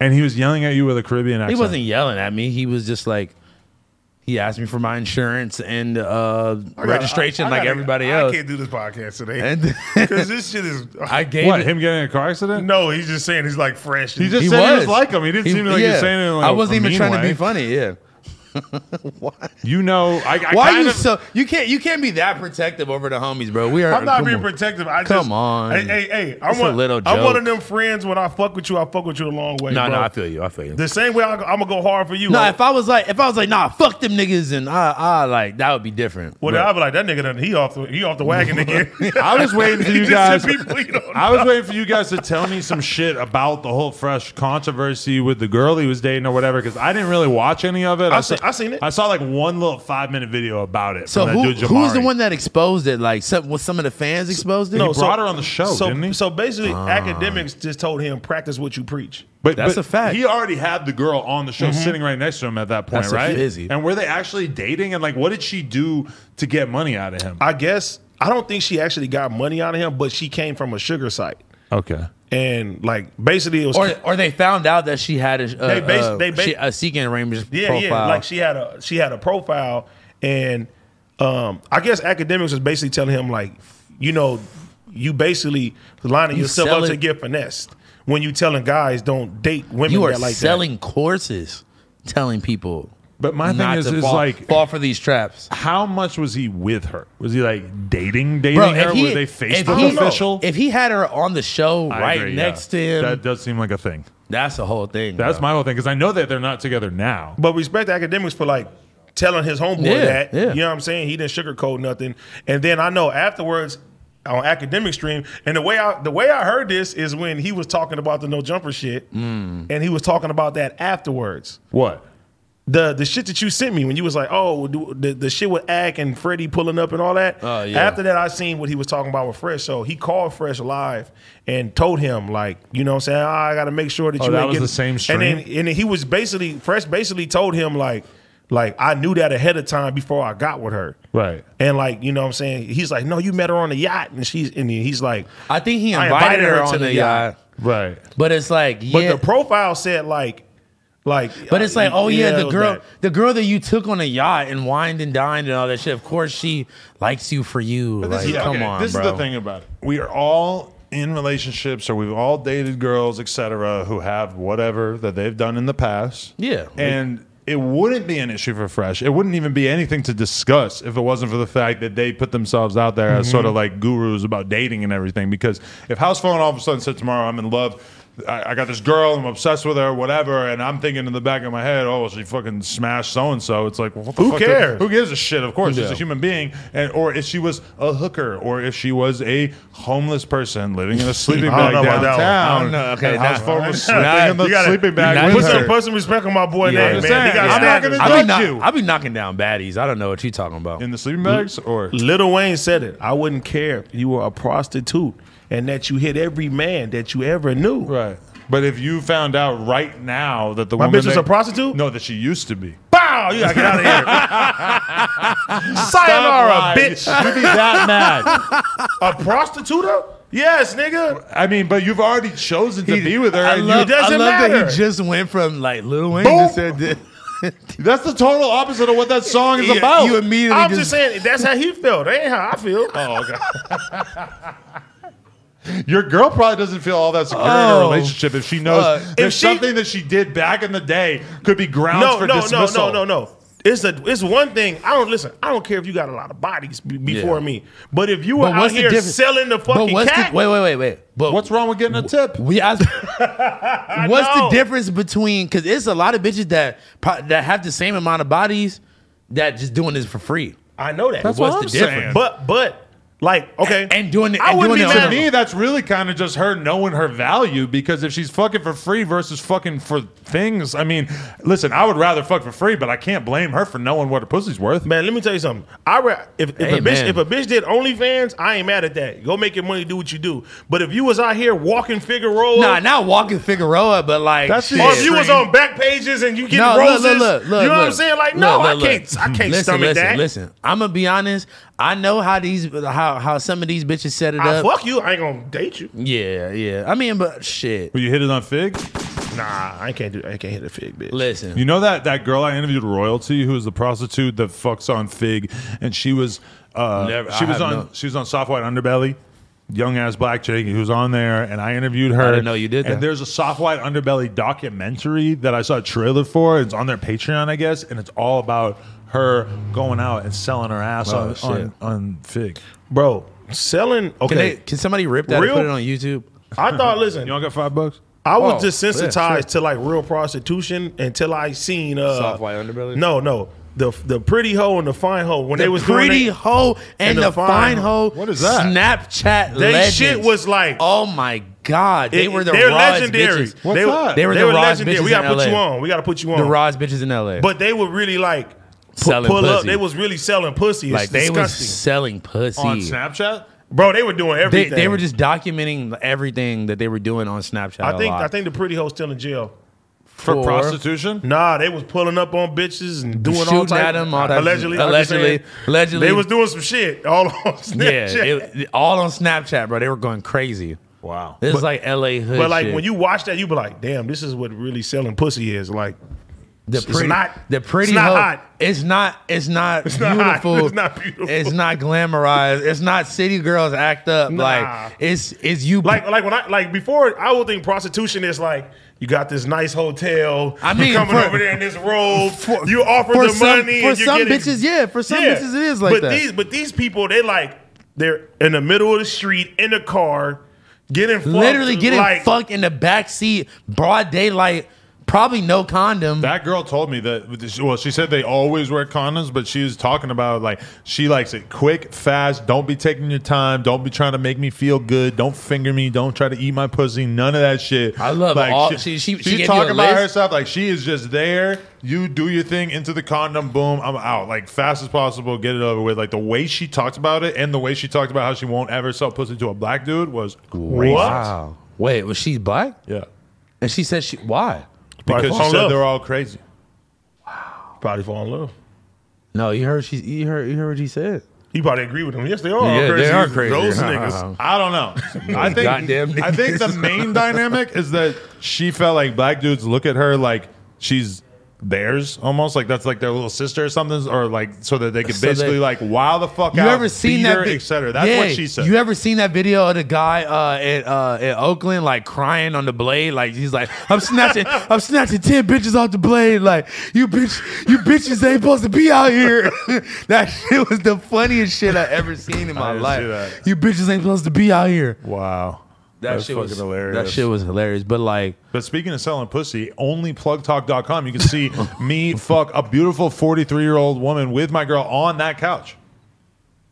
Speaker 3: And he was yelling at you with a Caribbean
Speaker 1: He
Speaker 3: accent.
Speaker 1: wasn't yelling at me. He was just like, he asked me for my insurance and uh, registration,
Speaker 2: I- I
Speaker 1: like
Speaker 2: gotta-
Speaker 1: everybody else.
Speaker 2: I can't do this podcast today
Speaker 1: and
Speaker 2: because this shit is.
Speaker 1: I gave
Speaker 3: What?
Speaker 1: it-
Speaker 3: Him getting in a car accident?
Speaker 2: no, he's just saying he's like fresh.
Speaker 3: He
Speaker 2: and-
Speaker 3: just
Speaker 1: He
Speaker 3: said
Speaker 1: was.
Speaker 3: he was like him. He didn't seem like he was saying it. In like
Speaker 1: I
Speaker 3: a-
Speaker 1: wasn't
Speaker 3: a
Speaker 1: even
Speaker 3: mean
Speaker 1: trying to
Speaker 3: way.
Speaker 1: be funny. Yeah.
Speaker 3: You know, I, I
Speaker 1: Why
Speaker 3: kind
Speaker 1: you
Speaker 3: of,
Speaker 1: so you can't you can't be that protective over the homies, bro. We are.
Speaker 2: I'm not
Speaker 1: come
Speaker 2: being
Speaker 1: on.
Speaker 2: protective. I
Speaker 1: Come
Speaker 2: just,
Speaker 1: on.
Speaker 2: Hey, hey, hey! I'm
Speaker 1: It's a
Speaker 2: one,
Speaker 1: little
Speaker 2: I'm one of
Speaker 1: joke.
Speaker 2: them friends. When I fuck with you, I fuck with you a long way.
Speaker 1: No,
Speaker 2: bro.
Speaker 1: no, I feel you. I feel you.
Speaker 2: The same way I'm, I'm gonna go hard for you.
Speaker 1: No,
Speaker 2: I-
Speaker 1: if I was like, if I was like, nah, fuck them niggas, and I, I like that would be different.
Speaker 2: well,
Speaker 1: But-
Speaker 2: then I'll be like that nigga. Done, he off the he off the
Speaker 1: <laughs>
Speaker 2: wagon again.
Speaker 3: I was waiting for
Speaker 2: <laughs>
Speaker 3: you
Speaker 2: These
Speaker 3: guys.
Speaker 2: people, you don't
Speaker 3: I was waiting for you guys to tell me some shit about the whole fresh controversy with the girl he was dating or whatever, because I didn't really watch any of it.
Speaker 2: I seen- I seen it.
Speaker 3: I saw like one little five minute video about it.
Speaker 1: so
Speaker 3: from
Speaker 1: who
Speaker 3: that dude
Speaker 1: who was the
Speaker 3: Jamari.
Speaker 1: one that exposed it? Like, some, was some of the fans exposed it?
Speaker 3: No, brought her on the show,
Speaker 2: so,
Speaker 3: didn't he?
Speaker 2: So basically,
Speaker 1: Ah.
Speaker 2: academics just told him practice what you preach.
Speaker 3: But
Speaker 1: That's
Speaker 3: but
Speaker 1: a fact. Mm-hmm.
Speaker 3: He already had the girl on the show sitting right next to him at that point,
Speaker 1: That's a
Speaker 3: right?
Speaker 1: fizzy.
Speaker 3: And were they actually dating? And like, what did she do to get money out of him?
Speaker 2: I guess I don't think she actually got money out of him, but she came from a sugar site,
Speaker 3: okay.
Speaker 2: and like basically it was
Speaker 1: or or they found out that she had a uh,
Speaker 2: They bas-
Speaker 1: uh,
Speaker 2: they bas-
Speaker 1: she- a seeking arrangement
Speaker 2: yeah,
Speaker 1: profile.
Speaker 2: yeah. Like she had a she had a profile, and um, I guess academics was basically telling him like, you know, you basically lining
Speaker 1: You
Speaker 2: yourself up to
Speaker 1: selling-
Speaker 2: get finessed when you telling guys don't date women
Speaker 1: you are
Speaker 2: that like
Speaker 1: selling courses, telling people.
Speaker 3: But my thing
Speaker 1: not
Speaker 3: is,
Speaker 1: to
Speaker 3: is
Speaker 1: fall,
Speaker 3: like,
Speaker 1: fall for these traps.
Speaker 3: how much was he with her? Was he like dating, dating
Speaker 1: Bro,
Speaker 3: her?
Speaker 1: if he,
Speaker 3: Were they
Speaker 1: if
Speaker 3: Facebook
Speaker 1: he-
Speaker 3: official?
Speaker 1: If he had her on the show
Speaker 3: I
Speaker 1: right
Speaker 3: agree, yeah.
Speaker 1: next to him,
Speaker 3: that does seem like a thing.
Speaker 1: that's the whole thing.
Speaker 3: That's
Speaker 1: bro.
Speaker 3: my whole thing because I know that they're not together now.
Speaker 2: But respect to academics for like telling his homeboy
Speaker 1: Yeah,
Speaker 2: that.
Speaker 1: yeah.
Speaker 2: You know what I'm saying? He didn't sugarcoat nothing. And then I know afterwards on academic stream, and the way I the way I heard this is when
Speaker 1: Mm.
Speaker 2: he was talking about the no jumper shit, and he was talking about that afterwards.
Speaker 3: What?
Speaker 2: the the shit that you sent me when you was like, oh, do, the the shit with Ack and Freddie pulling up and all that.
Speaker 1: Oh, yeah.
Speaker 2: After that, I seen what he was talking about with Fresh. So he called Fresh live and told him like, you know, what I'm saying, "Ah, I got to make sure that
Speaker 3: Oh,
Speaker 2: you.
Speaker 3: that
Speaker 2: ain't
Speaker 3: was
Speaker 2: getting-"
Speaker 3: the same stream?
Speaker 2: And then and then he was basically Fresh basically told him like, like I knew that ahead of time before I got with her.
Speaker 3: Right.
Speaker 2: And like, you know what I'm saying? He's like, no, you met her on the yacht. And she's and then he's like,
Speaker 1: I think he
Speaker 2: I
Speaker 1: invited, her, on the yacht.
Speaker 3: Right.
Speaker 1: But it's like,
Speaker 2: But
Speaker 1: yeah.
Speaker 2: the profile said like like
Speaker 1: but it's like,
Speaker 2: uh,
Speaker 1: oh yeah,
Speaker 2: it
Speaker 1: the
Speaker 2: was
Speaker 1: girl,
Speaker 2: that.
Speaker 1: the girl that you took on a yacht and wined and dined and all that shit. Of course, she likes you for you. Like,
Speaker 3: is-
Speaker 1: come
Speaker 3: okay,
Speaker 1: on,
Speaker 3: This
Speaker 1: bro.
Speaker 3: is the thing about it. We are all in relationships, or we've all dated girls, etc., who have whatever that they've done in the past.
Speaker 1: Yeah.
Speaker 3: and. It wouldn't be an issue for Fresh. It wouldn't even be anything to discuss if it wasn't for the fact that they put themselves out there as
Speaker 2: Mm-hmm.
Speaker 3: sort of like gurus about dating and everything. Because if House Phone all of a sudden said tomorrow, I'm in love, I, I got this girl, I'm obsessed with her, whatever, and I'm thinking in the back of my head, oh, she fucking smashed so and so. It's like, what the
Speaker 2: Who
Speaker 3: fuck did-
Speaker 2: cares?
Speaker 3: Who gives a shit? Of course, she's
Speaker 1: Yeah.
Speaker 3: a human being, and or if she was a hooker, or if she was a homeless person living
Speaker 2: <laughs>
Speaker 3: in a sleeping
Speaker 2: I don't
Speaker 3: bag
Speaker 2: know about that one.
Speaker 3: downtown.
Speaker 1: I don't know. Okay,
Speaker 3: and House
Speaker 1: now-
Speaker 3: phone was
Speaker 1: Now-
Speaker 3: sleeping in the
Speaker 2: You gotta-
Speaker 1: now
Speaker 3: sleeping bag.
Speaker 1: you
Speaker 2: Put
Speaker 3: with
Speaker 1: hurt.
Speaker 3: her.
Speaker 2: some put some respect on my boy
Speaker 3: Yeah,
Speaker 2: name,
Speaker 3: I'm
Speaker 2: man. He
Speaker 3: saying,
Speaker 2: got
Speaker 3: I'm not
Speaker 2: standards.
Speaker 3: gonna-
Speaker 1: I be
Speaker 3: Fuck you.
Speaker 1: knock, I be knocking down baddies. I don't know what you talking about.
Speaker 3: in the sleeping
Speaker 2: Mm-hmm.
Speaker 3: bags, or
Speaker 2: Little Wayne said it. I wouldn't care if you were a prostitute and that you hit every man that you ever knew.
Speaker 3: right. But if you found out right now that the
Speaker 2: My
Speaker 3: woman
Speaker 2: bitch was
Speaker 3: that-
Speaker 2: a prostitute?
Speaker 3: no, that she used to be.
Speaker 2: Bow! You gotta get out of here.
Speaker 3: Stop <laughs>
Speaker 2: Sayonara,
Speaker 3: lying.
Speaker 2: bitch.
Speaker 3: You'd be that mad.
Speaker 2: <laughs> A prostitute? Yes, nigga.
Speaker 3: I mean, but you've already chosen to be with her.
Speaker 1: I
Speaker 3: and you-
Speaker 1: love,
Speaker 2: doesn't
Speaker 1: I love that
Speaker 2: matter.
Speaker 1: he just went from like Lil Wayne
Speaker 3: Boom.
Speaker 1: just said
Speaker 3: <laughs>
Speaker 1: this.
Speaker 3: that's the total opposite of what that song is
Speaker 1: You-
Speaker 3: about.
Speaker 1: You immediately
Speaker 2: I'm
Speaker 1: just,
Speaker 2: just saying that's how he felt. That ain't how I feel.
Speaker 3: Oh, okay. <laughs> Your girl probably doesn't feel all that secure in
Speaker 1: Oh,
Speaker 3: a relationship if she knows
Speaker 1: fuck.
Speaker 3: there's
Speaker 2: If she-
Speaker 3: something that she did back in the day could be grounds
Speaker 2: no,
Speaker 3: for
Speaker 2: no, no,
Speaker 3: dismissal.
Speaker 2: no, no, no. It's a, it's one thing. I don't listen. I don't care if you got a lot of bodies be- before
Speaker 1: Yeah.
Speaker 2: me, but if you were out here selling the fucking
Speaker 1: but what's
Speaker 2: cat,
Speaker 1: The, wait, wait, wait, wait. But
Speaker 3: What's wrong with getting a tip?
Speaker 1: We
Speaker 3: <laughs>
Speaker 1: asked, what's the
Speaker 2: know.
Speaker 1: difference between? Because it's a lot of bitches that pro- that have the same amount of bodies that just doing this for free.
Speaker 2: I know that.
Speaker 1: What's
Speaker 3: what
Speaker 1: the
Speaker 3: I'm
Speaker 1: difference?
Speaker 3: saying.
Speaker 2: But but like okay,
Speaker 1: And doing it-
Speaker 2: I
Speaker 1: and
Speaker 2: wouldn't
Speaker 1: doing
Speaker 2: be
Speaker 1: it
Speaker 3: To
Speaker 1: on
Speaker 2: mad.
Speaker 3: me, that's really kind of just her knowing her value because if she's fucking for free versus fucking for things, I mean, listen, I would rather fuck for free, but I can't blame her for knowing what her pussy's worth.
Speaker 2: Man, let me tell you something. I ra- if, if a bitch
Speaker 1: Amen.
Speaker 2: if a bitch did OnlyFans, I ain't mad at that. Go make your money, do what you do. But if you was out here walking Figueroa,
Speaker 1: Nah, not walking Figueroa, but like
Speaker 3: That's the
Speaker 1: shit.
Speaker 2: or if you
Speaker 3: Yeah.
Speaker 2: was on back pages and you getting
Speaker 1: No,
Speaker 2: roses,
Speaker 1: look, look, look, look,
Speaker 2: you know what I'm
Speaker 1: look.
Speaker 2: saying? Like,
Speaker 1: Look,
Speaker 2: no,
Speaker 1: look,
Speaker 2: I
Speaker 1: look.
Speaker 2: can't, I can't
Speaker 1: listen,
Speaker 2: stomach
Speaker 1: listen,
Speaker 2: that.
Speaker 1: Listen, I'm gonna be honest. I know how these how how some of these bitches set it
Speaker 2: I
Speaker 1: up.
Speaker 2: fuck you. I ain't gonna date you.
Speaker 1: Yeah, yeah. I mean, but shit.
Speaker 3: Will you hit it on Fig?
Speaker 2: Nah, I can't do. I can't hit a fig, bitch.
Speaker 1: Listen,
Speaker 3: You know that that girl I interviewed, Royalty, who was the prostitute that fucks on Fig, and she was uh,
Speaker 1: Never- I
Speaker 3: she was
Speaker 1: have
Speaker 3: on
Speaker 1: no-
Speaker 3: she was on Soft White Underbelly, young ass black chick who was on there, and I interviewed her.
Speaker 1: didn't know you did
Speaker 3: And
Speaker 1: that.
Speaker 3: there's a Soft White Underbelly documentary that I saw a trailer for. It's on their Patreon, I guess, and it's all about her going out and selling her ass
Speaker 1: Oh,
Speaker 3: on,
Speaker 1: shit.
Speaker 3: on on Fig.
Speaker 2: bro, selling.
Speaker 1: can
Speaker 2: Okay,
Speaker 1: they, can somebody rip that
Speaker 2: Real-
Speaker 1: and put it on YouTube?
Speaker 2: I thought. Listen,
Speaker 3: You don't got five bucks?
Speaker 2: I was
Speaker 1: Oh,
Speaker 2: desensitized
Speaker 1: yeah, sure.
Speaker 2: to like real prostitution until I seen uh,
Speaker 1: Soft white underbelly?
Speaker 2: No, no, the the pretty hoe and the fine hoe when
Speaker 1: The
Speaker 2: they was doing
Speaker 1: pretty
Speaker 2: that-
Speaker 1: hoe and, the, fine hoe.
Speaker 3: What is that?
Speaker 1: Snapchat
Speaker 2: They
Speaker 1: legends.
Speaker 2: shit was like-
Speaker 1: oh my god, they
Speaker 2: it-
Speaker 1: were the
Speaker 2: they're
Speaker 1: rawest
Speaker 2: legendary.
Speaker 1: bitches.
Speaker 3: What's
Speaker 2: they,
Speaker 3: that?
Speaker 1: They were the rawest bitches
Speaker 2: We gotta
Speaker 1: in
Speaker 2: put you
Speaker 1: LA.
Speaker 2: on. We gotta put you on.
Speaker 1: The rawest bitches in LA.
Speaker 2: but they were really like pu-
Speaker 1: Selling
Speaker 2: pull up.
Speaker 1: pussy.
Speaker 2: They was really selling pussy. It's
Speaker 1: like they was
Speaker 2: disgusting,
Speaker 1: selling pussy
Speaker 3: On Snapchat?
Speaker 2: bro. They were doing
Speaker 1: They,
Speaker 2: everything.
Speaker 1: they were just documenting everything that they were doing on Snapchat.
Speaker 2: I
Speaker 1: a
Speaker 2: think
Speaker 1: lot.
Speaker 2: I think the pretty hoe's still in jail.
Speaker 3: For
Speaker 1: Four.
Speaker 2: <laughs>
Speaker 3: prostitution?
Speaker 2: Nah, they was pulling up on bitches and doing all
Speaker 1: Shooting
Speaker 2: type,
Speaker 1: at 'em, all types of-
Speaker 2: allegedly, I'm just
Speaker 1: allegedly,
Speaker 2: saying,
Speaker 1: allegedly.
Speaker 2: They was doing some shit all <laughs> on
Speaker 1: yeah,
Speaker 2: Snapchat.
Speaker 1: it- all on Snapchat, bro. They were going crazy.
Speaker 3: Wow.
Speaker 1: This is like LA hood.
Speaker 2: But like
Speaker 1: shit.
Speaker 2: when you watch that, you be like, damn, this is what really selling pussy is. Like,
Speaker 1: the
Speaker 2: it's
Speaker 1: pretty,
Speaker 2: not-
Speaker 1: the pretty
Speaker 2: it's not
Speaker 1: hoe-
Speaker 2: hot.
Speaker 1: It's not. It's not
Speaker 2: not hot. <laughs>
Speaker 1: beautiful.
Speaker 2: It's not beautiful.
Speaker 1: It's not glamorized. It's not city girls act up.
Speaker 2: Nah.
Speaker 1: Like it's it's you.
Speaker 2: like, like when I like before, I would think prostitution is like you got this nice hotel.
Speaker 1: I
Speaker 2: I
Speaker 1: mean,
Speaker 2: mean, you're coming
Speaker 1: for-
Speaker 2: over there in this robe.
Speaker 1: for-
Speaker 2: you offer
Speaker 1: for
Speaker 2: the
Speaker 1: some-
Speaker 2: money.
Speaker 1: for
Speaker 2: and you're
Speaker 1: some
Speaker 2: getting-
Speaker 1: bitches, yeah, for some bitches it is like
Speaker 2: but
Speaker 1: that.
Speaker 2: These, but these people, they like they're in the middle of the street in a car, getting fucked,
Speaker 1: literally getting
Speaker 2: like,
Speaker 1: fucked in the back seat, broad daylight. Probably no condom.
Speaker 3: That girl told me that. Well, she said they always wear condoms, but she was talking about like she likes it quick, fast. Don't be taking your time. Don't be trying to make me feel good. Don't finger me. Don't try to eat my pussy. None of that shit.
Speaker 1: I love all- she- she- she gave
Speaker 3: she's
Speaker 1: you
Speaker 3: talking
Speaker 1: a
Speaker 3: about
Speaker 1: list?
Speaker 3: herself like she is just there. You do your thing into the condom. Boom, I'm out. Like fast as possible. Get it over with. Like the way she talked about it and the way she talked about how she won't ever sell pussy to a black dude was crazy.
Speaker 1: Wow. Wait, was she black?
Speaker 3: Yeah,
Speaker 1: And she said she why?
Speaker 2: Probably
Speaker 3: because
Speaker 2: fall
Speaker 3: she
Speaker 2: in
Speaker 3: said
Speaker 2: love.
Speaker 3: they're all crazy.
Speaker 2: Probably fall in love.
Speaker 1: No, you heard she you heard you heard what she said.
Speaker 2: He probably agree with him. Yes, they are. all
Speaker 1: Yeah,
Speaker 2: crazy.
Speaker 1: they are crazy. <laughs>
Speaker 2: Those niggas.
Speaker 3: I don't know. I think
Speaker 1: Goddamn
Speaker 3: I think the main dynamic is that she felt like black dudes look at her like she's theirs almost like that's like their little sister or something or like so that they could
Speaker 1: So
Speaker 3: basically
Speaker 1: they-
Speaker 3: like wow the fuck
Speaker 1: You
Speaker 3: out
Speaker 1: ever seen
Speaker 3: beat
Speaker 1: that?
Speaker 3: her,
Speaker 1: vi-
Speaker 3: etc that's what
Speaker 1: Yeah.
Speaker 3: she said
Speaker 1: You ever seen that video of the guy uh, in uh, in Oakland like crying on the blade? Like he's like, I'm snatching, I'm snatching ten bitches off the blade. Like you bitch, you bitches ain't supposed to be out here. <laughs> that shit was the funniest shit I ever seen in my
Speaker 3: didn't
Speaker 1: life.
Speaker 3: see that.
Speaker 1: You bitches ain't supposed to be out here.
Speaker 3: wow
Speaker 1: That
Speaker 3: That's
Speaker 1: shit
Speaker 3: fucking
Speaker 1: was
Speaker 3: hilarious.
Speaker 1: That shit was hilarious. But like,
Speaker 3: But speaking of selling pussy, only plugtalk.com, you can
Speaker 1: <laughs>
Speaker 3: see me fuck a beautiful 43 year old woman with my girl on that couch.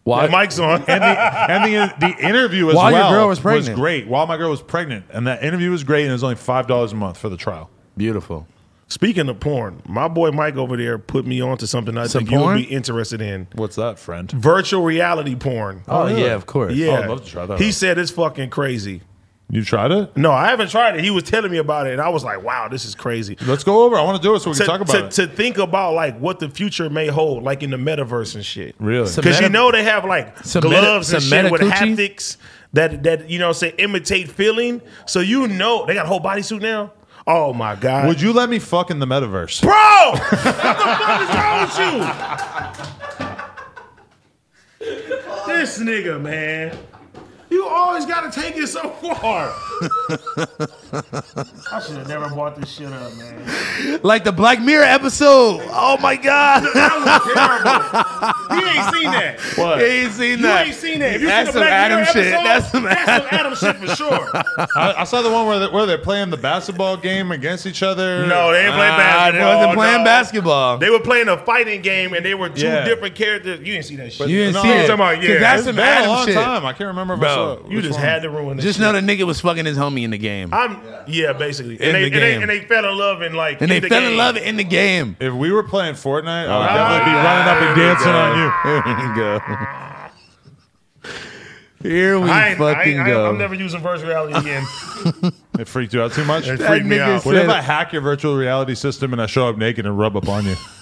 Speaker 1: why?
Speaker 2: The mic's
Speaker 1: <laughs>
Speaker 2: on.
Speaker 3: and the and the, the interview as
Speaker 1: While your
Speaker 3: well
Speaker 1: girl was pregnant.
Speaker 3: great. While my girl was pregnant, and that interview was great, and it was only five dollars a month for the trial.
Speaker 1: Beautiful.
Speaker 2: Speaking of porn, my boy Mike over there put me onto something I
Speaker 1: Some
Speaker 2: think you would
Speaker 1: porn?
Speaker 2: be interested in.
Speaker 3: What's that, friend?
Speaker 2: Virtual reality porn.
Speaker 1: Oh, yeah, of course.
Speaker 2: Yeah.
Speaker 3: I'd love to try that
Speaker 2: He
Speaker 3: out.
Speaker 2: said it's fucking crazy.
Speaker 3: You tried it?
Speaker 2: No, I haven't tried it. He was telling me about it, and I was like, wow, this is crazy.
Speaker 3: Let's go over. I want to do it so we
Speaker 2: To,
Speaker 3: can talk about
Speaker 2: to,
Speaker 3: it.
Speaker 2: to think about like what the future may hold, like in the metaverse and shit.
Speaker 3: really?
Speaker 1: Some-
Speaker 2: Because you
Speaker 1: Meta-
Speaker 2: know they have like
Speaker 1: Some meta-
Speaker 2: gloves
Speaker 1: some
Speaker 2: and shit with
Speaker 1: meta-coochie?
Speaker 2: haptics that that you know say imitate feeling. So you know they got a whole bodysuit now. Oh my god!
Speaker 3: Would you let me fuck in the metaverse? <laughs>
Speaker 2: bro? <laughs> what the fuck is wrong with you? this nigga, man. You always gotta take it so far. <laughs> I should have never bought this shit up, man.
Speaker 1: Like the Black Mirror episode. Oh my god.
Speaker 2: That was terrible. You ain't seen that.
Speaker 1: you ain't seen
Speaker 2: You
Speaker 1: that.
Speaker 2: ain't seen that. If you
Speaker 1: That's
Speaker 2: seen
Speaker 1: some
Speaker 2: the Black
Speaker 1: Adam
Speaker 2: Mirror
Speaker 1: shit.
Speaker 2: episode,
Speaker 1: That's some
Speaker 2: Adam shit for sure.
Speaker 3: I, I saw the one where they, where they're playing the basketball game against each other.
Speaker 2: No, they ain't playing
Speaker 1: Ah,
Speaker 2: basketball.
Speaker 1: They wasn't playing
Speaker 2: no.
Speaker 1: basketball.
Speaker 2: They were playing a fighting game, and they were two
Speaker 3: Yeah.
Speaker 2: different characters. You didn't see that shit.
Speaker 1: you didn't
Speaker 3: No,
Speaker 1: see
Speaker 3: I'm
Speaker 1: it.
Speaker 2: talking about,
Speaker 1: 'Cause
Speaker 2: yeah,
Speaker 1: That's
Speaker 3: It's
Speaker 1: some
Speaker 3: been a
Speaker 1: Adam
Speaker 3: long
Speaker 1: shit.
Speaker 3: time. I can't remember. If I
Speaker 1: Bro,
Speaker 3: saw it.
Speaker 2: you
Speaker 3: Which
Speaker 2: just
Speaker 3: one?
Speaker 2: had to ruin this.
Speaker 1: Just
Speaker 2: shit.
Speaker 1: know the nigga was fucking his homie in the game.
Speaker 2: I'm yeah, basically,
Speaker 1: In
Speaker 2: and they,
Speaker 1: the game.
Speaker 2: And, they, and they fell in love and like
Speaker 1: and
Speaker 2: in
Speaker 1: they
Speaker 2: the
Speaker 1: fell
Speaker 2: game.
Speaker 1: in love in the game.
Speaker 3: If we were playing Fortnite, I would
Speaker 2: Ah,
Speaker 3: definitely be running up and dancing on you.
Speaker 1: Here we go. Here we
Speaker 2: I ain't, I
Speaker 1: fucking
Speaker 2: ain't, I
Speaker 1: go.
Speaker 2: am never using virtual reality
Speaker 1: <laughs>
Speaker 2: again.
Speaker 3: It freaked you out too much.
Speaker 2: It freaked me
Speaker 1: nigga
Speaker 2: out.
Speaker 3: What if
Speaker 1: Said-
Speaker 3: I hack your virtual reality system and I show up naked and rub up on you? <laughs>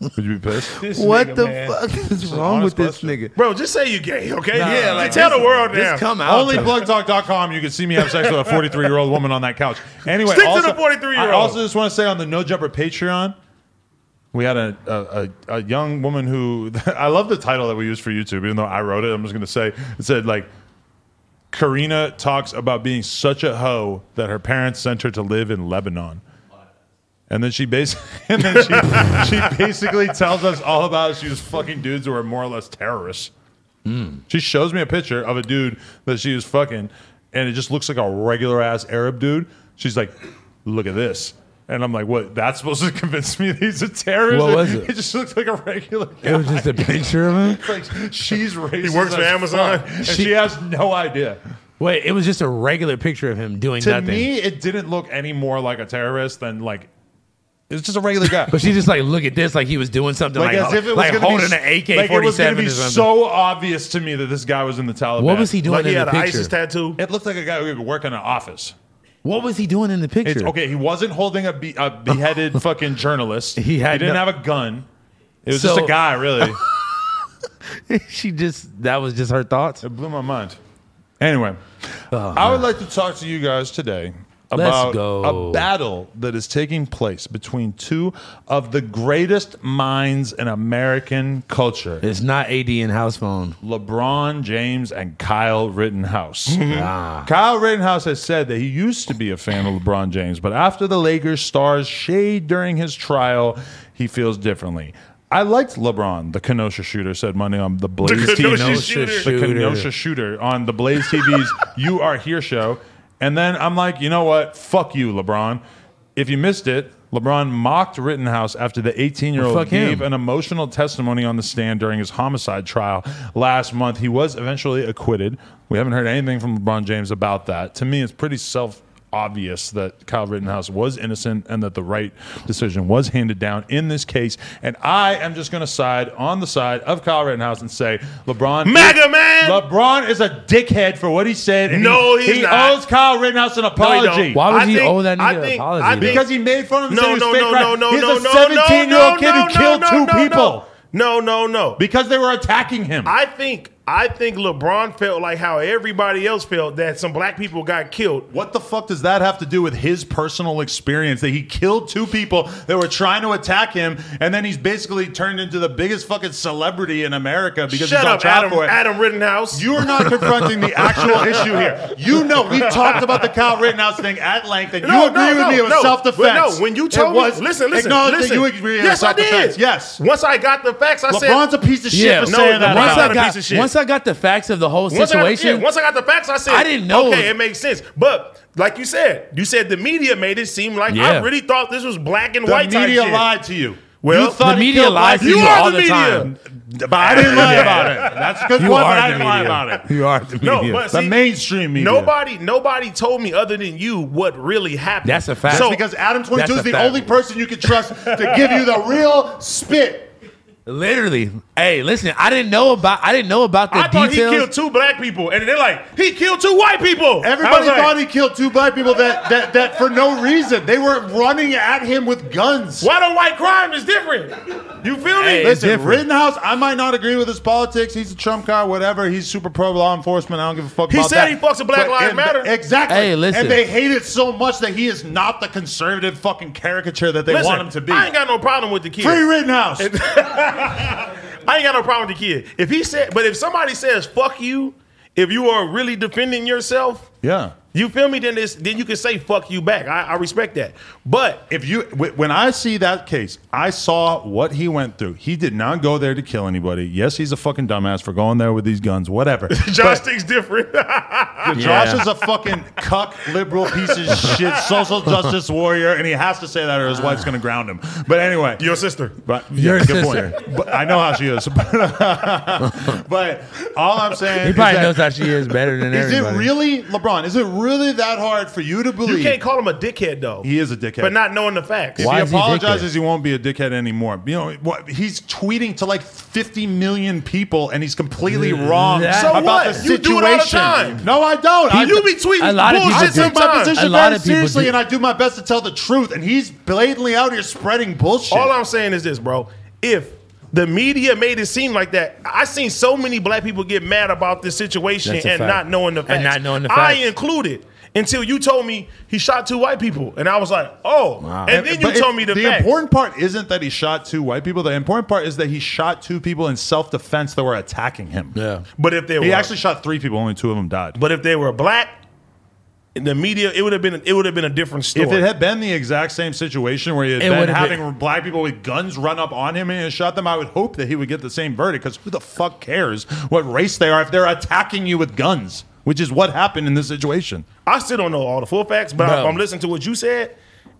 Speaker 3: Would you be pissed?
Speaker 2: This nigga,
Speaker 1: what the
Speaker 2: man.
Speaker 1: fuck is wrong with this
Speaker 3: question.
Speaker 1: nigga?
Speaker 2: bro? Just say you gay, okay?
Speaker 1: Nah,
Speaker 2: yeah,
Speaker 1: like,
Speaker 2: like tell
Speaker 1: this-
Speaker 2: the world
Speaker 1: this
Speaker 2: now.
Speaker 1: come out.
Speaker 3: Only plugtalk.com. You can see me have sex with a 43 year old woman on that couch. Anyway,
Speaker 2: Stick to
Speaker 3: also-
Speaker 2: the 43-year-old.
Speaker 3: I also just want to say on the No Jumper Patreon, we had a, a, a, a young woman who <laughs> I love the title that we used for YouTube, even though I wrote it. I'm just going to say it said, like, Karina talks about being such a hoe that her parents sent her to live in Lebanon. And then she basically, <laughs> and then she, she basically tells us all about how she was fucking dudes who were more or less terrorists.
Speaker 1: Hmm.
Speaker 3: She shows me a picture of a dude that she was fucking, and it just looks like a regular ass Arab dude. She's like, "Look at this," and I'm like, "What? That's supposed to <laughs> convince me that he's a terrorist?"
Speaker 1: What was it?
Speaker 3: It just looks like a regular.
Speaker 1: It was just a picture of him.
Speaker 3: <laughs>
Speaker 1: <laughs>
Speaker 3: Like she's racist.
Speaker 2: works for
Speaker 3: as
Speaker 2: Amazon?
Speaker 3: fuck, and she,
Speaker 1: She-
Speaker 3: has no idea.
Speaker 1: Wait, it was just a regular picture of him doing
Speaker 3: To
Speaker 1: nothing.
Speaker 3: me, it didn't look any more like a terrorist than like it's just a regular guy.
Speaker 1: <laughs> but she just like look at this like he was doing something like,
Speaker 3: like, as if it was
Speaker 1: like
Speaker 3: gonna
Speaker 1: holding
Speaker 3: be,
Speaker 1: an AK
Speaker 3: like it
Speaker 1: forty
Speaker 3: was gonna
Speaker 1: seven
Speaker 3: be
Speaker 1: or something.
Speaker 3: so obvious to me that this guy was in the Taliban.
Speaker 1: what was he doing
Speaker 2: Like
Speaker 1: in
Speaker 2: he had
Speaker 1: the
Speaker 2: an
Speaker 1: picture?
Speaker 2: ISIS tattoo.
Speaker 3: It looked like a guy who could work in an office.
Speaker 1: What was he doing in the picture?
Speaker 3: It's okay. He wasn't holding a, be- a
Speaker 1: <laughs>
Speaker 3: beheaded fucking journalist.
Speaker 1: He had
Speaker 3: didn't
Speaker 1: no-
Speaker 3: have a gun. It was
Speaker 1: So-
Speaker 3: just a
Speaker 1: <laughs>
Speaker 3: guy, really.
Speaker 1: <laughs> she just that was just her thoughts.
Speaker 3: it blew my mind. Anyway, I would like to talk to you guys today
Speaker 1: Oh, Let's
Speaker 3: about
Speaker 1: go.
Speaker 3: a battle that is taking place between two of the greatest minds in American culture.
Speaker 1: It's not AD in house phone.
Speaker 3: LeBron James and Kyle Rittenhouse.
Speaker 2: Mm-hmm.
Speaker 1: Ah.
Speaker 3: Kyle Rittenhouse has said that he used to be a fan of LeBron James, but after the Lakers stars shade during his trial, he feels differently. I liked LeBron, the Kenosha shooter said Monday on the Blaze
Speaker 2: Kenosha
Speaker 3: TV.
Speaker 2: shooter.
Speaker 3: The Kenosha shooter on the Blaze TV's You Are Here show. And then I'm like, you know what? Fuck you, LeBron. If you missed it, LeBron mocked Rittenhouse after the 18 year
Speaker 1: Well,
Speaker 3: old
Speaker 1: fuck
Speaker 3: gave
Speaker 1: him.
Speaker 3: an emotional testimony on the stand during his homicide trial last month. He was eventually acquitted. We haven't heard anything from LeBron James about that. To me, it's pretty self obvious that Kyle Rittenhouse was innocent and that the right decision was handed down in this case. And I am just going to side on the side of Kyle Rittenhouse and say LeBron.
Speaker 2: MAGA man!
Speaker 3: LeBron is a dickhead for what he said. and
Speaker 2: No,
Speaker 3: he,
Speaker 2: he's
Speaker 3: he
Speaker 2: not.
Speaker 3: owes Kyle Rittenhouse an
Speaker 2: No, he don't.
Speaker 3: apology.
Speaker 1: Why would
Speaker 2: I
Speaker 1: he
Speaker 2: think-
Speaker 1: owe that
Speaker 2: I
Speaker 1: nigga
Speaker 2: think-
Speaker 1: an apology,
Speaker 2: I
Speaker 1: though?
Speaker 2: think-
Speaker 3: Because he made fun of him.
Speaker 2: No,
Speaker 3: and said
Speaker 2: no,
Speaker 3: he
Speaker 2: no, no,
Speaker 3: was fake crime.
Speaker 2: no,
Speaker 3: He's
Speaker 2: no,
Speaker 3: a
Speaker 2: no,
Speaker 3: 17 year
Speaker 2: no,
Speaker 3: old kid
Speaker 2: no,
Speaker 3: who killed
Speaker 2: no,
Speaker 3: two
Speaker 2: no,
Speaker 3: people
Speaker 2: No, no, no.
Speaker 3: because they were attacking him.
Speaker 2: I think I think LeBron felt like how everybody else felt that some black people got killed.
Speaker 3: what the fuck does that have to do with his personal experience that he killed two people that were trying to attack him, and then he's basically turned into the biggest fucking celebrity in America because
Speaker 2: Shut
Speaker 3: he's on
Speaker 2: up,
Speaker 3: trial
Speaker 2: Adam,
Speaker 3: for it?
Speaker 2: Adam Rittenhouse.
Speaker 3: You are not confronting the
Speaker 2: <laughs>
Speaker 3: actual issue here. You know we talked about the Kyle Rittenhouse thing at length, and
Speaker 2: No,
Speaker 3: you agree
Speaker 2: no,
Speaker 3: with
Speaker 2: no,
Speaker 3: me it was
Speaker 2: no.
Speaker 3: self-defense.
Speaker 2: Well, no, when you
Speaker 3: It
Speaker 2: told
Speaker 3: was-
Speaker 2: me, listen, listen,
Speaker 3: acknowledge
Speaker 2: listen.
Speaker 3: that you agree it was
Speaker 2: yes, I
Speaker 3: self-defense.
Speaker 2: did.
Speaker 3: Yes.
Speaker 2: Once I got the facts, I
Speaker 3: LeBron's
Speaker 2: said
Speaker 3: a piece of shit
Speaker 1: Yeah,
Speaker 3: for
Speaker 2: no,
Speaker 3: saying that.
Speaker 2: LeBron-
Speaker 1: once
Speaker 3: about
Speaker 1: I
Speaker 3: him.
Speaker 2: a
Speaker 1: got
Speaker 2: piece of shit.
Speaker 1: once I got the facts of the whole
Speaker 2: Once I, got,
Speaker 1: situation, <laughs>
Speaker 2: yeah, once I got the facts, I said
Speaker 1: I didn't know.
Speaker 2: Okay, it makes sense. But like you said, you said the media made it seem like I
Speaker 1: Yeah.
Speaker 2: really thought this was black and
Speaker 3: the
Speaker 2: white. type
Speaker 3: media
Speaker 2: shit.
Speaker 3: lied to you.
Speaker 2: Well,
Speaker 3: you thought
Speaker 1: the
Speaker 3: he
Speaker 1: media
Speaker 3: killed
Speaker 1: lies to
Speaker 3: black
Speaker 1: you,
Speaker 3: people.
Speaker 1: all
Speaker 2: the
Speaker 1: the,
Speaker 2: media.
Speaker 1: time.
Speaker 3: But I didn't lie about it. That's a good
Speaker 1: You
Speaker 3: point,
Speaker 1: are
Speaker 3: but I
Speaker 1: the
Speaker 3: didn't lie
Speaker 1: media.
Speaker 3: about it.
Speaker 1: You are the
Speaker 2: No,
Speaker 1: media.
Speaker 2: but
Speaker 3: The
Speaker 2: see,
Speaker 3: mainstream media.
Speaker 2: Nobody, nobody told me other than you what really happened.
Speaker 1: That's a fact.
Speaker 2: So
Speaker 3: That's because Adam 22
Speaker 1: That's
Speaker 3: is
Speaker 1: a
Speaker 3: the
Speaker 1: fact.
Speaker 3: only person you can trust to give you the real spit.
Speaker 1: Literally, hey, listen, I didn't know about I didn't know about the
Speaker 2: I thought
Speaker 1: details.
Speaker 2: he killed two black people, and they're like, he killed two white people. I
Speaker 3: Everybody
Speaker 2: was like,
Speaker 3: thought he killed two black people that, that, that for no reason. They were running at him with guns.
Speaker 2: Why don't white crime is different? You feel me?
Speaker 1: Hey,
Speaker 3: Listen,
Speaker 1: different.
Speaker 3: Rittenhouse, I might not agree with his politics. He's a Trump guy, whatever. He's super pro law enforcement. I don't give a fuck
Speaker 2: He
Speaker 3: about
Speaker 2: said
Speaker 3: that.
Speaker 2: he fucks with Black
Speaker 3: But
Speaker 2: Lives
Speaker 3: it-
Speaker 2: Matter.
Speaker 3: Exactly.
Speaker 1: Hey, listen.
Speaker 3: And they hate it so much that he is not the conservative fucking caricature that they
Speaker 2: Listen,
Speaker 3: want him to be.
Speaker 2: I ain't got no problem with the kid.
Speaker 3: Free Rittenhouse.
Speaker 2: <laughs> I ain't got no problem with the kid. If he said, but if somebody says "fuck you," if you are really defending yourself,
Speaker 3: yeah.
Speaker 2: you feel me? Then this, then you can say "fuck you" back. I, I respect that. But <laughs>
Speaker 3: If you wh- when I see that case, I saw what he went through. He did not go there to kill anybody. Yes, he's a fucking dumbass for going there with these guns, whatever.
Speaker 2: Josh thinks different.
Speaker 3: Josh is a fucking cuck, liberal
Speaker 1: <laughs>
Speaker 3: piece of shit, social justice warrior, and he has to say that or his wife's gonna ground him. But anyway,
Speaker 2: Your sister.
Speaker 3: But
Speaker 1: Your
Speaker 3: yeah, good
Speaker 1: sister.
Speaker 3: point. But I know how she is. <laughs> but all I'm saying
Speaker 1: He probably
Speaker 3: is that-
Speaker 1: knows how she is better than
Speaker 3: <laughs> is
Speaker 1: everybody.
Speaker 3: it really LeBron? Is it really that hard for you to believe?
Speaker 2: You can't call him a dickhead though.
Speaker 3: He is a dickhead.
Speaker 2: but not knowing the facts.
Speaker 3: If
Speaker 1: Why
Speaker 3: he
Speaker 1: is he
Speaker 3: apologizes,
Speaker 1: dickhead?
Speaker 3: he won't be a dickhead anymore. You know, what, he's tweeting to like 50 million people, and he's completely wrong
Speaker 1: that-
Speaker 2: So
Speaker 3: about
Speaker 2: what?
Speaker 3: the
Speaker 2: You
Speaker 3: situation.
Speaker 2: do it all the time.
Speaker 3: No, I don't. I,
Speaker 2: You be tweeting
Speaker 1: A lot of people
Speaker 3: I
Speaker 2: bullshit
Speaker 1: do.
Speaker 3: take my
Speaker 2: sometimes.
Speaker 1: A
Speaker 3: position
Speaker 1: lot
Speaker 3: very
Speaker 1: of people
Speaker 3: seriously,
Speaker 1: do.
Speaker 3: and I do my best to tell the truth. And he's blatantly out here spreading bullshit.
Speaker 2: All I'm saying is this, bro. If the media made it seem like that, I seen so many black people get mad about this situation
Speaker 1: That's a
Speaker 2: and
Speaker 1: fact.
Speaker 2: not knowing the
Speaker 1: And
Speaker 2: facts.
Speaker 1: not knowing the
Speaker 2: I
Speaker 1: facts.
Speaker 2: included. Until you told me he shot two white people, and I was like, "Oh!" And then you
Speaker 3: But it-
Speaker 2: told me the,
Speaker 3: the
Speaker 2: facts.
Speaker 3: important part isn't that he shot two white people. The important part is that he shot two people in self defense that were attacking him.
Speaker 1: Yeah.
Speaker 2: But if they
Speaker 3: He
Speaker 2: were
Speaker 3: actually shot three people. Only two of them died.
Speaker 2: But if they were black, in the media, it would have been it would have been a different story.
Speaker 3: If it had been the exact same situation where he had
Speaker 1: It
Speaker 3: been
Speaker 1: would've
Speaker 3: having
Speaker 1: been-
Speaker 3: black people with guns run up on him and he shot them, I would hope that he would get the same verdict because who the fuck cares what race they are if they're attacking you with guns, which is what happened in this situation.
Speaker 2: I still don't know all the full facts, but I-
Speaker 1: Bro.
Speaker 2: I'm listening to what you said.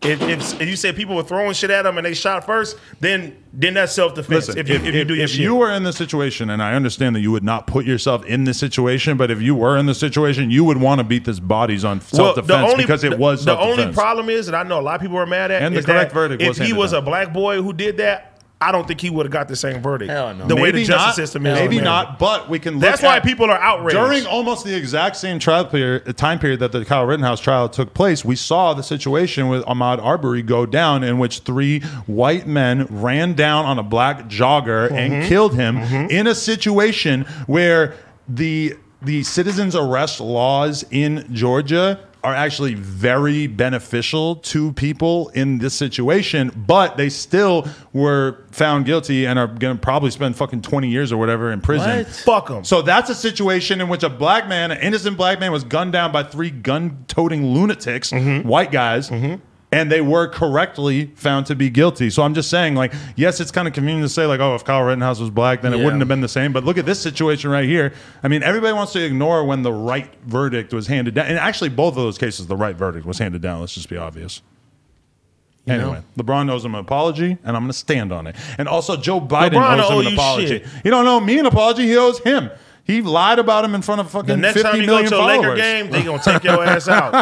Speaker 2: If, if, if you said people were throwing shit at him and they shot first, then then that's self defense. If, you- if, you do your
Speaker 3: if
Speaker 2: shit,
Speaker 3: you were in this situation, and I understand that you would not put yourself in this situation, but if you were in this situation, you would want to beat this bodies on self defense because it was
Speaker 2: the, the
Speaker 3: self-defense.
Speaker 2: only problem is, and I know a lot of people are mad at,
Speaker 3: And the
Speaker 2: is
Speaker 3: correct
Speaker 2: that
Speaker 3: verdict
Speaker 2: If
Speaker 3: was
Speaker 2: he
Speaker 3: handed
Speaker 2: was
Speaker 3: down.
Speaker 2: a black boy who did that, I don't think he would have got the same verdict.
Speaker 1: Hell no.
Speaker 2: The way the
Speaker 3: Maybe
Speaker 2: justice
Speaker 3: not,
Speaker 2: system is, in
Speaker 3: Maybe
Speaker 2: America.
Speaker 3: not, but we can. Look
Speaker 2: That's why
Speaker 3: at-
Speaker 2: people are outraged.
Speaker 3: During almost the exact same trial period, time period that the Kyle Rittenhouse trial took place, we saw the situation with Ahmad Arbery go down, in which three white men ran down on a black jogger and killed him in a situation where the the citizens arrest laws in Georgia are actually very beneficial to people in this situation, but they still were found guilty and are going to probably spend fucking 20 years or whatever in prison.
Speaker 1: What?
Speaker 2: fuck him.
Speaker 3: So that's a situation in which a black man, an innocent black man, was gunned down by three gun-toting lunatics, white guys. And they were correctly found to be guilty. So I'm just saying, like, yes, it's kind of convenient to say, like, oh, if Kyle Rittenhouse was black, then it
Speaker 1: Yeah.
Speaker 3: wouldn't have been the same. But look at this situation right here. I mean, everybody wants to ignore when the right verdict was handed down. And actually, both of those cases, the right verdict was handed down. Let's just be obvious. Anyway, LeBron owes him an apology, and I'm going to stand on it. And also, Joe Biden
Speaker 2: LeBron
Speaker 3: owes
Speaker 2: owe
Speaker 3: him an
Speaker 2: you
Speaker 3: apology.
Speaker 2: shit.
Speaker 3: He don't owe me an apology. He owes him. He lied about him in front of fucking
Speaker 2: The next
Speaker 3: 50
Speaker 2: time you go
Speaker 3: million
Speaker 2: to a
Speaker 3: followers.
Speaker 2: Laker game, they gonna take your ass
Speaker 3: <laughs>
Speaker 2: out.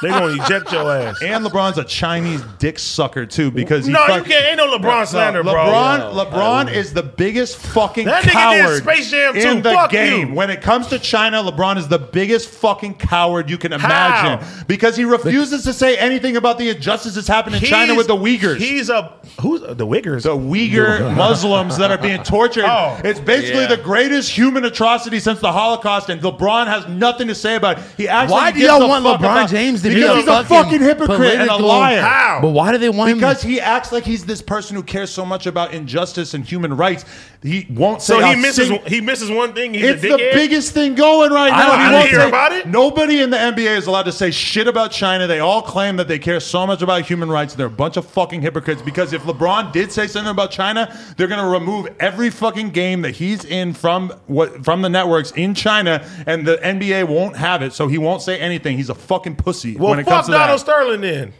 Speaker 2: They gonna eject your ass.
Speaker 3: And LeBron's a Chinese dick sucker too because he
Speaker 2: No, you
Speaker 3: fuck-
Speaker 2: can't. Ain't no LeBron slander, bro.
Speaker 3: LeBron, LeBron is the biggest fucking
Speaker 2: That nigga did
Speaker 3: coward
Speaker 2: Space Jam
Speaker 3: in
Speaker 2: too.
Speaker 3: the
Speaker 2: Fuck
Speaker 3: game.
Speaker 2: you.
Speaker 3: When it comes to China, LeBron is the biggest fucking coward you can imagine
Speaker 2: How?
Speaker 3: because he refuses to say anything about the injustice that's happened in China
Speaker 2: He's-
Speaker 3: with the Uyghurs.
Speaker 2: He's a who's the Uyghurs?
Speaker 3: the
Speaker 1: <laughs>
Speaker 3: Uyghur Muslims that are being tortured.
Speaker 2: Oh.
Speaker 3: it's basically
Speaker 6: Yeah.
Speaker 3: the greatest human atrocity since the Holocaust, and LeBron has nothing to say about it. He actually
Speaker 1: Why do
Speaker 3: gives
Speaker 1: y'all
Speaker 3: a
Speaker 1: want
Speaker 3: fuck
Speaker 1: LeBron
Speaker 3: about-
Speaker 1: James to be
Speaker 3: because
Speaker 1: a
Speaker 3: he's a fucking hypocrite and a
Speaker 1: political-
Speaker 3: liar.
Speaker 2: How?
Speaker 1: But why do they want him?
Speaker 3: Because he acts like he's this person who cares so much about injustice and human rights. He won't say.
Speaker 2: so he
Speaker 3: a
Speaker 2: misses
Speaker 3: sing-
Speaker 2: he misses one thing. He's
Speaker 3: It's
Speaker 2: a
Speaker 3: the
Speaker 2: dickhead.
Speaker 3: biggest thing going right now.
Speaker 2: don't-
Speaker 3: He
Speaker 2: I
Speaker 3: won't
Speaker 2: hear
Speaker 3: say-
Speaker 2: about it.
Speaker 3: Nobody in the NBA is allowed to say shit about China. They all claim that they care so much about human rights. They're a bunch of fucking hypocrites because if LeBron did say something about China, they're going to remove every fucking game that he's in from what from the networks in China, and the NBA won't have it. So he won't say anything. He's a fucking pussy
Speaker 2: Well,
Speaker 3: when it
Speaker 2: fuck
Speaker 3: comes to that.
Speaker 2: Donald Sterling then.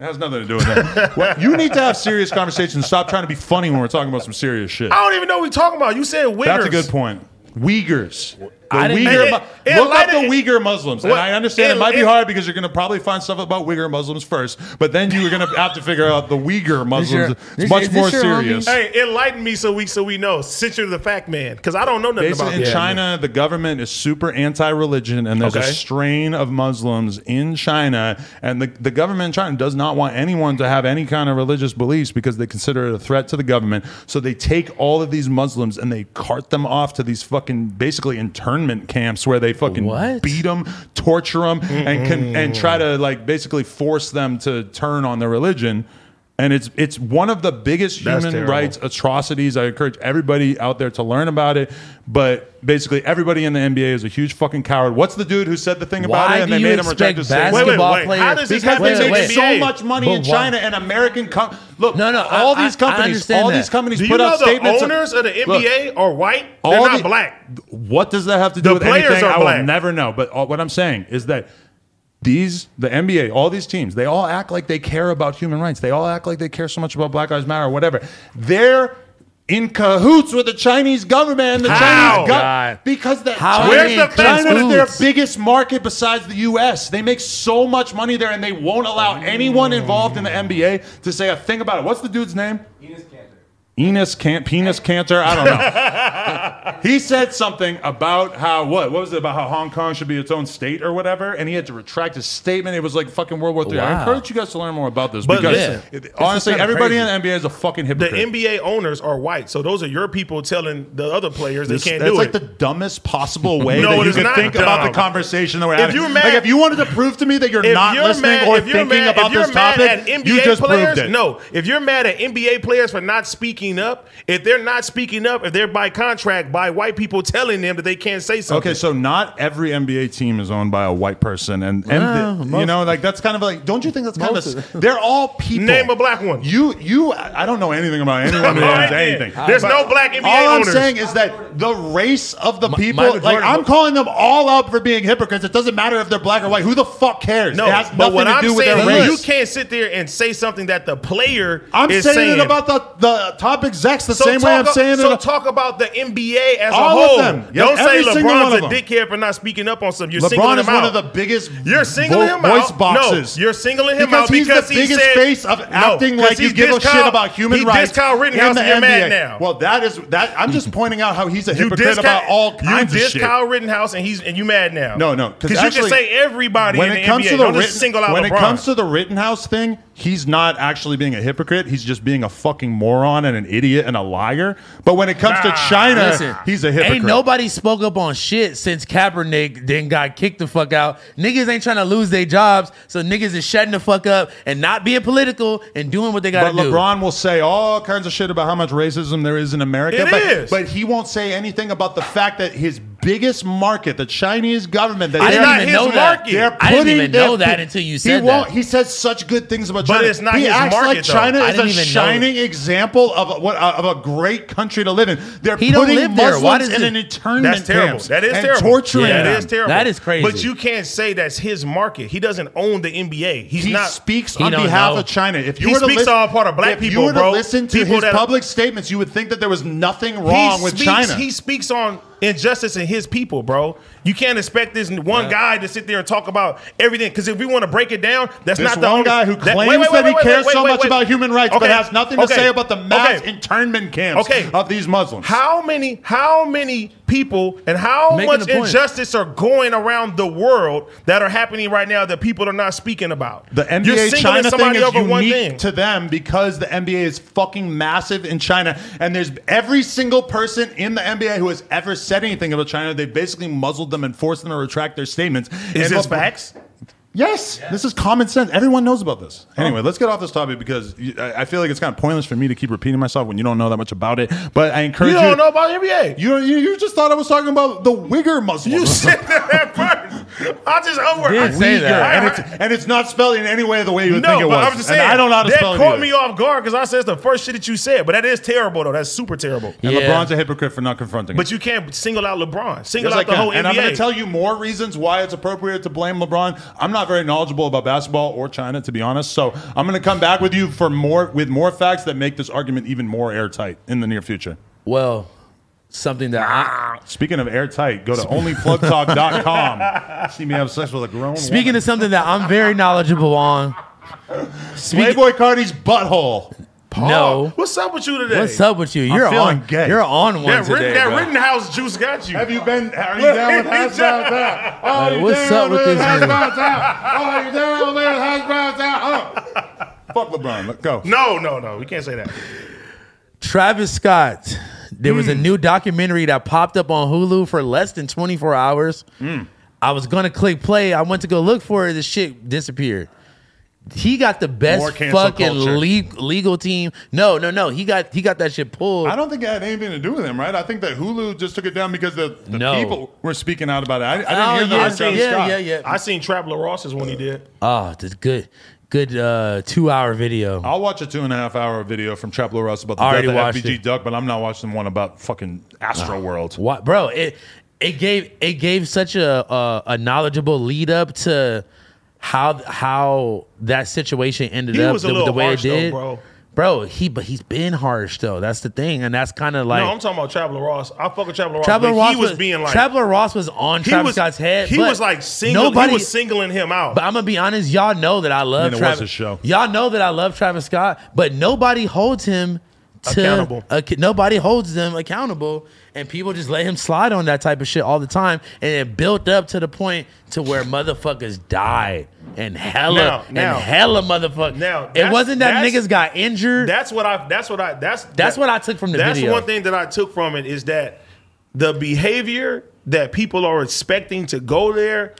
Speaker 3: It has nothing to do with that. Well, you need to have serious conversations. Stop trying to be funny when we're talking about some serious shit.
Speaker 2: I don't even know what we're talking about. You said Uyghurs.
Speaker 3: That's a good point. Uyghurs. The
Speaker 2: didn't-
Speaker 3: Uyghur,
Speaker 2: It-
Speaker 3: Mu-
Speaker 2: it-
Speaker 3: look up
Speaker 2: it-
Speaker 3: the Uyghur Muslims. And
Speaker 2: What-
Speaker 3: I understand it,
Speaker 2: it-
Speaker 3: might be
Speaker 2: it-
Speaker 3: hard because you're going to probably find stuff about Uyghur Muslims first, but then you're going to have to figure out the Uyghur Muslims.
Speaker 1: your-
Speaker 3: it's
Speaker 1: this-
Speaker 3: much
Speaker 1: is
Speaker 3: more
Speaker 1: this your
Speaker 3: serious.
Speaker 2: Hey, enlighten me so we so we know. Since you're the fact man, because I don't know nothing
Speaker 3: Basically,
Speaker 2: about
Speaker 3: in
Speaker 2: that.
Speaker 3: China, the government is super anti-religion, and there's a
Speaker 2: Okay.
Speaker 3: strain of Muslims in China, and the, the government in China does not want anyone to have any kind of religious beliefs because they consider it a threat to the government. So they take all of these Muslims and they cart them off to these fucking basically internment camps where they fucking
Speaker 1: What?
Speaker 3: beat them, torture them, and con- and try
Speaker 1: Mm.
Speaker 3: to like basically force them to turn on their religion. And it's it's one of the biggest
Speaker 2: That's
Speaker 3: human
Speaker 2: terrible.
Speaker 3: rights atrocities. I encourage everybody out there to learn about it. But basically, everybody in the NBA is a huge fucking coward. What's the dude who said the thing about
Speaker 1: Why
Speaker 3: it and
Speaker 1: do
Speaker 3: they
Speaker 1: you
Speaker 3: made him
Speaker 1: expect
Speaker 3: reject his
Speaker 2: Wait,
Speaker 3: statement?
Speaker 2: wait,
Speaker 1: basketball
Speaker 2: wait.
Speaker 1: players-
Speaker 2: How does this
Speaker 3: Because
Speaker 2: happen
Speaker 1: Wait,
Speaker 3: they
Speaker 2: to
Speaker 3: made
Speaker 1: wait, wait.
Speaker 3: so
Speaker 2: NBA?
Speaker 3: much money
Speaker 1: But
Speaker 3: in
Speaker 1: why-
Speaker 3: China and American com- look.
Speaker 1: No, no, I-
Speaker 3: all
Speaker 1: I-
Speaker 3: these
Speaker 1: I
Speaker 3: companies,
Speaker 1: understand
Speaker 3: all
Speaker 1: that.
Speaker 3: these companies
Speaker 2: Do you
Speaker 3: put
Speaker 2: know
Speaker 3: out
Speaker 2: the
Speaker 3: statements.
Speaker 2: owners of the
Speaker 3: Look,
Speaker 2: NBA are white? They're
Speaker 3: all
Speaker 2: not
Speaker 3: the-
Speaker 2: black.
Speaker 3: What does that have to do
Speaker 2: The
Speaker 3: with
Speaker 2: players
Speaker 3: anything?
Speaker 2: are
Speaker 3: I
Speaker 2: black.
Speaker 3: will never know. But all, what I'm saying is that these, the NBA, all these teams, they all act like they care about human rights. They all act like they care so much about Black Lives Matter or whatever. They're in cahoots with the Chinese government and the
Speaker 2: How?
Speaker 1: God.
Speaker 3: Chinese government because the
Speaker 1: How
Speaker 2: Where's
Speaker 3: Chinese
Speaker 2: the fence?
Speaker 3: China is their
Speaker 1: Cahoots.
Speaker 3: biggest market besides the U.S. They make so much money there, and they won't allow anyone involved in the NBA to say a thing about it. What's the dude's name? Enos can penis cancer. I don't know. he said something about how what? What was it about how Hong Kong should be its own state or whatever? And he had to retract his statement. It was like fucking World War III. I
Speaker 1: Wow.
Speaker 3: encourage you guys to learn more about this
Speaker 2: But
Speaker 3: because
Speaker 2: listen,
Speaker 3: it-
Speaker 1: this is
Speaker 3: honestly,
Speaker 1: kinda
Speaker 3: everybody
Speaker 1: crazy.
Speaker 3: in the NBA is a fucking
Speaker 2: The
Speaker 3: hypocrite.
Speaker 2: NBA owners are white, so those are your people telling the other players they
Speaker 3: It's-
Speaker 2: can't
Speaker 3: that's
Speaker 2: do
Speaker 3: like
Speaker 2: it.
Speaker 3: the
Speaker 2: <laughs>
Speaker 3: dumbest possible way
Speaker 2: No, it
Speaker 3: that you
Speaker 2: is
Speaker 3: could
Speaker 2: not
Speaker 3: think about the
Speaker 2: dumb.
Speaker 3: conversation that we're
Speaker 2: If
Speaker 3: having.
Speaker 2: you're mad-
Speaker 3: like if you wanted to prove to me that you're
Speaker 2: if
Speaker 3: not
Speaker 2: you're
Speaker 3: listening
Speaker 2: mad,
Speaker 3: or
Speaker 2: if you're
Speaker 3: thinking
Speaker 2: mad,
Speaker 3: about
Speaker 2: if you're
Speaker 3: this
Speaker 2: mad
Speaker 3: topic,
Speaker 2: at NBA
Speaker 3: you just
Speaker 2: players,
Speaker 3: proved it.
Speaker 2: no. If you're mad at NBA players for not speaking up, if they're not speaking up, if they're by contract by white people telling them that they can't say something.
Speaker 3: Okay, so not every NBA team is owned by a white person, and, and
Speaker 1: Well,
Speaker 3: the- you
Speaker 1: most-
Speaker 3: know, like that's kind of like, don't you think that's kind
Speaker 1: Most
Speaker 3: of
Speaker 1: of
Speaker 3: a, they're all people.
Speaker 2: Name a black one.
Speaker 3: You you I I don't know anything about anyone
Speaker 2: <laughs>
Speaker 3: who
Speaker 2: All right,
Speaker 3: owns
Speaker 2: then.
Speaker 3: anything.
Speaker 2: There's
Speaker 3: But
Speaker 2: no black NBA
Speaker 3: All I'm
Speaker 2: owners.
Speaker 3: saying is that the race of the people,
Speaker 1: Michael
Speaker 3: like
Speaker 1: Jordan-
Speaker 3: I'm calling them all out for being hypocrites. It doesn't matter if they're black or white. Who the fuck cares?
Speaker 2: no,
Speaker 3: it has
Speaker 2: but
Speaker 3: nothing
Speaker 2: what
Speaker 3: to
Speaker 2: I'm
Speaker 3: do with
Speaker 2: saying,
Speaker 3: their
Speaker 2: is
Speaker 3: race.
Speaker 2: you can't sit there and say something that the player
Speaker 3: I'm
Speaker 2: is
Speaker 3: saying, it about the, the top execs the
Speaker 2: So
Speaker 3: same way
Speaker 2: talk
Speaker 3: I'm
Speaker 2: a-
Speaker 3: saying
Speaker 2: so
Speaker 3: it.
Speaker 2: talk about the NBA as
Speaker 3: All
Speaker 2: a
Speaker 3: of
Speaker 2: whole.
Speaker 3: them. Yeah,
Speaker 2: Don't say
Speaker 3: every single one
Speaker 2: LeBron's
Speaker 3: of
Speaker 2: a
Speaker 3: them.
Speaker 2: dickhead for not speaking up on something. You're singling
Speaker 3: LeBron
Speaker 2: him
Speaker 3: is one
Speaker 2: out.
Speaker 3: of the biggest.
Speaker 2: You're singling
Speaker 3: vo-
Speaker 2: him
Speaker 3: voice
Speaker 2: out.
Speaker 3: boxes.
Speaker 2: No, you're singling him
Speaker 3: because
Speaker 2: out
Speaker 3: he's
Speaker 2: because
Speaker 3: the
Speaker 2: he
Speaker 3: biggest
Speaker 2: said-
Speaker 3: face of
Speaker 2: No,
Speaker 3: acting like
Speaker 2: 'cause he
Speaker 3: you give a
Speaker 2: dissed Kyle-
Speaker 3: shit about human
Speaker 2: he dissed
Speaker 3: rights.
Speaker 2: Kyle Rittenhouse
Speaker 3: in the
Speaker 2: and you're mad
Speaker 3: NBA.
Speaker 2: now.
Speaker 3: Well, that is that. I'm just pointing out how he's a
Speaker 2: You
Speaker 3: hypocrite
Speaker 2: diss
Speaker 3: about
Speaker 2: Ky-
Speaker 3: all kinds
Speaker 2: you
Speaker 3: of
Speaker 2: diss
Speaker 3: shit.
Speaker 2: Kyle Rittenhouse and he's and you mad now.
Speaker 3: No, no,
Speaker 2: because you can
Speaker 3: actually,
Speaker 2: say everybody
Speaker 3: when
Speaker 2: in
Speaker 3: it
Speaker 2: the
Speaker 3: comes
Speaker 2: NBA.
Speaker 3: to the
Speaker 2: Don't just
Speaker 3: Ritten-
Speaker 2: single out
Speaker 3: when
Speaker 2: LeBron.
Speaker 3: it comes to the Rittenhouse thing, he's not actually being a hypocrite. He's just being a fucking moron and an idiot and a liar. But when it comes
Speaker 2: Nah,
Speaker 3: to China,
Speaker 1: Listen,
Speaker 3: he's a hypocrite.
Speaker 1: Ain't nobody spoke up on shit since Kaepernick then got kicked the fuck out. Niggas ain't trying to lose their jobs, so niggas is shutting the fuck up and not being political and doing what they got
Speaker 3: But
Speaker 1: to do.
Speaker 3: LeBron will say all kinds of shit about how much racism there is in America.
Speaker 2: It
Speaker 3: but,
Speaker 2: is.
Speaker 3: but he won't say anything about the fact that his biggest market, the Chinese government. That
Speaker 2: I
Speaker 3: they're-
Speaker 2: did not even know that.
Speaker 3: they're
Speaker 6: I didn't
Speaker 3: putting
Speaker 6: even
Speaker 3: their-
Speaker 6: know that until you
Speaker 3: he
Speaker 6: said
Speaker 3: won't-
Speaker 6: that.
Speaker 3: He says such good things about
Speaker 2: But
Speaker 3: China.
Speaker 2: it's not
Speaker 3: he
Speaker 2: his
Speaker 3: acts
Speaker 2: market,
Speaker 3: like
Speaker 2: though.
Speaker 3: China
Speaker 6: I
Speaker 3: is
Speaker 6: didn't
Speaker 3: a
Speaker 6: even know
Speaker 3: shining example of what of a great country to live in. They're
Speaker 1: He don't
Speaker 3: putting
Speaker 1: live there.
Speaker 3: Muslims
Speaker 1: Why does
Speaker 3: in
Speaker 1: he-
Speaker 3: an internment
Speaker 2: That's terrible.
Speaker 3: camps
Speaker 2: That is
Speaker 3: and
Speaker 2: terrible.
Speaker 3: torturing
Speaker 2: Yeah,
Speaker 3: them.
Speaker 2: That is terrible.
Speaker 6: That is crazy.
Speaker 2: But you can't say that's his market. He doesn't own the NBA. He's
Speaker 3: he
Speaker 2: not.
Speaker 3: speaks
Speaker 6: He
Speaker 3: on
Speaker 6: don't
Speaker 3: behalf
Speaker 6: know.
Speaker 3: of China. If you
Speaker 2: He
Speaker 3: were to
Speaker 2: speaks
Speaker 3: listen,
Speaker 2: on part of black
Speaker 3: if
Speaker 2: people,
Speaker 3: you were
Speaker 2: bro.
Speaker 3: to listen to
Speaker 2: People
Speaker 3: his
Speaker 2: that-
Speaker 3: public statements, you would think that there was nothing
Speaker 2: he
Speaker 3: wrong with
Speaker 2: speaks,
Speaker 3: China.
Speaker 2: He speaks on injustice in his people, bro. You can't expect this one guy to sit there and talk about everything. Because if we want to break it down, that's
Speaker 3: This
Speaker 2: not the
Speaker 3: one
Speaker 2: only
Speaker 3: guy who
Speaker 2: that-
Speaker 3: claims that he cares so much about human rights, but
Speaker 2: Okay,
Speaker 3: has nothing to
Speaker 2: okay,
Speaker 3: say about the mass
Speaker 2: okay.
Speaker 3: internment camps
Speaker 2: Okay.
Speaker 3: of these Muslims.
Speaker 2: How many how many people and how
Speaker 1: Making
Speaker 2: much
Speaker 1: a point.
Speaker 2: injustice are going around the world that are happening right now that people are not speaking about?
Speaker 3: The
Speaker 2: You're
Speaker 3: NBA
Speaker 2: singling
Speaker 3: China thing
Speaker 2: somebody
Speaker 3: is
Speaker 2: over
Speaker 3: unique
Speaker 2: one thing.
Speaker 3: to them because the NBA is fucking massive in China, and there's every single person in the NBA who has ever said anything about China. They basically muzzled them and forced them to retract their statements.
Speaker 2: Is
Speaker 3: And
Speaker 2: this
Speaker 3: look-
Speaker 2: facts?
Speaker 3: Yes, this is common sense. Everyone knows about this. Anyway, let's get off this topic because you- I I feel like it's kind of pointless for me to keep repeating myself when you don't know that much about it. But I encourage
Speaker 2: You
Speaker 3: you.
Speaker 2: don't know about the NBA.
Speaker 3: You, you you just thought I was talking about the Uyghur Muslims.
Speaker 2: You
Speaker 3: <laughs>
Speaker 2: said that at first. I just over.
Speaker 1: Did
Speaker 2: I-
Speaker 1: say that.
Speaker 2: I-
Speaker 3: and it's and it's not spelled in any way the way you would
Speaker 2: no,
Speaker 3: think it
Speaker 2: but
Speaker 3: was.
Speaker 2: I'm just
Speaker 3: And
Speaker 2: saying.
Speaker 3: I don't know how to
Speaker 2: that
Speaker 3: spell it
Speaker 2: caught
Speaker 3: either.
Speaker 2: me off guard because I said it's the first shit that you said. But that is terrible, though. That's super terrible.
Speaker 3: And
Speaker 6: Yeah.
Speaker 3: LeBron's a hypocrite for not confronting.
Speaker 2: But
Speaker 3: it.
Speaker 2: you can't single out LeBron. Single
Speaker 3: Yes, I
Speaker 2: out the
Speaker 3: can.
Speaker 2: whole
Speaker 3: and
Speaker 2: NBA.
Speaker 3: I'm going to tell you more reasons why it's appropriate to blame LeBron. I'm not very knowledgeable about basketball or China, to be honest. So I'm going to come back with you for more with more facts that make this argument even more airtight in the near future.
Speaker 1: Well, something that I,
Speaker 3: Speaking of airtight, go to onlyplugtalk.com. <laughs> See me have sex with a grown.
Speaker 1: speaking of something that I'm very knowledgeable on.
Speaker 3: woman. Playboy Cardi's butthole.
Speaker 1: No,
Speaker 2: What's up with you today?
Speaker 1: what's up with you? You're
Speaker 3: feeling
Speaker 1: on.
Speaker 3: gay.
Speaker 1: You're on one
Speaker 2: That,
Speaker 1: today,
Speaker 2: Ritten- that
Speaker 1: bro.
Speaker 2: Rittenhouse juice got you.
Speaker 3: Have you been? Are you down <laughs> with hash browns out? Oh,
Speaker 1: Like,
Speaker 3: you
Speaker 1: what's
Speaker 3: down
Speaker 1: up with this
Speaker 3: hash
Speaker 1: nigga?
Speaker 3: browns out? Oh, you down with hash browns out? Oh. Fuck LeBron. Let go.
Speaker 2: No, no, no. We can't say that.
Speaker 1: Travis Scott. There was a
Speaker 3: Hmm.
Speaker 1: new documentary that popped up on Hulu for less than 24 hours.
Speaker 3: Hmm.
Speaker 1: I was gonna click play. I went to go look for it. The shit disappeared. He got the
Speaker 3: More
Speaker 1: best
Speaker 3: cancel
Speaker 1: fucking
Speaker 3: culture.
Speaker 1: le- legal team. No, no, no. He got he got that shit pulled.
Speaker 3: I don't think it had anything to do with him, right? I think that Hulu just took it down because the, the
Speaker 1: No.
Speaker 3: people were speaking out about it. I, I didn't
Speaker 1: Oh,
Speaker 3: hear that.
Speaker 1: yeah,
Speaker 3: on Travis
Speaker 1: yeah,
Speaker 3: Scott.
Speaker 1: yeah, yeah.
Speaker 2: I seen Traveler Ross's when he did.
Speaker 1: Oh, this good, good uh, two hour video.
Speaker 3: I'll watch a two and a half hour video from Chapel Ross about
Speaker 1: I
Speaker 3: the
Speaker 1: already
Speaker 3: death of
Speaker 1: watched
Speaker 3: FBG
Speaker 1: it. Ah.
Speaker 3: Duck, but I'm not watching one about fucking Astro World.
Speaker 1: What, bro? It it gave it gave such a a, a knowledgeable lead up to how how that situation ended
Speaker 2: He
Speaker 1: up
Speaker 2: was a
Speaker 1: the,
Speaker 2: little
Speaker 1: the way
Speaker 2: harsh
Speaker 1: it
Speaker 2: though,
Speaker 1: did,
Speaker 2: bro.
Speaker 1: Bro, he but he's been harsh though. That's the thing, and that's kind of like.
Speaker 2: no, I'm talking about Traveler Ross. I fuck with Traveler Ross.
Speaker 1: Traveler
Speaker 2: but
Speaker 1: Ross
Speaker 2: he was, being like
Speaker 1: Traveler Ross was on
Speaker 2: he
Speaker 1: Travis
Speaker 2: was,
Speaker 1: Scott's head.
Speaker 2: He
Speaker 1: but
Speaker 2: was like single.
Speaker 1: Nobody
Speaker 2: he was singling him out.
Speaker 1: But I'm gonna be honest, y'all know that I love
Speaker 3: And it was
Speaker 1: Travis.
Speaker 3: his show.
Speaker 1: Y'all know that I love Travis Scott, but nobody holds him to,
Speaker 2: Accountable.
Speaker 1: ac- nobody holds them accountable, and people just let him slide on that type of shit all the time, and it built up to the point to where motherfuckers died and hella
Speaker 2: Now- now-
Speaker 1: and hella motherfuckers.
Speaker 2: Now,
Speaker 1: it
Speaker 2: that's-
Speaker 1: wasn't that
Speaker 2: that's-
Speaker 1: niggas got <laughs> injured.
Speaker 2: That's what I. That's what I. That's
Speaker 1: That's what I took from the
Speaker 2: That's
Speaker 1: video.
Speaker 2: one thing that I took from it is that the behavior that people are expecting to go there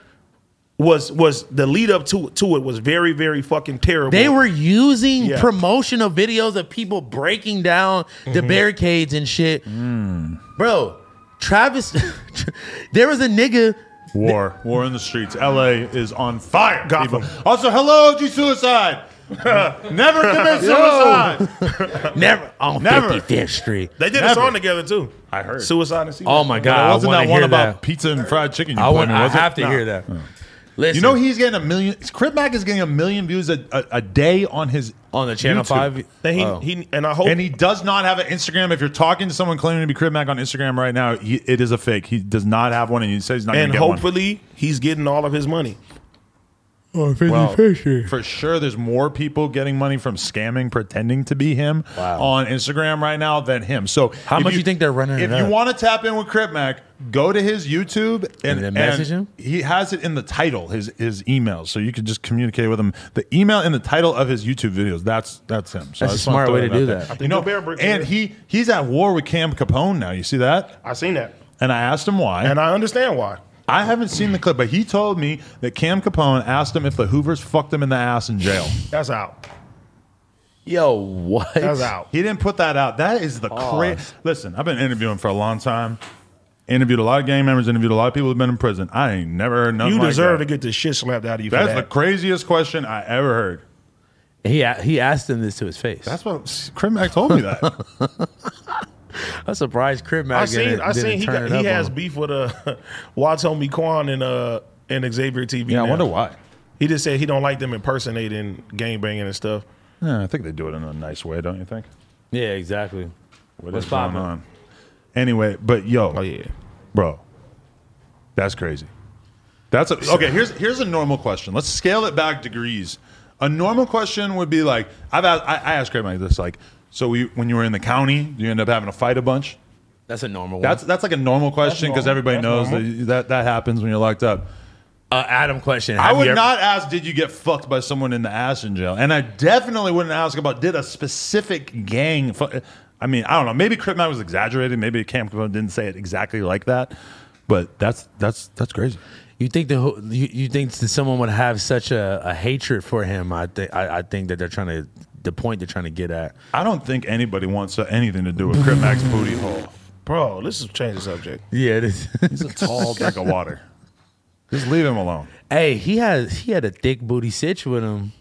Speaker 2: was was the lead up to to it was very very fucking terrible.
Speaker 1: They were using
Speaker 2: Yeah.
Speaker 1: promotional videos of people breaking down the
Speaker 2: Mm-hmm.
Speaker 1: barricades and shit.
Speaker 2: Mm.
Speaker 1: Bro, Travis, <laughs> there was a nigga.
Speaker 3: War. War in the streets. LA is on fire.
Speaker 2: Gotham.
Speaker 3: people. Also, hello,
Speaker 1: <laughs>
Speaker 3: G Suicide. Never commit suicide.
Speaker 1: Never on
Speaker 3: Never.
Speaker 1: 55th Street.
Speaker 2: They did
Speaker 3: Never.
Speaker 2: a song together too.
Speaker 3: I heard.
Speaker 2: Suicide and Season.
Speaker 1: Oh my
Speaker 3: But it
Speaker 1: God.
Speaker 3: wasn't
Speaker 1: I wanna
Speaker 3: that one
Speaker 1: hear
Speaker 3: about
Speaker 1: that.
Speaker 3: pizza and fried chicken you
Speaker 1: I,
Speaker 3: played
Speaker 1: want,
Speaker 3: me,
Speaker 1: I
Speaker 3: was it?
Speaker 1: have to
Speaker 3: Nah.
Speaker 1: hear that. Listen,
Speaker 3: You know he's getting a million. Crip Mac is getting a million views a, a, a day on his
Speaker 1: on the Channel
Speaker 3: YouTube.
Speaker 1: 5.
Speaker 2: Then he,
Speaker 1: oh.
Speaker 2: he and I hope
Speaker 3: and he does not have an Instagram. If you're talking to someone claiming to be Crib Mac on Instagram right now, he, it is a fake. He does not have one, and he says he's not.
Speaker 2: and
Speaker 3: gonna get
Speaker 2: hopefully he's getting all of his money.
Speaker 3: one. Well, for sure, there's more people getting money from scamming, pretending to be him on Instagram right now than him. So
Speaker 1: How
Speaker 3: if
Speaker 1: much you think they're running it
Speaker 3: If you
Speaker 1: up?
Speaker 3: want to tap in with Crib Mac, go to his YouTube and,
Speaker 1: And then message
Speaker 3: and
Speaker 1: him?
Speaker 3: He has it in the title, his his email, so you can just communicate with him. The email in the title of his YouTube videos. That's that's him.
Speaker 1: That's
Speaker 3: So I
Speaker 1: a
Speaker 3: just
Speaker 1: smart
Speaker 3: wanna throw
Speaker 1: way to
Speaker 3: it out
Speaker 1: do
Speaker 3: there.
Speaker 1: that. I
Speaker 2: think
Speaker 3: You know,
Speaker 2: the Bear Brick
Speaker 3: and
Speaker 2: is-
Speaker 3: he he's at war with Cam Capone now. You see that?
Speaker 2: I seen that,
Speaker 3: And I asked him why.
Speaker 2: and I understand why.
Speaker 3: I haven't seen the clip, but he told me that Cam Capone asked him if the Hoovers fucked him in the ass in jail.
Speaker 2: That's out.
Speaker 1: Yo, what?
Speaker 2: That's out.
Speaker 3: He didn't put that out. That is the cra
Speaker 1: Pause.
Speaker 3: Listen, I've been interviewing for a long time. Interviewed a lot of gang members, interviewed a lot of people who've been in prison. I ain't never heard nothing
Speaker 2: You
Speaker 3: like
Speaker 2: deserve
Speaker 3: that.
Speaker 2: to get the shit slapped out of you.
Speaker 3: Oh That's
Speaker 2: for
Speaker 3: the
Speaker 2: that.
Speaker 3: craziest question I ever heard.
Speaker 1: He a- he asked him this to his face.
Speaker 3: That's what Crim Mac told me that. <laughs>
Speaker 1: I'm surprised Crib Mac
Speaker 2: I seen.
Speaker 1: didn't,
Speaker 2: I seen
Speaker 1: didn't
Speaker 2: he,
Speaker 1: turn
Speaker 2: got,
Speaker 1: it up.
Speaker 2: he has
Speaker 1: on him.
Speaker 2: beef with uh, <laughs> Watomi Kwan and uh and Xavier TV.
Speaker 3: yeah, I
Speaker 2: now.
Speaker 3: wonder why.
Speaker 2: He just said he don't like them impersonating, gang banging and stuff.
Speaker 3: Yeah, I think they do it in a nice way, don't you think?
Speaker 1: yeah, exactly.
Speaker 3: What
Speaker 1: What's
Speaker 3: is going
Speaker 1: poppin'?
Speaker 3: on? Anyway, but yo,
Speaker 2: Oh yeah.
Speaker 3: bro, that's crazy. That's a, okay. Here's here's a normal question. Let's scale it back degrees. A normal question would be like I've asked, I, I asked Craig Mike this like so we, when you were in the county, do you end up having to fight a bunch?
Speaker 1: That's a normal
Speaker 3: That's
Speaker 1: one.
Speaker 3: that's like a normal question because
Speaker 2: normal.
Speaker 3: everybody
Speaker 2: That's
Speaker 3: knows
Speaker 2: normal.
Speaker 3: that, that that happens when you're locked up.
Speaker 1: Uh, Adam question.
Speaker 3: I
Speaker 1: Have you
Speaker 3: would
Speaker 1: ever-
Speaker 3: not ask, did you get fucked by someone in the ass in jail? And I definitely wouldn't ask about, did a specific gang. Fu- I mean, I don't know. Maybe Crip Mac was exaggerating. Maybe Camp Capone didn't say it exactly like that. But that's that's that's crazy.
Speaker 1: You think the whole- you, you think that someone would have such a, a hatred for him? I think I, I think that they're trying to the point they're trying to get at.
Speaker 3: I don't think anybody wants uh, anything to do with Crip Mac's booty hole.
Speaker 2: Bro, let's just change the subject.
Speaker 1: Yeah, it is. <laughs>
Speaker 3: He's a tall drink of water. Just leave him alone.
Speaker 1: hey, he has he had a thick booty sitch with him.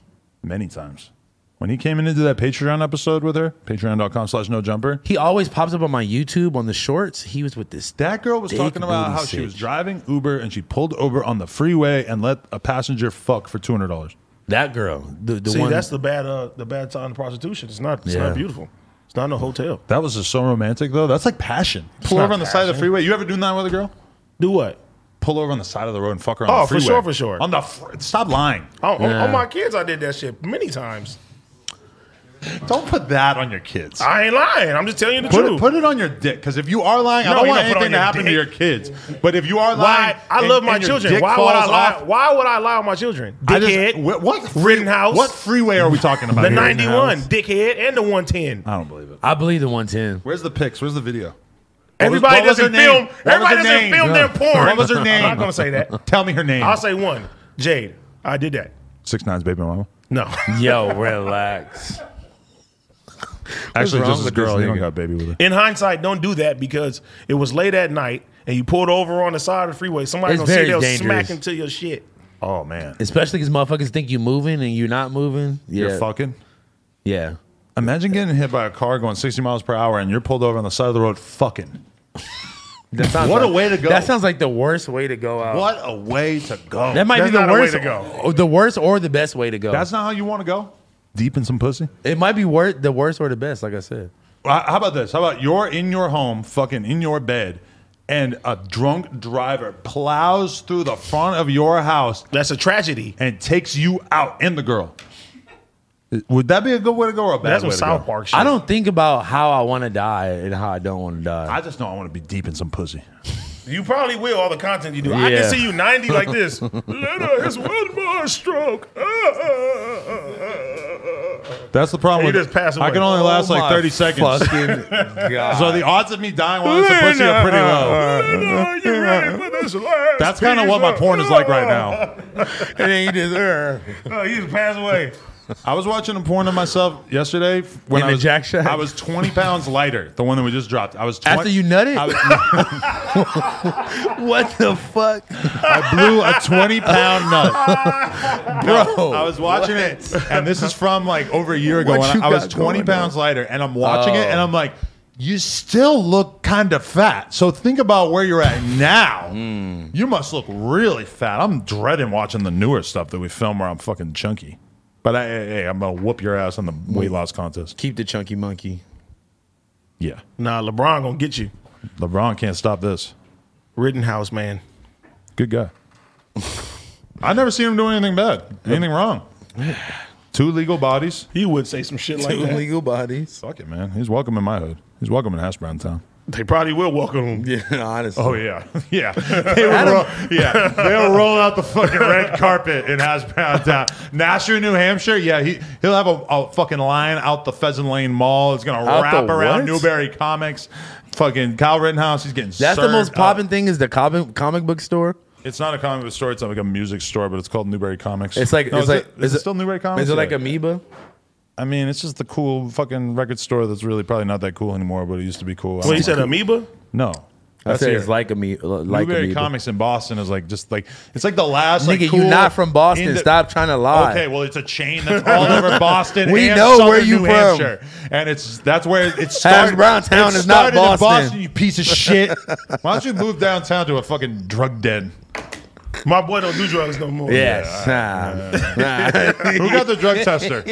Speaker 3: Many times. When he came in and did that Patreon episode with her, patreon.com slash no jumper,
Speaker 1: He always pops up on my YouTube on the shorts. He was with this.
Speaker 3: That girl was
Speaker 1: Big
Speaker 3: talking about
Speaker 1: booty
Speaker 3: how she was
Speaker 1: sitch.
Speaker 3: driving Uber and she pulled over on the freeway and let a passenger fuck for two hundred dollars.
Speaker 1: That girl, the, the
Speaker 2: See,
Speaker 1: one
Speaker 2: that's the bad uh the bad time of prostitution. It's not it's
Speaker 1: Yeah.
Speaker 2: not beautiful. It's not no hotel.
Speaker 3: That was just so romantic though. That's like passion. Pull
Speaker 2: not
Speaker 3: over on the side of the
Speaker 2: passion.
Speaker 3: freeway. You ever doing that with a girl?
Speaker 2: Do what?
Speaker 3: Pull over on the side of the road and fuck her on
Speaker 2: Oh, for
Speaker 3: the freeway.
Speaker 2: sure, for sure.
Speaker 3: On the fr- stop lying.
Speaker 2: On, on-
Speaker 1: Yeah.
Speaker 2: on Oh, my kids, I did that shit many times.
Speaker 3: Don't put that on your kids.
Speaker 2: I ain't lying. I'm just telling you the
Speaker 3: Put
Speaker 2: truth.
Speaker 3: it, put it on your dick, because if you are lying, I
Speaker 2: No,
Speaker 3: don't
Speaker 2: you
Speaker 3: want
Speaker 2: don't put it
Speaker 3: anything
Speaker 2: on
Speaker 3: to
Speaker 2: your
Speaker 3: happen to
Speaker 2: dick.
Speaker 3: your kids. But if you are lying,
Speaker 2: why? I
Speaker 3: and-
Speaker 2: love my
Speaker 3: and your
Speaker 2: children.
Speaker 3: dick
Speaker 2: Why would I
Speaker 3: falls
Speaker 2: lie?
Speaker 3: off-
Speaker 2: Why would I lie on my children?
Speaker 3: I just-
Speaker 2: Dickhead.
Speaker 3: wh- what free-
Speaker 2: Rittenhouse.
Speaker 3: What freeway are we talking about?
Speaker 2: the
Speaker 3: here in
Speaker 2: 91,
Speaker 3: house?
Speaker 2: dickhead, and the 110.
Speaker 3: I don't believe it.
Speaker 1: I believe the one ten.
Speaker 3: Where's the pics? Where's the video?
Speaker 2: Everybody
Speaker 3: what was
Speaker 2: doesn't
Speaker 3: her name?
Speaker 2: film.
Speaker 3: What was
Speaker 2: Everybody
Speaker 3: her
Speaker 2: doesn't
Speaker 3: name?
Speaker 2: film their
Speaker 3: Yeah.
Speaker 2: porn.
Speaker 3: What was her name?
Speaker 2: I'm not gonna say that.
Speaker 3: Tell me her name.
Speaker 2: I'll say one. Jade. I did that.
Speaker 3: Six Nine's baby mama. <laughs>
Speaker 2: No.
Speaker 1: Yo, relax.
Speaker 3: Actually,
Speaker 1: wrong
Speaker 3: just this
Speaker 1: with this
Speaker 3: girl. You don't
Speaker 1: nigga?
Speaker 3: got baby with her.
Speaker 2: In hindsight, don't do that because it was late at night and you pulled over on the side of the freeway. Somebody's
Speaker 1: It's
Speaker 2: gonna see
Speaker 1: very
Speaker 2: they'll
Speaker 1: dangerous.
Speaker 2: smack into your shit.
Speaker 3: Oh man,
Speaker 1: Especially because motherfuckers think you moving and you're not moving. Yeah,
Speaker 3: you're fucking.
Speaker 1: yeah.
Speaker 3: Imagine getting hit by a car going 60 miles per hour and you're pulled over on the side of the road fucking.
Speaker 1: That sounds
Speaker 3: What a
Speaker 1: like-
Speaker 3: way to go.
Speaker 1: That sounds like the worst way to go out.
Speaker 3: What a way to go.
Speaker 1: That might
Speaker 2: That's
Speaker 1: be the
Speaker 2: not a way
Speaker 1: worst
Speaker 2: to go.
Speaker 1: or- The worst or the best way to go.
Speaker 3: That's not how you want to go. Deep in some pussy.
Speaker 1: it might be wor- the worst or the best, like I said.
Speaker 3: Uh, How about this? How about you're in your home, fucking in your bed, and a drunk driver plows through the front of your house
Speaker 2: That's a tragedy.
Speaker 3: and takes you out and the girl. Would that be a good way to go or a bad
Speaker 2: That's
Speaker 3: way
Speaker 2: what
Speaker 3: to
Speaker 2: South
Speaker 3: go?
Speaker 2: Park shit.
Speaker 1: I don't think about how I want to die and how I don't want to die.
Speaker 3: I just know I want to be deep in some pussy.
Speaker 2: You probably will all the content you do. I
Speaker 1: Yeah.
Speaker 2: can see you 90 like
Speaker 3: <laughs>
Speaker 2: this. Later is one more stroke. Ah, ah, ah, ah, ah, ah.
Speaker 3: That's the problem.
Speaker 2: You
Speaker 3: with-
Speaker 2: just pass
Speaker 3: I
Speaker 2: away.
Speaker 3: can only last like
Speaker 1: Oh my
Speaker 3: 30 seconds.
Speaker 1: Fucking <laughs> God.
Speaker 3: So the odds of me dying while it's a pussy are pretty
Speaker 1: Uh,
Speaker 3: low.
Speaker 2: Are you ready for this last
Speaker 3: That's kind of what my
Speaker 2: piece
Speaker 3: porn is like
Speaker 1: <laughs>
Speaker 3: right now.
Speaker 1: and then you
Speaker 3: <laughs>
Speaker 1: just, uh,
Speaker 2: Oh, you just pass away.
Speaker 3: I was watching a porn of myself yesterday f- when
Speaker 1: In
Speaker 3: I
Speaker 1: the
Speaker 3: was
Speaker 1: Jack Shack?
Speaker 3: I was 20 pounds lighter, the one that we just dropped. I was 20,
Speaker 1: After you nut it?
Speaker 3: <laughs> I, was-
Speaker 1: <laughs> what the <laughs> fuck?
Speaker 3: I
Speaker 1: <laughs>
Speaker 3: blew a 20 pound nut.
Speaker 1: Bro.
Speaker 3: I was watching it, and this is from like over a year ago.
Speaker 1: What
Speaker 3: And
Speaker 1: you
Speaker 3: I was
Speaker 1: got
Speaker 3: 20
Speaker 1: going on?
Speaker 3: pounds lighter, and I'm watching it,
Speaker 1: Oh.
Speaker 3: and I'm like. You still look kind of fat. So think about where you're at now.
Speaker 1: Hmm.
Speaker 3: You must look really fat. I'm dreading watching the newer stuff that we film where I'm fucking chunky. But I, hey, hey, I'm gonna whoop your ass on the weight loss contest.
Speaker 1: Keep the chunky monkey.
Speaker 3: Yeah,
Speaker 2: Nah, LeBron gonna get you.
Speaker 3: LeBron can't stop this.
Speaker 2: Rittenhouse, man.
Speaker 3: Good guy. <laughs> I've never seen him do anything bad, anything wrong. Two legal bodies.
Speaker 2: He would say some shit like that.
Speaker 1: legal bodies.
Speaker 3: Fuck it, man. He's welcome in my hood. He's welcome in Hash Brown Town.
Speaker 2: They probably will welcome him.
Speaker 1: Yeah, honestly.
Speaker 3: Oh yeah, <laughs> yeah. They will roll, yeah, they'll roll out the fucking red carpet in Hash Brown Town, Nashua, New Hampshire. Yeah, he he'll have a, a fucking line out the Pheasant Lane Mall. It's gonna
Speaker 1: Out
Speaker 3: wrap
Speaker 1: the
Speaker 3: around
Speaker 1: what?
Speaker 3: Newberry Comics. Fucking Kyle Rittenhouse. He's getting
Speaker 1: That's the
Speaker 3: served
Speaker 1: most
Speaker 3: up.
Speaker 1: popping thing is the comic, comic book store.
Speaker 3: It's not a comic book store. It's like a music store, but it's called Newberry Comics.
Speaker 1: It's like
Speaker 3: No,
Speaker 1: it's
Speaker 3: is
Speaker 1: like
Speaker 3: it, is it still Newberry Comics?
Speaker 1: Is it like
Speaker 3: Yeah.
Speaker 1: Amoeba?
Speaker 3: I mean, it's just the cool fucking record store that's really probably not that cool anymore, but it used to be cool. I
Speaker 2: Well, you
Speaker 3: don't
Speaker 2: said
Speaker 3: know.
Speaker 2: amoeba?
Speaker 3: no.
Speaker 1: I
Speaker 3: That's
Speaker 1: said
Speaker 3: here.
Speaker 1: it's like a me, like
Speaker 3: Newberry
Speaker 1: amoeba.
Speaker 3: Comics in Boston is like just like it's like the last like
Speaker 1: Nigga,
Speaker 3: cool
Speaker 1: you not from Boston.
Speaker 3: indi-
Speaker 1: Stop trying to lie.
Speaker 3: Okay, well it's a chain that's
Speaker 1: <laughs>
Speaker 3: all over Boston.
Speaker 1: We
Speaker 3: and
Speaker 1: know where
Speaker 3: southern
Speaker 1: you
Speaker 3: New
Speaker 1: from.
Speaker 3: Hampshire. and it's that's where it started.
Speaker 1: Brown Town
Speaker 3: it
Speaker 1: is not
Speaker 3: started in
Speaker 1: Boston.
Speaker 3: Boston, you piece
Speaker 1: <laughs>
Speaker 3: of shit. Why don't you move downtown to a fucking drug den?
Speaker 2: My boy don't do drugs no more.
Speaker 1: Yes. Nah, nah.
Speaker 3: Who got the drug tester?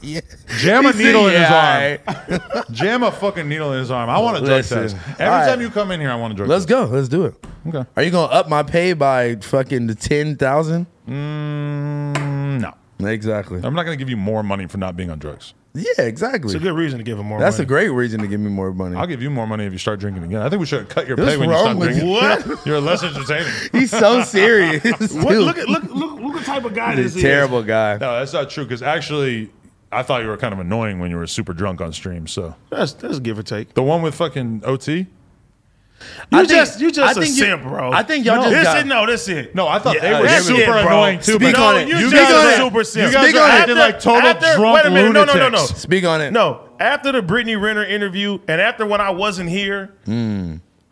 Speaker 1: Yeah.
Speaker 3: <laughs>
Speaker 1: <laughs>
Speaker 3: Jam
Speaker 1: He
Speaker 3: a
Speaker 1: said,
Speaker 3: needle in his
Speaker 1: "Yeah,
Speaker 3: arm.
Speaker 1: all right."
Speaker 3: Jam a fucking needle in his arm. I want a drug
Speaker 1: Listen,
Speaker 3: test. Every
Speaker 1: all right.
Speaker 3: time you come in here, I want a drug
Speaker 1: Let's
Speaker 3: test.
Speaker 1: go. Let's do it.
Speaker 3: Okay.
Speaker 1: Are you gonna up my pay by fucking the ten thousand?
Speaker 3: Mm, no.
Speaker 1: Exactly.
Speaker 3: I'm not going to give you more money for not being on drugs.
Speaker 1: Yeah, exactly.
Speaker 2: It's a good reason to give him more.
Speaker 1: That's a
Speaker 2: money.
Speaker 1: great reason to give me more money.
Speaker 3: I'll give you more money if you start drinking again. I think we should cut your
Speaker 1: What's
Speaker 3: pay when you
Speaker 1: wrong
Speaker 3: stop
Speaker 1: with
Speaker 3: drinking. <laughs>
Speaker 1: you?
Speaker 3: What? You're less entertaining.
Speaker 1: <laughs> He's so serious.
Speaker 2: <laughs> What,
Speaker 1: dude.
Speaker 2: look at look look look what type of guy
Speaker 1: He's
Speaker 2: this
Speaker 1: a
Speaker 2: is.
Speaker 1: terrible guy.
Speaker 3: No, that's not true. Because actually, I thought you were kind of annoying when you were super drunk on stream. So
Speaker 2: That's that's give or take.
Speaker 3: the one with fucking OT.
Speaker 2: You
Speaker 1: think-
Speaker 2: just you just
Speaker 1: I
Speaker 2: a
Speaker 1: think you-
Speaker 2: simp, bro.
Speaker 1: I think y'all
Speaker 2: no,
Speaker 1: just
Speaker 2: this
Speaker 1: got-
Speaker 2: it. No, this it.
Speaker 3: No, I thought
Speaker 2: Yeah,
Speaker 3: they were
Speaker 2: that's
Speaker 3: super
Speaker 2: it, bro.
Speaker 3: annoying too.
Speaker 1: Speak
Speaker 3: but-
Speaker 1: on
Speaker 2: no,
Speaker 1: it.
Speaker 2: you,
Speaker 1: You
Speaker 2: guys
Speaker 1: guys
Speaker 2: are
Speaker 1: are-
Speaker 2: super simp.
Speaker 3: you guys
Speaker 1: Speak are on it.
Speaker 3: acting like total drunk
Speaker 2: Wait a minute. No, no, no, no.
Speaker 3: lunatics.
Speaker 1: Speak on it.
Speaker 2: No, after the Brittany Renner interview and after when I wasn't here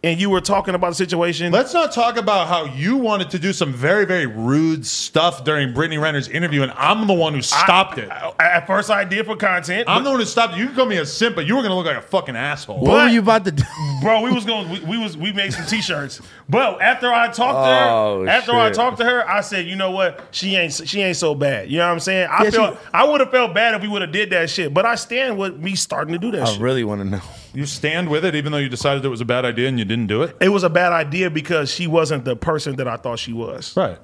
Speaker 2: and you were talking about the situation,
Speaker 3: Hmm. Let's not talk about how you wanted to do some very, very rude stuff during Brittany Renner's interview, and I'm the one who
Speaker 2: I-
Speaker 3: stopped it.
Speaker 2: I- at first, I did for content.
Speaker 3: I'm
Speaker 2: but-
Speaker 3: the one who stopped it. You can call me a simp, but you were going to look like a fucking asshole.
Speaker 1: What were
Speaker 2: But-
Speaker 1: you about
Speaker 2: <laughs>
Speaker 1: to do?
Speaker 2: bro. We was going. We, we was we made some t-shirts. But after I talked
Speaker 1: Oh,
Speaker 2: to her, after I
Speaker 1: shit.
Speaker 2: talked to her, I said, you know what? She ain't she ain't so bad. You know what I'm saying? I
Speaker 1: Yeah,
Speaker 2: felt
Speaker 1: she-
Speaker 2: I would have felt bad if we would have did that shit. But I stand with me starting to do that.
Speaker 1: I
Speaker 2: shit.
Speaker 1: really want to know.
Speaker 3: You stand with it, even though you decided it was a bad idea and you didn't do it.
Speaker 2: it was a bad idea because she wasn't the person that I thought she was.
Speaker 3: Right.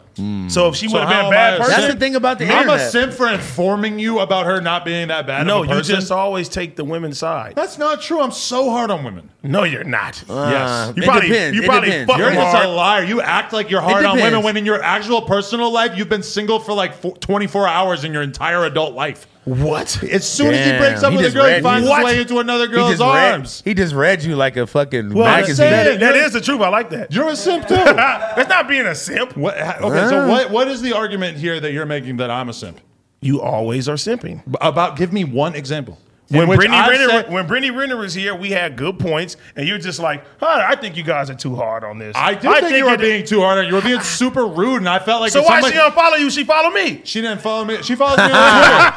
Speaker 2: So if she would have been
Speaker 3: Hmm. how
Speaker 2: a
Speaker 3: am I
Speaker 2: bad
Speaker 3: a
Speaker 2: person,
Speaker 3: simp?
Speaker 1: That's the thing about the
Speaker 3: I'm a
Speaker 1: internet.
Speaker 3: simp for informing you about her not being that bad.
Speaker 2: no,
Speaker 3: of a
Speaker 2: you
Speaker 3: person.
Speaker 2: just always take the women's side.
Speaker 3: That's not true. I'm so hard on women.
Speaker 2: No, you're not.
Speaker 3: Ah.
Speaker 1: Uh,
Speaker 2: you
Speaker 1: it
Speaker 2: probably
Speaker 1: depends.
Speaker 2: you
Speaker 1: It
Speaker 2: probably
Speaker 1: depends.
Speaker 2: fuck
Speaker 3: You're
Speaker 2: them
Speaker 3: just a
Speaker 2: hard.
Speaker 3: liar. You act like you're hard on women
Speaker 1: depends.
Speaker 3: when in your actual personal life you've been single for like four, 24 hours in your entire adult life.
Speaker 2: What?
Speaker 3: As soon as he
Speaker 1: Damn,
Speaker 3: breaks up
Speaker 1: he
Speaker 3: with a
Speaker 1: just
Speaker 3: girl, he
Speaker 1: read
Speaker 3: finds
Speaker 1: you.
Speaker 3: his
Speaker 1: What?
Speaker 3: way into another
Speaker 1: He
Speaker 3: girl's
Speaker 1: just read-
Speaker 3: arms.
Speaker 1: he just read you like a fucking
Speaker 2: Well, I'm
Speaker 1: magazine.
Speaker 2: saying that- that
Speaker 3: You're-
Speaker 2: is the truth. I like that.
Speaker 3: You're a simp too.
Speaker 1: <laughs>
Speaker 2: That's not being a simp.
Speaker 3: What- ha- okay, so what, what is the argument here that you're making that I'm a simp?
Speaker 2: You always are simping.
Speaker 3: About give me one example.
Speaker 2: When Brittany,
Speaker 3: I've
Speaker 2: Renner,
Speaker 3: said-
Speaker 2: when Brittany Renner was here, we had good points, and you're just like, huh, I think you guys are too hard on this.
Speaker 3: I do think you were
Speaker 2: it-
Speaker 3: being too hard on her. You were being super rude, and I felt like
Speaker 2: So
Speaker 3: if
Speaker 2: why
Speaker 3: somebody-
Speaker 2: she don't follow you? She follow me.
Speaker 3: <laughs> She didn't follow me. She follows me on Twitter.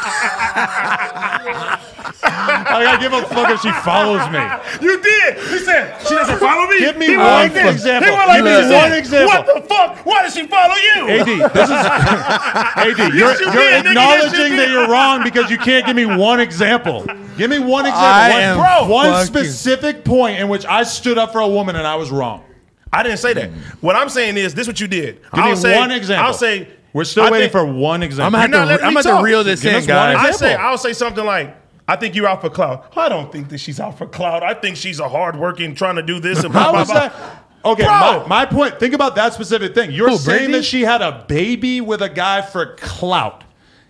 Speaker 3: <laughs> I gotta give a fuck if she follows me.
Speaker 2: You did. He said she doesn't follow me.
Speaker 3: Give me
Speaker 2: He went
Speaker 3: one
Speaker 2: like this.
Speaker 3: example.
Speaker 2: He went like
Speaker 3: Give me
Speaker 2: this. He said,
Speaker 3: one example.
Speaker 2: What the fuck? Why does she follow you?
Speaker 3: AD, this is AD. You're,
Speaker 2: Yes, <laughs> you did,
Speaker 3: you're
Speaker 2: nigga. Yes, you
Speaker 3: acknowledging
Speaker 2: did.
Speaker 3: that you're wrong because you can't give me one example. Give me one example,
Speaker 1: I
Speaker 3: one,
Speaker 1: am
Speaker 3: bro, one
Speaker 1: fucking-
Speaker 3: specific point in which I stood up for a woman and I was wrong.
Speaker 2: I didn't say that. What I'm saying is, this: what you did.
Speaker 3: Give
Speaker 2: I'll
Speaker 3: me
Speaker 2: say,
Speaker 3: one example.
Speaker 2: I'll say
Speaker 3: we're still
Speaker 2: I
Speaker 3: waiting
Speaker 2: think-
Speaker 3: for one
Speaker 1: I'm
Speaker 3: example.
Speaker 1: gonna have
Speaker 2: You're not
Speaker 1: to.
Speaker 2: letting
Speaker 1: I'm
Speaker 2: me
Speaker 1: about to
Speaker 2: talk.
Speaker 1: reel this
Speaker 3: Give
Speaker 1: in,
Speaker 3: us one
Speaker 1: guys.
Speaker 2: I
Speaker 3: example.
Speaker 2: say I'll say something like, "I think you're out for clout." I don't think that she's out for clout. I think she's a hardworking, trying to do this and blah
Speaker 3: How
Speaker 2: blah
Speaker 3: was
Speaker 2: blah.
Speaker 3: that? <laughs> Okay,
Speaker 2: Bro!
Speaker 3: my, my point. Think about that specific thing. You're
Speaker 1: Who,
Speaker 3: saying
Speaker 1: Britney?
Speaker 3: that she had a baby with a guy for clout.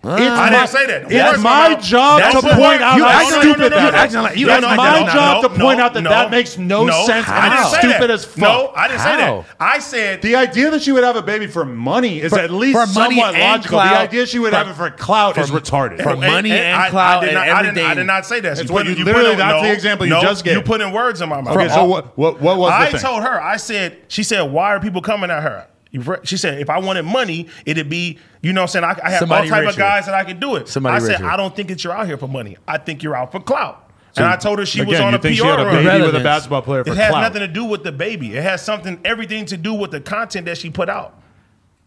Speaker 3: It's
Speaker 2: I didn't say that.
Speaker 3: It's
Speaker 2: That's
Speaker 3: my
Speaker 2: not-
Speaker 3: job
Speaker 2: that's
Speaker 3: to
Speaker 2: not-
Speaker 3: point out
Speaker 1: You
Speaker 3: how
Speaker 1: acting-
Speaker 3: stupid
Speaker 1: no, no, no,
Speaker 3: that
Speaker 1: no,
Speaker 3: is.
Speaker 1: no, no, you
Speaker 3: It's
Speaker 1: acting like
Speaker 3: my
Speaker 1: that.
Speaker 2: No,
Speaker 3: job
Speaker 2: no,
Speaker 3: to point
Speaker 2: no,
Speaker 3: out that
Speaker 2: no,
Speaker 3: that makes no, sense.
Speaker 2: I didn't
Speaker 3: How
Speaker 2: say
Speaker 3: stupid
Speaker 2: that.
Speaker 3: as fuck.
Speaker 2: No, I didn't say
Speaker 1: How?
Speaker 2: that. I said
Speaker 3: The idea that she would have a baby for money is
Speaker 1: For-
Speaker 3: at least
Speaker 1: for money
Speaker 3: somewhat
Speaker 1: and
Speaker 3: logical.
Speaker 1: clout.
Speaker 3: the idea she would
Speaker 1: For-
Speaker 3: have it for clout is retarded.
Speaker 1: for- money and
Speaker 2: I- I
Speaker 1: clout
Speaker 2: did
Speaker 1: and
Speaker 2: not- I did- I
Speaker 1: everything.
Speaker 2: did not say that.
Speaker 3: That's what you- literally, that's the example you
Speaker 2: no,
Speaker 3: just gave.
Speaker 2: You put in words in my mouth.
Speaker 3: okay, so what, what, what was
Speaker 2: I
Speaker 3: the thing?
Speaker 2: told her. I said. She said, "Why are people coming at her?" You fr- She said, "If I wanted money, it'd be you know, what I'm saying I, I have
Speaker 1: Somebody
Speaker 2: all type of
Speaker 1: richer.
Speaker 2: guys that I could do it."
Speaker 1: Somebody
Speaker 2: I said,
Speaker 1: richer.
Speaker 2: "I don't think that you're out here for money. I think you're out for clout." and I told her she was on
Speaker 3: Again, you
Speaker 2: a PR
Speaker 3: think she had a
Speaker 2: run.
Speaker 3: baby with a
Speaker 1: Relevance.
Speaker 3: basketball player for
Speaker 2: It has
Speaker 3: clout.
Speaker 2: nothing to do with the baby. It has something, everything to do with the content that she put out.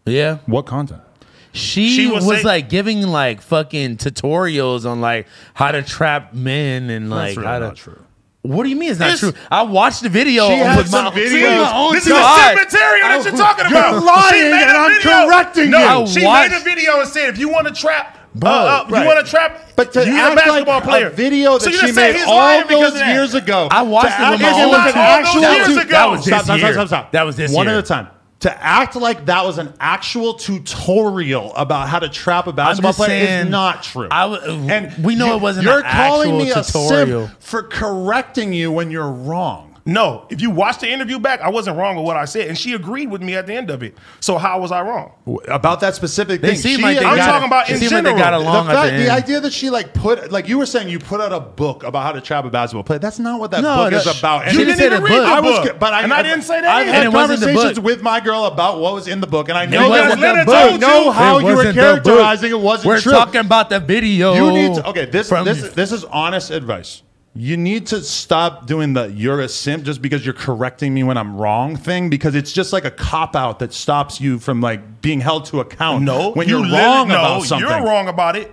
Speaker 1: Yeah,
Speaker 3: what content?
Speaker 1: she,
Speaker 2: She was
Speaker 1: was,
Speaker 2: say-
Speaker 1: like giving like fucking tutorials on like how to trap men and like
Speaker 3: That's really
Speaker 1: how to.
Speaker 3: not true.
Speaker 1: What do you mean it's not
Speaker 2: This-
Speaker 1: true? I watched the video.
Speaker 3: She had
Speaker 1: with
Speaker 3: some
Speaker 1: my,
Speaker 3: videos.
Speaker 1: with my
Speaker 3: Oh,
Speaker 1: own
Speaker 2: This
Speaker 1: God.
Speaker 2: is the same material that you're talking
Speaker 1: You're
Speaker 2: about.
Speaker 1: lying
Speaker 2: She made
Speaker 1: and
Speaker 2: a
Speaker 1: I'm
Speaker 2: video-
Speaker 1: correcting
Speaker 2: no,
Speaker 1: you.
Speaker 2: She
Speaker 1: I watched-
Speaker 2: made a video and said, if you want to trap,
Speaker 1: Bro,
Speaker 2: uh, uh,
Speaker 3: right.
Speaker 2: you want to trap,
Speaker 3: But to
Speaker 2: you're
Speaker 3: act
Speaker 2: a basketball
Speaker 3: like
Speaker 2: player.
Speaker 3: a video
Speaker 2: So
Speaker 3: that
Speaker 2: you
Speaker 3: she
Speaker 2: just said
Speaker 3: made
Speaker 2: he's lying
Speaker 3: all
Speaker 2: because of
Speaker 3: those
Speaker 2: that.
Speaker 3: years ago.
Speaker 1: I watched
Speaker 3: to
Speaker 1: it with
Speaker 3: act
Speaker 1: my
Speaker 3: like
Speaker 1: own
Speaker 3: it was
Speaker 1: eyes.
Speaker 3: an
Speaker 2: All those
Speaker 3: actual.
Speaker 2: years
Speaker 3: Dude,
Speaker 2: ago. That was
Speaker 1: this
Speaker 3: stop, stop,
Speaker 1: year.
Speaker 3: stop, stop.
Speaker 1: That was this
Speaker 3: One
Speaker 1: year.
Speaker 3: at a time. To act like that was an actual tutorial about how to trap a basketball
Speaker 1: just
Speaker 3: player is
Speaker 1: saying,
Speaker 3: not true.
Speaker 1: I w- we know it wasn't
Speaker 3: You're
Speaker 1: an
Speaker 3: calling
Speaker 1: actual
Speaker 3: me a
Speaker 1: tutorial.
Speaker 3: simp for correcting you when you're wrong.
Speaker 2: No, if you watch the interview back, I wasn't wrong with what I said, and she agreed with me at the end of it. So how was I wrong?
Speaker 3: about that specific
Speaker 1: They
Speaker 3: thing.
Speaker 1: seem
Speaker 3: she-
Speaker 1: like they
Speaker 2: I'm
Speaker 1: got
Speaker 2: talking about
Speaker 1: it
Speaker 2: in
Speaker 1: seem like they
Speaker 2: general.
Speaker 1: got
Speaker 2: The
Speaker 1: along
Speaker 3: the,
Speaker 1: at
Speaker 3: fact,
Speaker 1: the
Speaker 3: the,
Speaker 1: end.
Speaker 3: idea that she like put like you were saying you put out a book about how to trap a basketball player. That's not what that
Speaker 1: No,
Speaker 3: book
Speaker 1: that-
Speaker 3: is about.
Speaker 1: she
Speaker 3: And
Speaker 1: didn't say the book.
Speaker 3: I
Speaker 1: I
Speaker 3: was, but I,
Speaker 2: and I didn't say that.
Speaker 3: I've
Speaker 2: either.
Speaker 3: had
Speaker 1: And it wasn't the
Speaker 3: conversations
Speaker 1: book.
Speaker 3: with my girl about what was in the book, and I know
Speaker 1: It
Speaker 3: that
Speaker 1: wasn't the
Speaker 3: I
Speaker 1: book.
Speaker 3: know how
Speaker 1: It
Speaker 3: you were
Speaker 1: wasn't the book.
Speaker 3: characterizing it wasn't
Speaker 1: We're
Speaker 3: true.
Speaker 1: talking about the video.
Speaker 3: You need to, okay. This
Speaker 1: from-
Speaker 3: this this is honest advice. You need to stop doing the "you're a simp" just because you're correcting me when I'm wrong thing because it's just like a cop out that stops you from like being held to account.
Speaker 2: No,
Speaker 3: when you're
Speaker 2: you literally-
Speaker 3: wrong
Speaker 2: no,
Speaker 3: about something,
Speaker 2: You're wrong about it.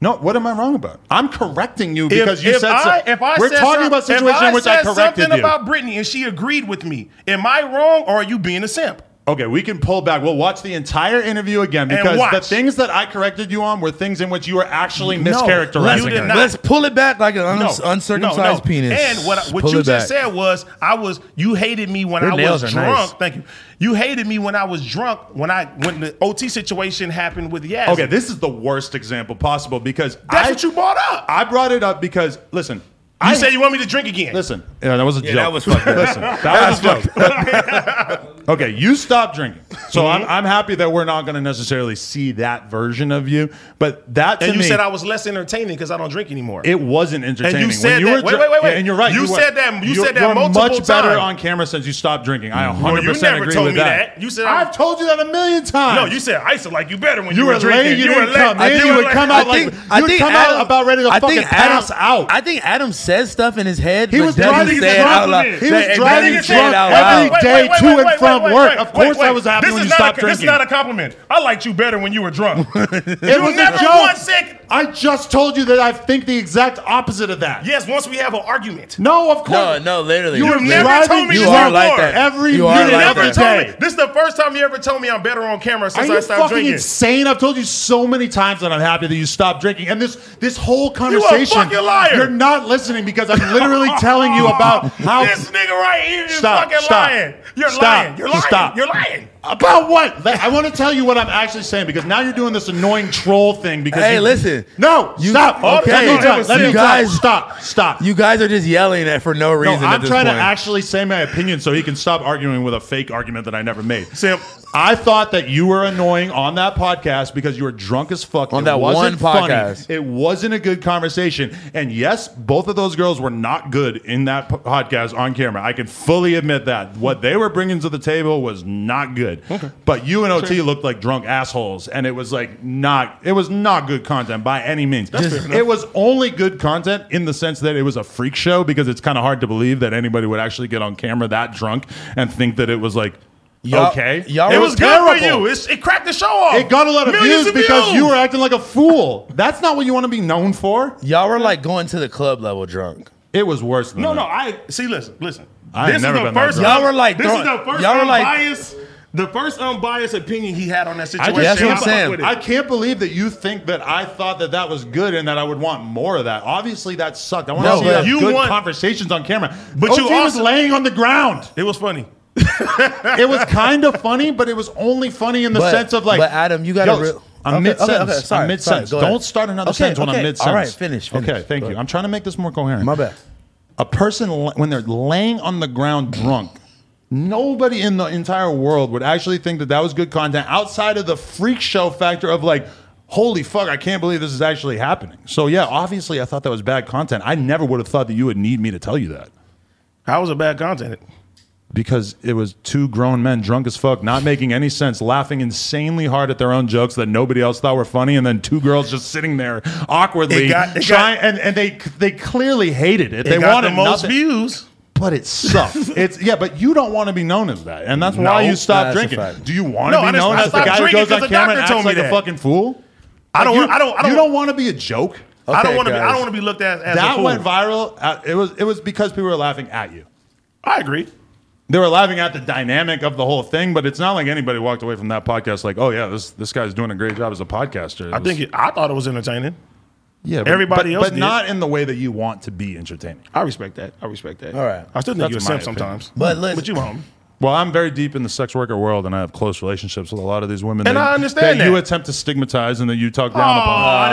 Speaker 3: No, what am I wrong about? I'm correcting you because you
Speaker 2: if
Speaker 3: said
Speaker 2: I,
Speaker 3: so-
Speaker 2: if I
Speaker 3: We're
Speaker 2: said
Speaker 3: talking about a
Speaker 2: some- if
Speaker 3: situation in which I
Speaker 2: said
Speaker 3: corrected
Speaker 2: something
Speaker 3: you.
Speaker 2: about Brittany and she agreed with me. Am I wrong or are you being a simp?
Speaker 3: okay, we can pull back. We'll watch the entire interview again because the
Speaker 2: watch.
Speaker 3: things that I corrected you on were things in which you were actually
Speaker 2: No,
Speaker 3: mischaracterizing
Speaker 2: you did
Speaker 3: her.
Speaker 2: not.
Speaker 1: Let's pull it back like an un-
Speaker 2: No,
Speaker 1: uncircumcised
Speaker 2: no, no.
Speaker 1: penis.
Speaker 2: And what, I- what
Speaker 1: Pull
Speaker 2: you
Speaker 1: it
Speaker 2: just
Speaker 1: back.
Speaker 2: said was, I was you hated me when
Speaker 1: Their
Speaker 2: I was
Speaker 1: nails are
Speaker 2: drunk.
Speaker 1: nice.
Speaker 2: Thank you. You hated me when I was drunk when I when the OT situation happened with Yaz.
Speaker 3: Okay, this is the worst example possible because
Speaker 2: that's
Speaker 3: I,
Speaker 2: what you brought up.
Speaker 3: I brought it up because listen,
Speaker 2: you
Speaker 3: I
Speaker 2: said you want me to drink again.
Speaker 3: listen. Yeah, that was a joke.
Speaker 1: that was fucking-
Speaker 3: listen. That was a joke. <laughs> okay, you stop drinking. So
Speaker 2: Hmm?
Speaker 3: I'm, I'm happy that we're not going to necessarily see that version of you, but that to
Speaker 2: and you
Speaker 3: me,
Speaker 2: said I was less entertaining because I don't drink anymore.
Speaker 3: It wasn't entertaining.
Speaker 2: you said
Speaker 3: when you
Speaker 2: that-
Speaker 3: were
Speaker 2: wait,
Speaker 3: dr-
Speaker 2: wait, wait, wait.
Speaker 3: Yeah, and you're right.
Speaker 2: You
Speaker 3: were-
Speaker 2: said that- you
Speaker 3: you're-
Speaker 2: said that
Speaker 3: you're
Speaker 2: multiple
Speaker 3: much better
Speaker 2: times.
Speaker 3: on camera since you stopped drinking. I 100
Speaker 2: Oh, you
Speaker 3: percent
Speaker 2: never
Speaker 3: agree
Speaker 2: told
Speaker 3: with
Speaker 2: me
Speaker 3: that.
Speaker 2: that. You said I-
Speaker 3: I've told you that a million times.
Speaker 2: no, you said I used to like you better when you,
Speaker 3: You were
Speaker 2: drinking.
Speaker 3: late. You didn't come
Speaker 2: I
Speaker 3: in.
Speaker 2: did
Speaker 3: You would
Speaker 2: like-
Speaker 3: come
Speaker 2: I
Speaker 3: out like- you would come out about ready to fucking pass out.
Speaker 1: I think Adam says stuff in his head.
Speaker 3: He
Speaker 1: but
Speaker 3: was
Speaker 1: doesn't
Speaker 3: driving
Speaker 1: say it
Speaker 3: drunk.
Speaker 1: out loud.
Speaker 3: He was
Speaker 1: That- and
Speaker 3: driving
Speaker 1: doesn't say it
Speaker 3: drunk
Speaker 1: out
Speaker 3: every
Speaker 1: loud.
Speaker 3: day. to and from work. Of course I was happy
Speaker 2: This
Speaker 3: when
Speaker 2: is
Speaker 3: you
Speaker 2: not
Speaker 3: stopped
Speaker 2: a, This is
Speaker 3: drinking.
Speaker 2: not a compliment. I liked you better when you were drunk. it
Speaker 3: <laughs> It
Speaker 2: you
Speaker 3: was
Speaker 2: never
Speaker 3: a joke.
Speaker 2: once said.
Speaker 3: I just told you that I think the exact opposite of that.
Speaker 2: Yes, once we have an argument.
Speaker 3: No, of
Speaker 1: No,
Speaker 3: course.
Speaker 1: no, literally.
Speaker 3: You were
Speaker 2: never
Speaker 3: driving
Speaker 2: told me
Speaker 3: drunk
Speaker 1: you are like
Speaker 2: more.
Speaker 1: that.
Speaker 3: every
Speaker 1: you are
Speaker 3: minute
Speaker 1: like
Speaker 3: of
Speaker 2: never
Speaker 3: the
Speaker 1: that.
Speaker 2: told me.
Speaker 3: day.
Speaker 2: This is the first time you ever told me I'm better on camera
Speaker 3: Are
Speaker 2: since I
Speaker 3: you
Speaker 2: stopped
Speaker 3: fucking
Speaker 2: drinking.
Speaker 3: insane? I've told you so many times that I'm happy that you stopped drinking. And this this whole
Speaker 2: a
Speaker 3: conversation,
Speaker 2: fucking liar.
Speaker 3: you're not listening because I'm
Speaker 2: <laughs>
Speaker 3: literally telling you about how
Speaker 2: this nigga right here is
Speaker 3: Stop,
Speaker 2: fucking
Speaker 3: stop,
Speaker 2: lying. You're
Speaker 3: stop,
Speaker 2: lying. You're lying.
Speaker 3: stop.
Speaker 2: You're lying.
Speaker 3: About what? Like, I want to tell you what I'm actually saying because now you're doing this annoying troll thing. Because
Speaker 1: Hey,
Speaker 3: you-
Speaker 1: listen.
Speaker 3: no,
Speaker 1: You-
Speaker 3: stop.
Speaker 1: Okay.
Speaker 3: let me talk. Let me
Speaker 1: You
Speaker 3: guys,
Speaker 1: guys-
Speaker 3: stop, stop.
Speaker 1: You guys are just yelling at for no
Speaker 3: no,
Speaker 1: reason. at
Speaker 3: I'm
Speaker 1: this
Speaker 3: trying to
Speaker 1: point.
Speaker 3: actually say my opinion so he can stop arguing with a fake argument that I never made.
Speaker 2: Simp.
Speaker 3: I thought that you were annoying on that podcast because you were drunk as fuck.
Speaker 1: On
Speaker 3: It
Speaker 1: that
Speaker 3: wasn't
Speaker 1: one
Speaker 3: funny.
Speaker 1: podcast.
Speaker 3: It wasn't a good conversation. And yes, both of those girls were not good in that po- podcast on camera. I can fully admit that. What they were bringing to the table was not good. But you and OT looked like drunk assholes. And it was like not, it was not good content by any means. it was only good content in the sense that it was a freak show because it's kind of hard to believe that anybody would actually get on camera that drunk and think that it was like,
Speaker 1: Y'all-
Speaker 3: okay.
Speaker 1: y'all
Speaker 2: It
Speaker 1: were
Speaker 2: was good for
Speaker 3: terrible.
Speaker 2: you. It's, it cracked the show off.
Speaker 3: It got a lot of
Speaker 2: Millions
Speaker 3: views because
Speaker 2: views.
Speaker 3: you were acting like a fool. That's not what you want to be known for.
Speaker 1: Y'all were like going to the club level drunk.
Speaker 3: It was worse than
Speaker 2: No,
Speaker 3: that.
Speaker 2: no. I see. Listen, listen.
Speaker 3: I ain't never been that
Speaker 2: first.
Speaker 3: drunk.
Speaker 1: Y'all were like
Speaker 2: this
Speaker 1: throwing-
Speaker 2: is the 1st
Speaker 1: y'all were like-
Speaker 2: unbiased. the first unbiased opinion he had on that
Speaker 3: I
Speaker 2: situation.
Speaker 3: just
Speaker 1: That's what
Speaker 3: can't
Speaker 1: I'm saying.
Speaker 3: fuck with it. I can't believe that you think that I thought that that was good and that I would want more of that. Obviously, that sucked. I want
Speaker 1: No,
Speaker 3: to see
Speaker 1: but-
Speaker 3: that
Speaker 2: You
Speaker 3: good
Speaker 2: want-
Speaker 3: conversations on camera.
Speaker 2: But
Speaker 3: OT
Speaker 2: you
Speaker 3: was
Speaker 2: also-
Speaker 3: laying on
Speaker 2: <laughs>
Speaker 3: the ground.
Speaker 2: It was funny.
Speaker 3: It was kind of funny, but it was only funny in the
Speaker 1: But-
Speaker 3: sense of like.
Speaker 1: but Adam, you gotta
Speaker 3: Yo,
Speaker 1: re-
Speaker 3: I'm
Speaker 1: Okay,
Speaker 3: mid sentence.
Speaker 1: okay, okay, sorry,
Speaker 3: I'm mid sentence.
Speaker 1: sorry, go ahead.
Speaker 3: Don't start another
Speaker 1: Okay,
Speaker 3: sentence when I'm
Speaker 1: okay,
Speaker 3: mid sentence.
Speaker 1: all right, finish, finish.
Speaker 3: Okay, thank
Speaker 1: Go
Speaker 3: you.
Speaker 1: ahead.
Speaker 3: I'm trying to make this more coherent.
Speaker 1: My bad.
Speaker 3: a person la- when they're laying on the ground drunk nobody in the entire world would actually think that that was good content outside of the freak show factor of like holy fuck i can't believe this is actually happening so yeah obviously i thought that was bad content i never would have thought that you would need me to tell you that
Speaker 2: How was it bad content?
Speaker 3: because it was two grown men drunk as fuck not making any sense laughing insanely hard at their own jokes that nobody else thought were funny and then two girls just sitting there awkwardly
Speaker 2: It got- it
Speaker 3: trying
Speaker 2: got-
Speaker 3: and, and they they clearly hated it, they
Speaker 2: it got
Speaker 3: wanted
Speaker 2: the most
Speaker 3: nothing
Speaker 2: views.
Speaker 3: but it
Speaker 2: <laughs>
Speaker 3: sucked. it's yeah, but you don't want to be known as that, and that's
Speaker 2: No,
Speaker 3: why you stopped
Speaker 1: that's a
Speaker 3: drinking.
Speaker 1: fact.
Speaker 3: Do you want
Speaker 2: No,
Speaker 3: to
Speaker 2: I
Speaker 3: be
Speaker 2: just-
Speaker 3: known
Speaker 2: I
Speaker 3: as the
Speaker 2: stopped
Speaker 3: guy who
Speaker 2: drinking
Speaker 3: goes on
Speaker 2: 'cause the
Speaker 3: camera
Speaker 2: doctor
Speaker 3: and acts
Speaker 2: told me
Speaker 3: like a
Speaker 2: that.
Speaker 3: fucking fool?
Speaker 2: I don't
Speaker 3: You-
Speaker 2: want. I don't. I don't.
Speaker 3: You don't want to be a joke.
Speaker 2: I don't
Speaker 1: Okay,
Speaker 2: want to be. I
Speaker 1: guys.
Speaker 2: don't want to be looked at as a
Speaker 3: that
Speaker 2: fool.
Speaker 3: went viral. Uh, it was it was because people were laughing at you.
Speaker 2: I agree.
Speaker 3: They were laughing at the dynamic of the whole thing, but it's not like anybody walked away from that podcast like, oh yeah, this this guy's doing a great job as a podcaster. It
Speaker 2: I
Speaker 3: was-
Speaker 2: think. It, I thought it was entertaining.
Speaker 3: yeah, but-
Speaker 2: everybody
Speaker 3: but-
Speaker 2: else
Speaker 3: but
Speaker 2: did.
Speaker 3: not in the way that you want to be entertaining.
Speaker 2: I respect that. I respect that.
Speaker 1: All right.
Speaker 2: I still think
Speaker 3: That's
Speaker 2: you're a simp
Speaker 3: my opinion.
Speaker 2: sometimes.
Speaker 1: But listen-
Speaker 2: But you <laughs> home.
Speaker 3: Well, I'm very deep in the sex worker world, and I have close relationships with a lot of these women.
Speaker 2: And
Speaker 3: that,
Speaker 2: I understand
Speaker 3: you
Speaker 2: that.
Speaker 3: attempt to stigmatize and that you talk
Speaker 2: Oh,
Speaker 3: down upon.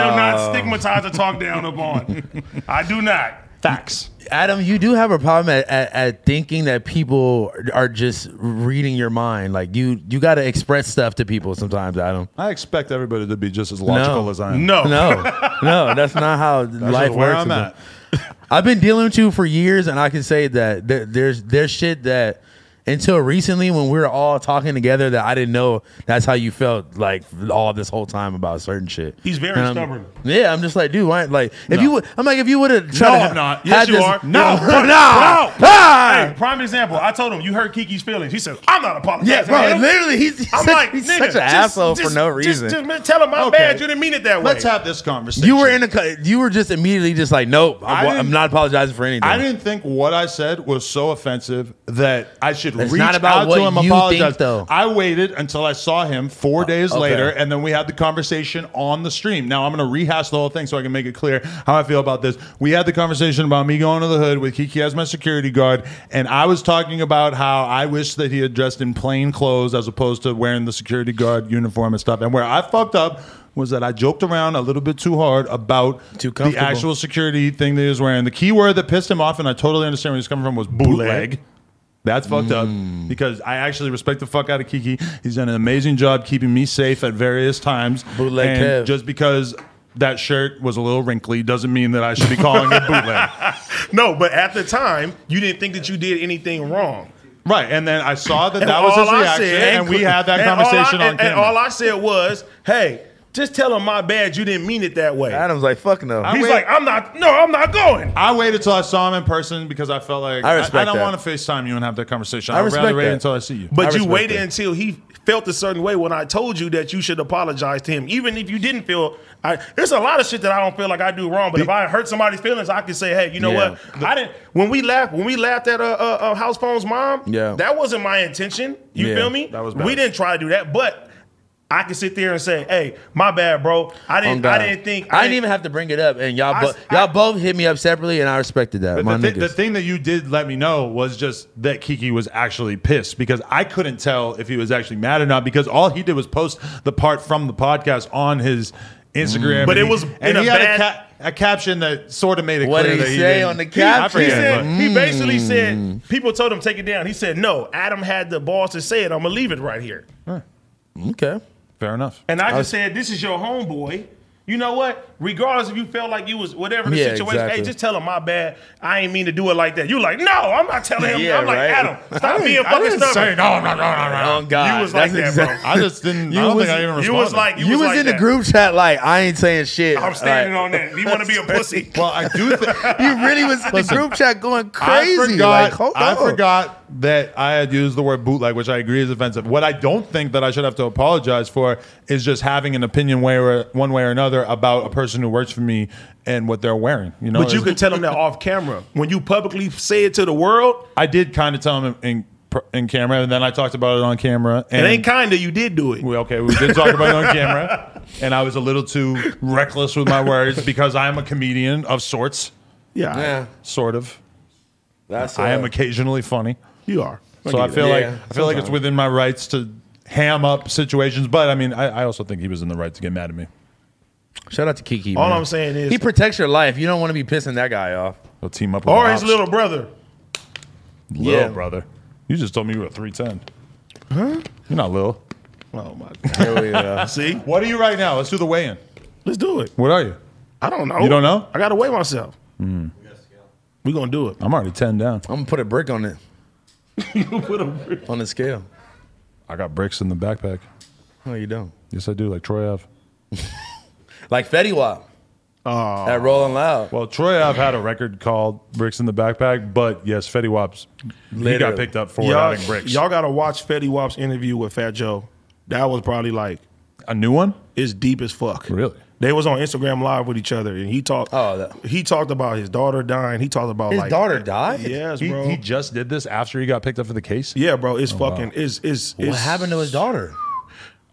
Speaker 2: <laughs> I do not stigmatize or talk down upon. I do not.
Speaker 3: Facts.
Speaker 1: Adam, you do have a problem at, at, at thinking that people are just reading your mind. Like you, you got to express stuff to people sometimes, Adam.
Speaker 3: I expect everybody to be just as logical as I am.
Speaker 2: No. <laughs>
Speaker 1: No, no, that's not how life
Speaker 3: just where
Speaker 1: works.
Speaker 3: I'm at.
Speaker 1: <laughs> I've been dealing with you for years, and I can say that there, there's there's shit that until recently when we were all talking together that I didn't know that's how you felt like all this whole time about certain shit.
Speaker 2: He's very
Speaker 1: And I'm-
Speaker 2: stubborn.
Speaker 1: Yeah, I'm just like, dude, why? Like, if you would, I'm like, if you would have tried
Speaker 2: No,
Speaker 1: to,
Speaker 2: I'm not.
Speaker 1: had
Speaker 2: Yes, you
Speaker 1: this- <laughs>
Speaker 2: are.
Speaker 1: No,
Speaker 2: You're-
Speaker 1: no,
Speaker 2: No.
Speaker 1: Ah!
Speaker 2: Hey, prime example. I told him you hurt Kiki's feelings. He said, "I'm not apologizing."
Speaker 1: Yeah, bro.
Speaker 2: Hell,
Speaker 1: Literally, he's, he's
Speaker 2: I'm
Speaker 1: such,
Speaker 2: like,
Speaker 1: he's
Speaker 2: nigga,
Speaker 1: such an
Speaker 2: just-
Speaker 1: asshole for
Speaker 2: just-
Speaker 1: no
Speaker 2: just-
Speaker 1: reason.
Speaker 2: Just, tell him my
Speaker 3: Okay.
Speaker 2: bad. You didn't mean it that way.
Speaker 3: Let's have this conversation.
Speaker 1: you were in a. co- You were just immediately just like, nope.
Speaker 3: I
Speaker 1: I'm,
Speaker 3: didn't-
Speaker 1: I'm not apologizing for anything.
Speaker 3: I didn't think what I said was so offensive that I should
Speaker 1: It's
Speaker 3: reach
Speaker 1: not about
Speaker 3: out
Speaker 1: what
Speaker 3: to him
Speaker 1: you
Speaker 3: apologize.
Speaker 1: think, though. Oh,
Speaker 3: I waited until I saw him four days
Speaker 1: okay.
Speaker 3: later, and then we had the conversation on the stream. Now I'm going to rehash the whole thing so I can make it clear how I feel about this. We had the conversation about me going to the hood with Kiki as my security guard, and I was talking about how I wish that he had dressed in plain clothes as opposed to wearing the security guard uniform and stuff. And where I fucked up. Was that I joked around a little bit too hard about
Speaker 1: Too
Speaker 3: the
Speaker 1: comfortable.
Speaker 3: actual security thing that he was wearing. The key word that pissed him off, and I totally understand where he's coming from, was bootleg. That's fucked
Speaker 2: Hmm.
Speaker 3: up because I actually respect the fuck out of Kiki. He's done an amazing job keeping me safe at various times.
Speaker 1: Bootleg
Speaker 3: and
Speaker 1: Kev.
Speaker 3: just because that shirt was a little wrinkly doesn't mean that I should be calling it
Speaker 2: <laughs>
Speaker 3: bootleg.
Speaker 2: no, but at the time, you didn't think that you did anything wrong.
Speaker 3: Right, and then I saw that
Speaker 2: And
Speaker 3: that was
Speaker 2: all
Speaker 3: his
Speaker 2: I
Speaker 3: reaction,
Speaker 2: said-
Speaker 3: and we had
Speaker 2: <laughs>
Speaker 3: that
Speaker 2: and all I-
Speaker 3: conversation on
Speaker 2: and-
Speaker 3: camera.
Speaker 2: And all I said was, "Hey, just tell him my bad. You didn't mean it that way."
Speaker 1: Adam's like, fuck no.
Speaker 2: He's
Speaker 3: wait-
Speaker 2: like, "I'm not. No, I'm not going."
Speaker 3: I waited till I saw him in person because I felt like
Speaker 1: I
Speaker 3: I,
Speaker 1: respect
Speaker 3: I, don't
Speaker 1: that.
Speaker 3: want to FaceTime you and have that conversation.
Speaker 1: I
Speaker 3: I would
Speaker 1: respect
Speaker 3: rather wait
Speaker 1: that.
Speaker 3: until I see you.
Speaker 1: I
Speaker 2: But you
Speaker 1: respect
Speaker 2: waited
Speaker 1: that.
Speaker 2: until he felt a certain way when I told you that you should apologize to him, even if you didn't feel. I, there's a lot of shit that I don't feel like I do wrong, but if I hurt somebody's feelings, I can say, "Hey, you know
Speaker 1: Yeah.
Speaker 2: what? I didn't." When we laughed, when we laughed at uh, uh, uh, house phone's mom,
Speaker 1: Yeah.
Speaker 2: that wasn't my intention. You
Speaker 1: Yeah,
Speaker 2: feel me?
Speaker 3: that was
Speaker 2: We
Speaker 3: bad.
Speaker 2: didn't try to do that, but I can sit there and say, "Hey, my bad, bro. I
Speaker 1: On
Speaker 2: didn't.
Speaker 1: God.
Speaker 2: I didn't think.
Speaker 1: I, didn't even have to bring it up, and y'all,
Speaker 2: I-
Speaker 1: bo-
Speaker 2: I-
Speaker 1: y'all both hit me up separately, and I respected that.
Speaker 3: But
Speaker 1: My
Speaker 3: the, thi- the
Speaker 1: niggas.
Speaker 3: thing that you did let me know was just that Kiki was actually pissed because I couldn't tell if he was actually mad or not because all he did was post the part from the podcast on his Instagram.
Speaker 2: Mm. But
Speaker 3: and
Speaker 2: it
Speaker 3: he-
Speaker 2: was in
Speaker 3: and he
Speaker 2: a
Speaker 3: had
Speaker 2: bad-
Speaker 3: a, ca- a caption that sort of made it
Speaker 1: What
Speaker 3: clear
Speaker 1: did he
Speaker 3: that
Speaker 1: say
Speaker 3: didn't-
Speaker 1: on the
Speaker 3: He- I
Speaker 1: caption?
Speaker 2: He
Speaker 3: forget,
Speaker 2: said
Speaker 3: but-
Speaker 1: Mm.
Speaker 2: he basically said people told him take it down. He said no. Adam had the balls to say it. I'm gonna leave it right here.
Speaker 1: okay.
Speaker 2: <laughs>
Speaker 3: fair enough.
Speaker 2: And I just said, "This is your homeboy." You know what? Regardless if you felt like you was whatever the
Speaker 1: Yeah,
Speaker 2: situation,
Speaker 1: exactly.
Speaker 2: hey, just tell him my bad. I ain't mean to do it like that. You like, no, I'm not telling him.
Speaker 1: Yeah,
Speaker 2: I'm like,
Speaker 1: right.
Speaker 2: Adam, stop being
Speaker 3: I
Speaker 2: fucking
Speaker 3: didn't say
Speaker 2: stubborn.
Speaker 3: no, no, no, no,
Speaker 1: Oh
Speaker 3: no.
Speaker 1: God,
Speaker 2: You was like
Speaker 1: that's
Speaker 2: that, bro.
Speaker 1: exact-
Speaker 3: I just didn't. I
Speaker 1: You
Speaker 3: don't
Speaker 1: was-
Speaker 3: think I even responded.
Speaker 2: you was like,
Speaker 1: You was,
Speaker 2: like
Speaker 1: in
Speaker 2: that.
Speaker 1: the group chat like I ain't saying shit.
Speaker 2: I'm standing
Speaker 1: Like,
Speaker 2: on that. You want to be a pussy?
Speaker 3: well, I
Speaker 2: <laughs>
Speaker 3: do. think...
Speaker 1: You really was in
Speaker 3: Listen,
Speaker 1: the group chat going crazy.
Speaker 3: I forgot,
Speaker 1: like, hold
Speaker 3: I
Speaker 1: on.
Speaker 3: forgot that I had used the word bootleg, which I agree is offensive. What I don't think that I should have to apologize for is just having an opinion way or one way or another about a person who works for me and what they're wearing. You know,
Speaker 2: But you
Speaker 3: It's-
Speaker 2: could tell him that off camera when you publicly say it to the world.
Speaker 3: I did kind of tell him in, in, in camera, and then I talked about it on camera.
Speaker 2: It
Speaker 3: And
Speaker 2: ain't kinda. You did do it.
Speaker 3: we, okay, we did talk about it on camera, <laughs> and I was a little too reckless with my words because I am a comedian of sorts,
Speaker 2: Yeah,
Speaker 1: Yeah,
Speaker 3: sort of.
Speaker 1: that's.
Speaker 3: I
Speaker 1: uh,
Speaker 3: am occasionally funny.
Speaker 2: you are.
Speaker 3: So I
Speaker 2: get
Speaker 3: feel
Speaker 1: Yeah,
Speaker 3: like I feel like it's within my rights to ham up situations, but I mean, I, I also think he was in the right to get mad at me.
Speaker 1: shout out to Kiki.
Speaker 2: All
Speaker 1: man.
Speaker 2: I'm saying is-
Speaker 1: he protects your life. You don't want to be pissing that guy off.
Speaker 3: He'll team up
Speaker 2: that.
Speaker 3: with
Speaker 2: or
Speaker 3: the
Speaker 2: his
Speaker 3: ops.
Speaker 2: little brother.
Speaker 3: little
Speaker 1: Yeah.
Speaker 3: brother. You just told me you were three ten. Huh? You're not little.
Speaker 2: Oh my god.
Speaker 1: Hell <laughs> yeah.
Speaker 2: <laughs> See,
Speaker 3: What are you right now? Let's do the weigh in.
Speaker 2: let's do it.
Speaker 3: What are you?
Speaker 2: I don't know.
Speaker 3: You don't know?
Speaker 2: I gotta weigh myself.
Speaker 1: Mm.
Speaker 2: We gonna do it.
Speaker 3: I'm already ten down.
Speaker 1: I'm gonna put a brick on it. you put a brick on the scale.
Speaker 3: I got bricks in the backpack.
Speaker 1: No, you don't.
Speaker 3: Yes, I do. Like Troy Ave.
Speaker 1: Like Fetty Wap. Oh. That Rolling Loud.
Speaker 3: Well, Troy Ave had a record called "Bricks in the Backpack," but yes, Fetty Wap's he got
Speaker 1: Literally.
Speaker 3: picked up for
Speaker 2: y'all,
Speaker 3: having bricks.
Speaker 2: y'all gotta watch Fetty Wap's interview with Fat Joe. That was probably like
Speaker 3: a new one?
Speaker 2: it's deep as fuck.
Speaker 3: Really?
Speaker 2: They was on Instagram live with each other, and he talked.
Speaker 1: Oh, that-
Speaker 2: he talked about his daughter dying. He talked about
Speaker 1: His
Speaker 2: like,
Speaker 1: daughter died.
Speaker 2: Yes,
Speaker 3: He,
Speaker 2: bro.
Speaker 3: he just did this after he got picked up for the case.
Speaker 2: yeah, bro.
Speaker 1: Oh,
Speaker 2: It's fucking. It's, it's
Speaker 1: What happened to his daughter?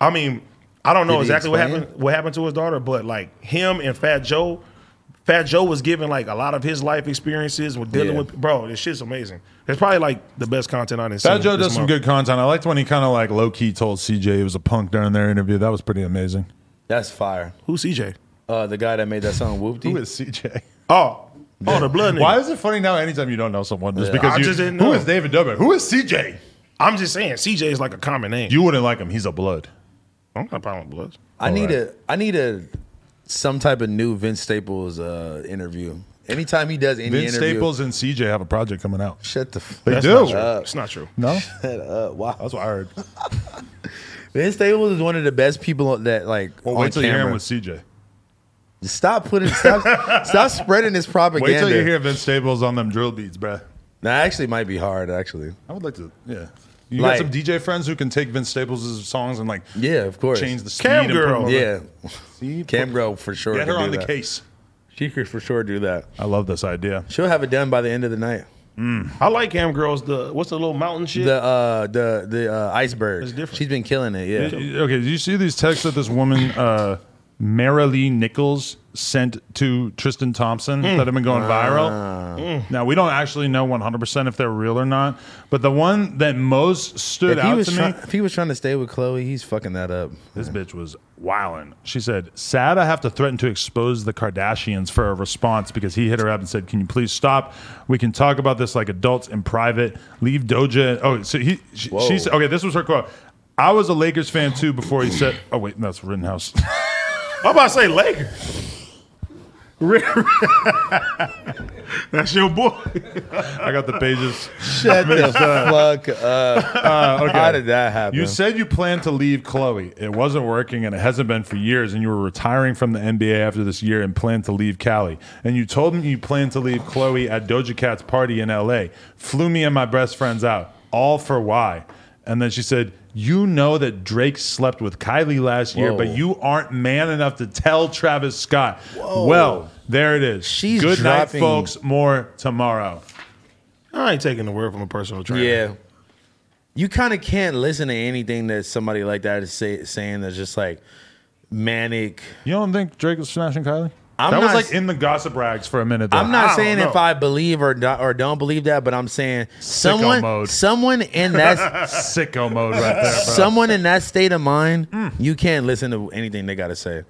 Speaker 2: I mean, I don't know
Speaker 1: Did he
Speaker 2: exactly what
Speaker 1: explain?
Speaker 2: happened. What happened to his daughter? But like him and Fat Joe, Fat Joe was given like a lot of his life experiences with dealing
Speaker 1: Yeah.
Speaker 2: with. Bro, this shit's amazing. It's probably like the best content I've seen.
Speaker 3: Fat Joe
Speaker 2: this
Speaker 3: does some
Speaker 2: month.
Speaker 3: good content. I liked when he kind of like low key told CJ he was a punk during their interview. That was pretty amazing.
Speaker 1: That's fire.
Speaker 2: Who's CJ?
Speaker 1: <laughs> Uh, the guy that made that song Whoop Dee.
Speaker 3: CJ?
Speaker 2: Oh, Oh, the blood nigga.
Speaker 3: Why is it funny now? Anytime you don't know someone, just because
Speaker 2: I
Speaker 3: you,
Speaker 2: just didn't
Speaker 3: who
Speaker 2: know.
Speaker 3: is David Dobrik? Who is CJ?
Speaker 2: I'm just saying, CJ is like a common name.
Speaker 3: You wouldn't like him. He's a blood.
Speaker 2: I'm not a problem with Bloods.
Speaker 1: I need a I need a some type of new Vince Staples uh, interview. Anytime he does any
Speaker 3: Vince
Speaker 1: interview,
Speaker 3: Staples and CJ have a project coming out.
Speaker 1: shut the f-
Speaker 3: <laughs> They
Speaker 1: up.
Speaker 3: do.
Speaker 2: Not true. it's not true.
Speaker 1: <laughs>
Speaker 3: No,
Speaker 1: Wow,
Speaker 3: that's what I heard.
Speaker 1: Vince Staples is one of the best people that like
Speaker 3: Well,
Speaker 1: on
Speaker 3: wait till you hear him
Speaker 1: camera.
Speaker 3: with CJ.
Speaker 1: stop putting stop stop spreading this propaganda.
Speaker 3: <laughs> Wait till you hear Vince Staples on them drill beats, bruh.
Speaker 1: That actually might be hard. Actually,
Speaker 3: I would like to. Yeah, you
Speaker 1: Like-
Speaker 3: got some DJ friends who can take Vince Staples' songs and like
Speaker 1: yeah, of course.
Speaker 3: change the speed.
Speaker 2: Cam
Speaker 3: and
Speaker 2: Girl.
Speaker 3: promote it.
Speaker 1: yeah, <laughs> Cam Girl for sure.
Speaker 3: get
Speaker 1: could
Speaker 3: her
Speaker 1: do
Speaker 3: on the
Speaker 1: that.
Speaker 3: case.
Speaker 1: She could for sure do that.
Speaker 3: I love this idea.
Speaker 1: She'll have it done by the end of the night.
Speaker 2: I like Cam Girls. The what's the little mountain shit?
Speaker 1: The uh the the uh, iceberg.
Speaker 2: It's different.
Speaker 1: She's been killing it. Yeah.
Speaker 3: Okay, do you see these texts that this woman, uh, Marilee Nichols, sent to Tristan Thompson
Speaker 1: Mm.
Speaker 3: that have been going
Speaker 1: Ah.
Speaker 3: viral? Now, we don't actually know 100% if they're real or not, but the one that most stood
Speaker 1: If he,
Speaker 3: out
Speaker 1: was
Speaker 3: to
Speaker 1: try-
Speaker 3: me,
Speaker 1: if he was trying to stay with Chloe, he's fucking that up.
Speaker 3: this bitch was wildin'. She said, Sad I have to threaten to expose the Kardashians for a response because he hit her up and said, Can you please stop? We can talk about this like adults in private. Leave Doja. Oh, so he, she,
Speaker 1: Whoa.
Speaker 3: she said, Okay, this was her quote. I was a Lakers fan too before he said, Oh, wait, that's Rittenhouse. <laughs>
Speaker 2: I'm about to say Laker. <laughs> That's your boy.
Speaker 3: I got the pages.
Speaker 1: Shut the <laughs> fuck up. How did that happen?
Speaker 3: You said you planned to leave Chloe. It wasn't working and it hasn't been for years, and you were retiring from the NBA after this year and planned to leave Cali. And you told me you planned to leave Chloe at Doja Cat's party in LA. Flew me and my best friends out. All for why? And then she said, You know that Drake slept with Kylie last year,
Speaker 1: Whoa.
Speaker 3: but you aren't man enough to tell Travis Scott. Well, there it is.
Speaker 1: She's
Speaker 3: Good
Speaker 1: dropping-
Speaker 3: night, folks. More tomorrow.
Speaker 2: I ain't taking the word from a personal trainer.
Speaker 1: yeah. You kind of can't listen to anything that somebody like that is say, saying that's just like manic.
Speaker 3: You don't think Drake was smashing Kylie?
Speaker 1: I'm
Speaker 3: that was
Speaker 1: not-
Speaker 3: like in the gossip rags for a minute. Though.
Speaker 1: I'm
Speaker 2: I
Speaker 1: not
Speaker 2: don't
Speaker 1: saying
Speaker 2: know.
Speaker 1: if I believe or do, or don't believe that, but I'm saying someone
Speaker 3: mode.
Speaker 1: someone in that
Speaker 3: sicko mode right there, bro. Mm.
Speaker 1: someone in that state of mind, you can't listen to anything they got to say.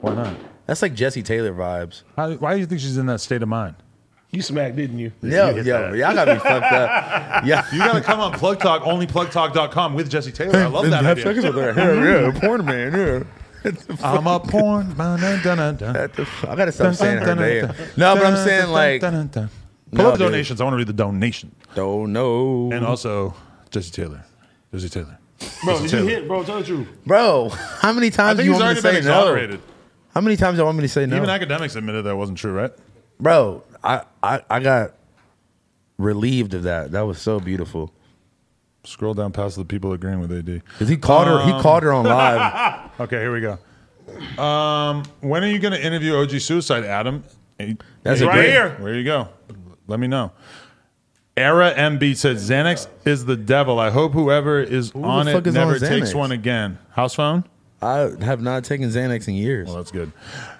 Speaker 3: Why not?
Speaker 1: That's like Jesse Taylor vibes.
Speaker 3: How, why do you think she's in that state of mind?
Speaker 2: You smacked, didn't you?
Speaker 1: Yo,
Speaker 2: You hit
Speaker 1: yo,
Speaker 2: that.
Speaker 1: y'all gotta be fucked
Speaker 3: <laughs>
Speaker 1: up. Yeah.
Speaker 3: You gotta come on Plug Talk, only plugtalk.com with Jesse Taylor. I love that idea.
Speaker 1: yeah,
Speaker 3: <laughs>
Speaker 1: porn man, yeah.
Speaker 3: I'm a porn. <laughs> I
Speaker 1: I gotta stop saying her name. No, but I'm saying like,
Speaker 3: Pull
Speaker 1: No,
Speaker 3: up
Speaker 1: dude.
Speaker 3: donations. I want to read the donation. Mm-hmm.
Speaker 1: don't know,
Speaker 3: And also Jesse Taylor. Jesse Taylor.
Speaker 2: Bro, did you hit, bro? Tell the truth.
Speaker 1: bro. How many
Speaker 3: I
Speaker 1: times do
Speaker 3: think
Speaker 1: you
Speaker 3: he's
Speaker 1: want me to
Speaker 3: already been
Speaker 1: say no?
Speaker 3: exonerated.
Speaker 1: How many times do you want me to say no,
Speaker 3: Even academics admitted that wasn't true, right?
Speaker 1: bro? I, I I got relieved of that. That was so beautiful.
Speaker 3: Scroll down past the people agreeing with AD.
Speaker 1: Cause he called
Speaker 3: Um,
Speaker 1: her. He called her on
Speaker 3: <laughs>
Speaker 1: live.
Speaker 3: Okay, here we go. Um, when are you going to interview OG Suicide, Adam? Hey,
Speaker 1: That's
Speaker 3: hey,
Speaker 1: a
Speaker 3: hey,
Speaker 1: great-
Speaker 3: Where you go? Let me know. Era MB said Xanax is the devil. I hope whoever is on
Speaker 1: the
Speaker 3: it
Speaker 1: fuck is on
Speaker 3: never takes
Speaker 1: Xanax?
Speaker 3: one again. House phone?
Speaker 1: I have not taken Xanax in years.
Speaker 3: Well, that's good.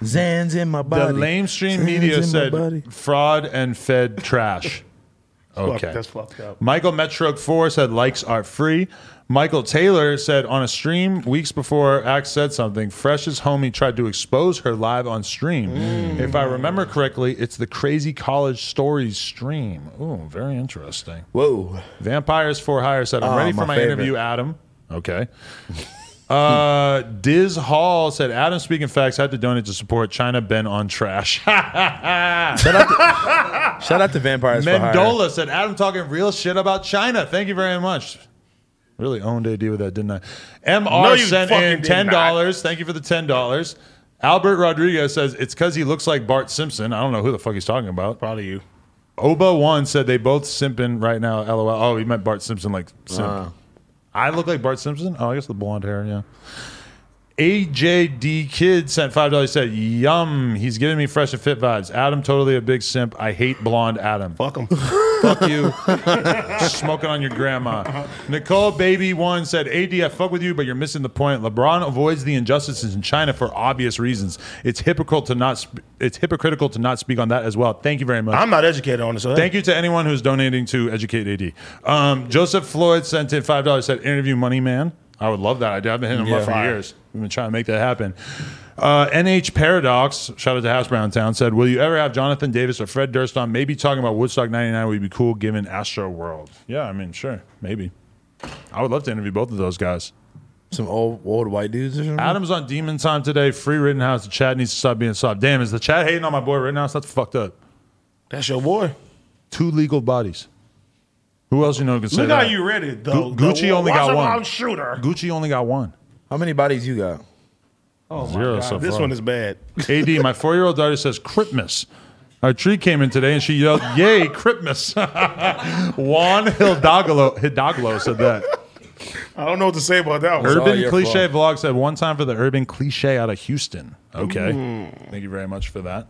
Speaker 1: Xans in my body.
Speaker 3: The
Speaker 1: Xans
Speaker 3: lamestream media
Speaker 1: in my
Speaker 3: said
Speaker 1: body.
Speaker 3: fraud and fed
Speaker 1: <laughs>
Speaker 3: trash.
Speaker 2: Fuck,
Speaker 3: Okay.
Speaker 2: That's fucked up.
Speaker 3: Michael Metroke 4 said likes are free. Michael Taylor said on a stream weeks before Axe said something, Fresh's homie tried to expose her live on stream.
Speaker 1: Mm.
Speaker 3: If I remember correctly, it's the Crazy College Stories stream. Ooh, very interesting.
Speaker 1: Whoa.
Speaker 3: Vampires for Hire said, I'm
Speaker 1: Oh,
Speaker 3: ready for
Speaker 1: my
Speaker 3: my
Speaker 1: favorite.
Speaker 3: interview, Adam. Okay. <laughs> Uh, Diz Hall said, Adam speaking facts, had to donate to support China Ben on trash. <laughs>
Speaker 1: Shout out to vampires. for Hire.
Speaker 3: Mendola said, Adam talking real shit about China. Thank you very much. Really owned AD with that, didn't I? MR
Speaker 2: No, you
Speaker 3: sent
Speaker 2: fucking
Speaker 3: in
Speaker 2: did
Speaker 3: $10. Thank you for the $10. Albert Rodriguez says, it's because he looks like Bart Simpson. I don't know who the fuck he's talking about.
Speaker 2: Probably you.
Speaker 3: Oba One said, they both simping right now, lol. Oh, he meant Bart Simpson, like simp.
Speaker 2: Uh.
Speaker 3: I look like Bart Simpson? Oh, I guess the blonde hair, yeah. AJD Kid sent five dollars. Said, "Yum, he's giving me fresh and fit vibes." Adam totally a big simp. I hate blonde Adam.
Speaker 2: Fuck him.
Speaker 3: <laughs> Fuck you. Smoking on your grandma. Nicole Baby One said, AD, I fuck with you, but you're missing the point. LeBron avoids the injustices in China for obvious reasons. It's hypocritical to not sp- it's hypocritical to not speak on that as well. Thank you very much.
Speaker 2: I'm not educated on it, so
Speaker 3: Thank you to anyone who's donating to Educate AD. Um, Joseph Floyd sent in five dollars. Said interview Money Man. I would love that idea. I've been hitting him
Speaker 1: Yeah.
Speaker 3: up for
Speaker 1: Fire.
Speaker 3: years. We've been trying to make that happen. Uh, NH Paradox, shout out to Hash Brown Town, said, Will you ever have Jonathan Davis or Fred Durst on? Maybe talking about Woodstock 99 would be cool given Astro World. Yeah, I mean, sure. Maybe. I would love to interview both of those guys.
Speaker 1: Some old old white dudes or something.
Speaker 3: Adam's on Demon Time today. Free Rittenhouse. The chat needs to stop being soft. Damn, is the chat hating on my boy Rittenhouse? That's fucked up.
Speaker 2: That's your boy.
Speaker 3: Two legal bodies. Who else you know can say
Speaker 2: Look
Speaker 3: that?
Speaker 2: how you read it, though.
Speaker 3: Gu- Gucci
Speaker 2: The
Speaker 3: only got one.
Speaker 2: once-around shooter.
Speaker 3: Gucci only got one.
Speaker 1: How many bodies you got?
Speaker 3: Zero so
Speaker 2: Oh This
Speaker 3: far.
Speaker 2: one is bad.
Speaker 3: AD, my four year old daughter says Christmas. Our tree came in today and she yelled, Yay, Christmas. <laughs> Juan Hidalgo, Hidalgo said that.
Speaker 2: I don't know what to say about that one.
Speaker 1: all
Speaker 3: Urban
Speaker 1: your
Speaker 3: Cliche Vlog said one time for the urban cliche out of Houston. Okay.
Speaker 1: Mm.
Speaker 3: Thank you very much for that.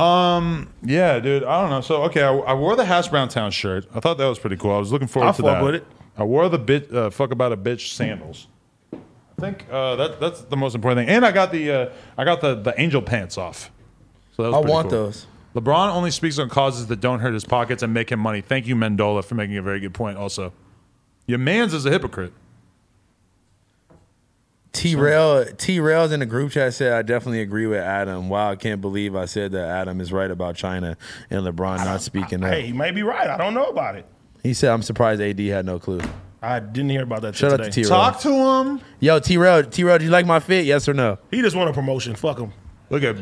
Speaker 3: Um, yeah, dude. I don't know. So, okay, I, I wore the Hash Brown Town shirt. I thought that was pretty cool. I was looking forward
Speaker 2: I
Speaker 3: to
Speaker 2: fuck
Speaker 3: that.
Speaker 2: with it.
Speaker 3: I wore the bit, uh, fuck about a bitch sandals. I think uh, that that's the most important thing. And I got the uh, I got the the angel pants off. So that was
Speaker 1: I
Speaker 3: pretty
Speaker 1: want
Speaker 3: cool.
Speaker 1: those.
Speaker 3: LeBron only speaks on causes that don't hurt his pockets and make him money. Thank you, Mendola, for making a very good point. Also, your man's is a hypocrite.
Speaker 1: T Rail T Rail's in the group chat said I definitely agree with Adam. Wow, I can't believe I said that Adam is right about China and LeBron not speaking up.
Speaker 2: Hey, he may be right. I don't know about it.
Speaker 1: He said I'm surprised AD had no clue.
Speaker 2: I didn't hear about that. till
Speaker 1: Shout out
Speaker 2: today.
Speaker 1: to T Rail.
Speaker 3: Talk to him.
Speaker 1: Yo, T Rail, T Rail, do you like my fit? Yes or no?
Speaker 2: He just won a promotion. Fuck him.
Speaker 3: Look at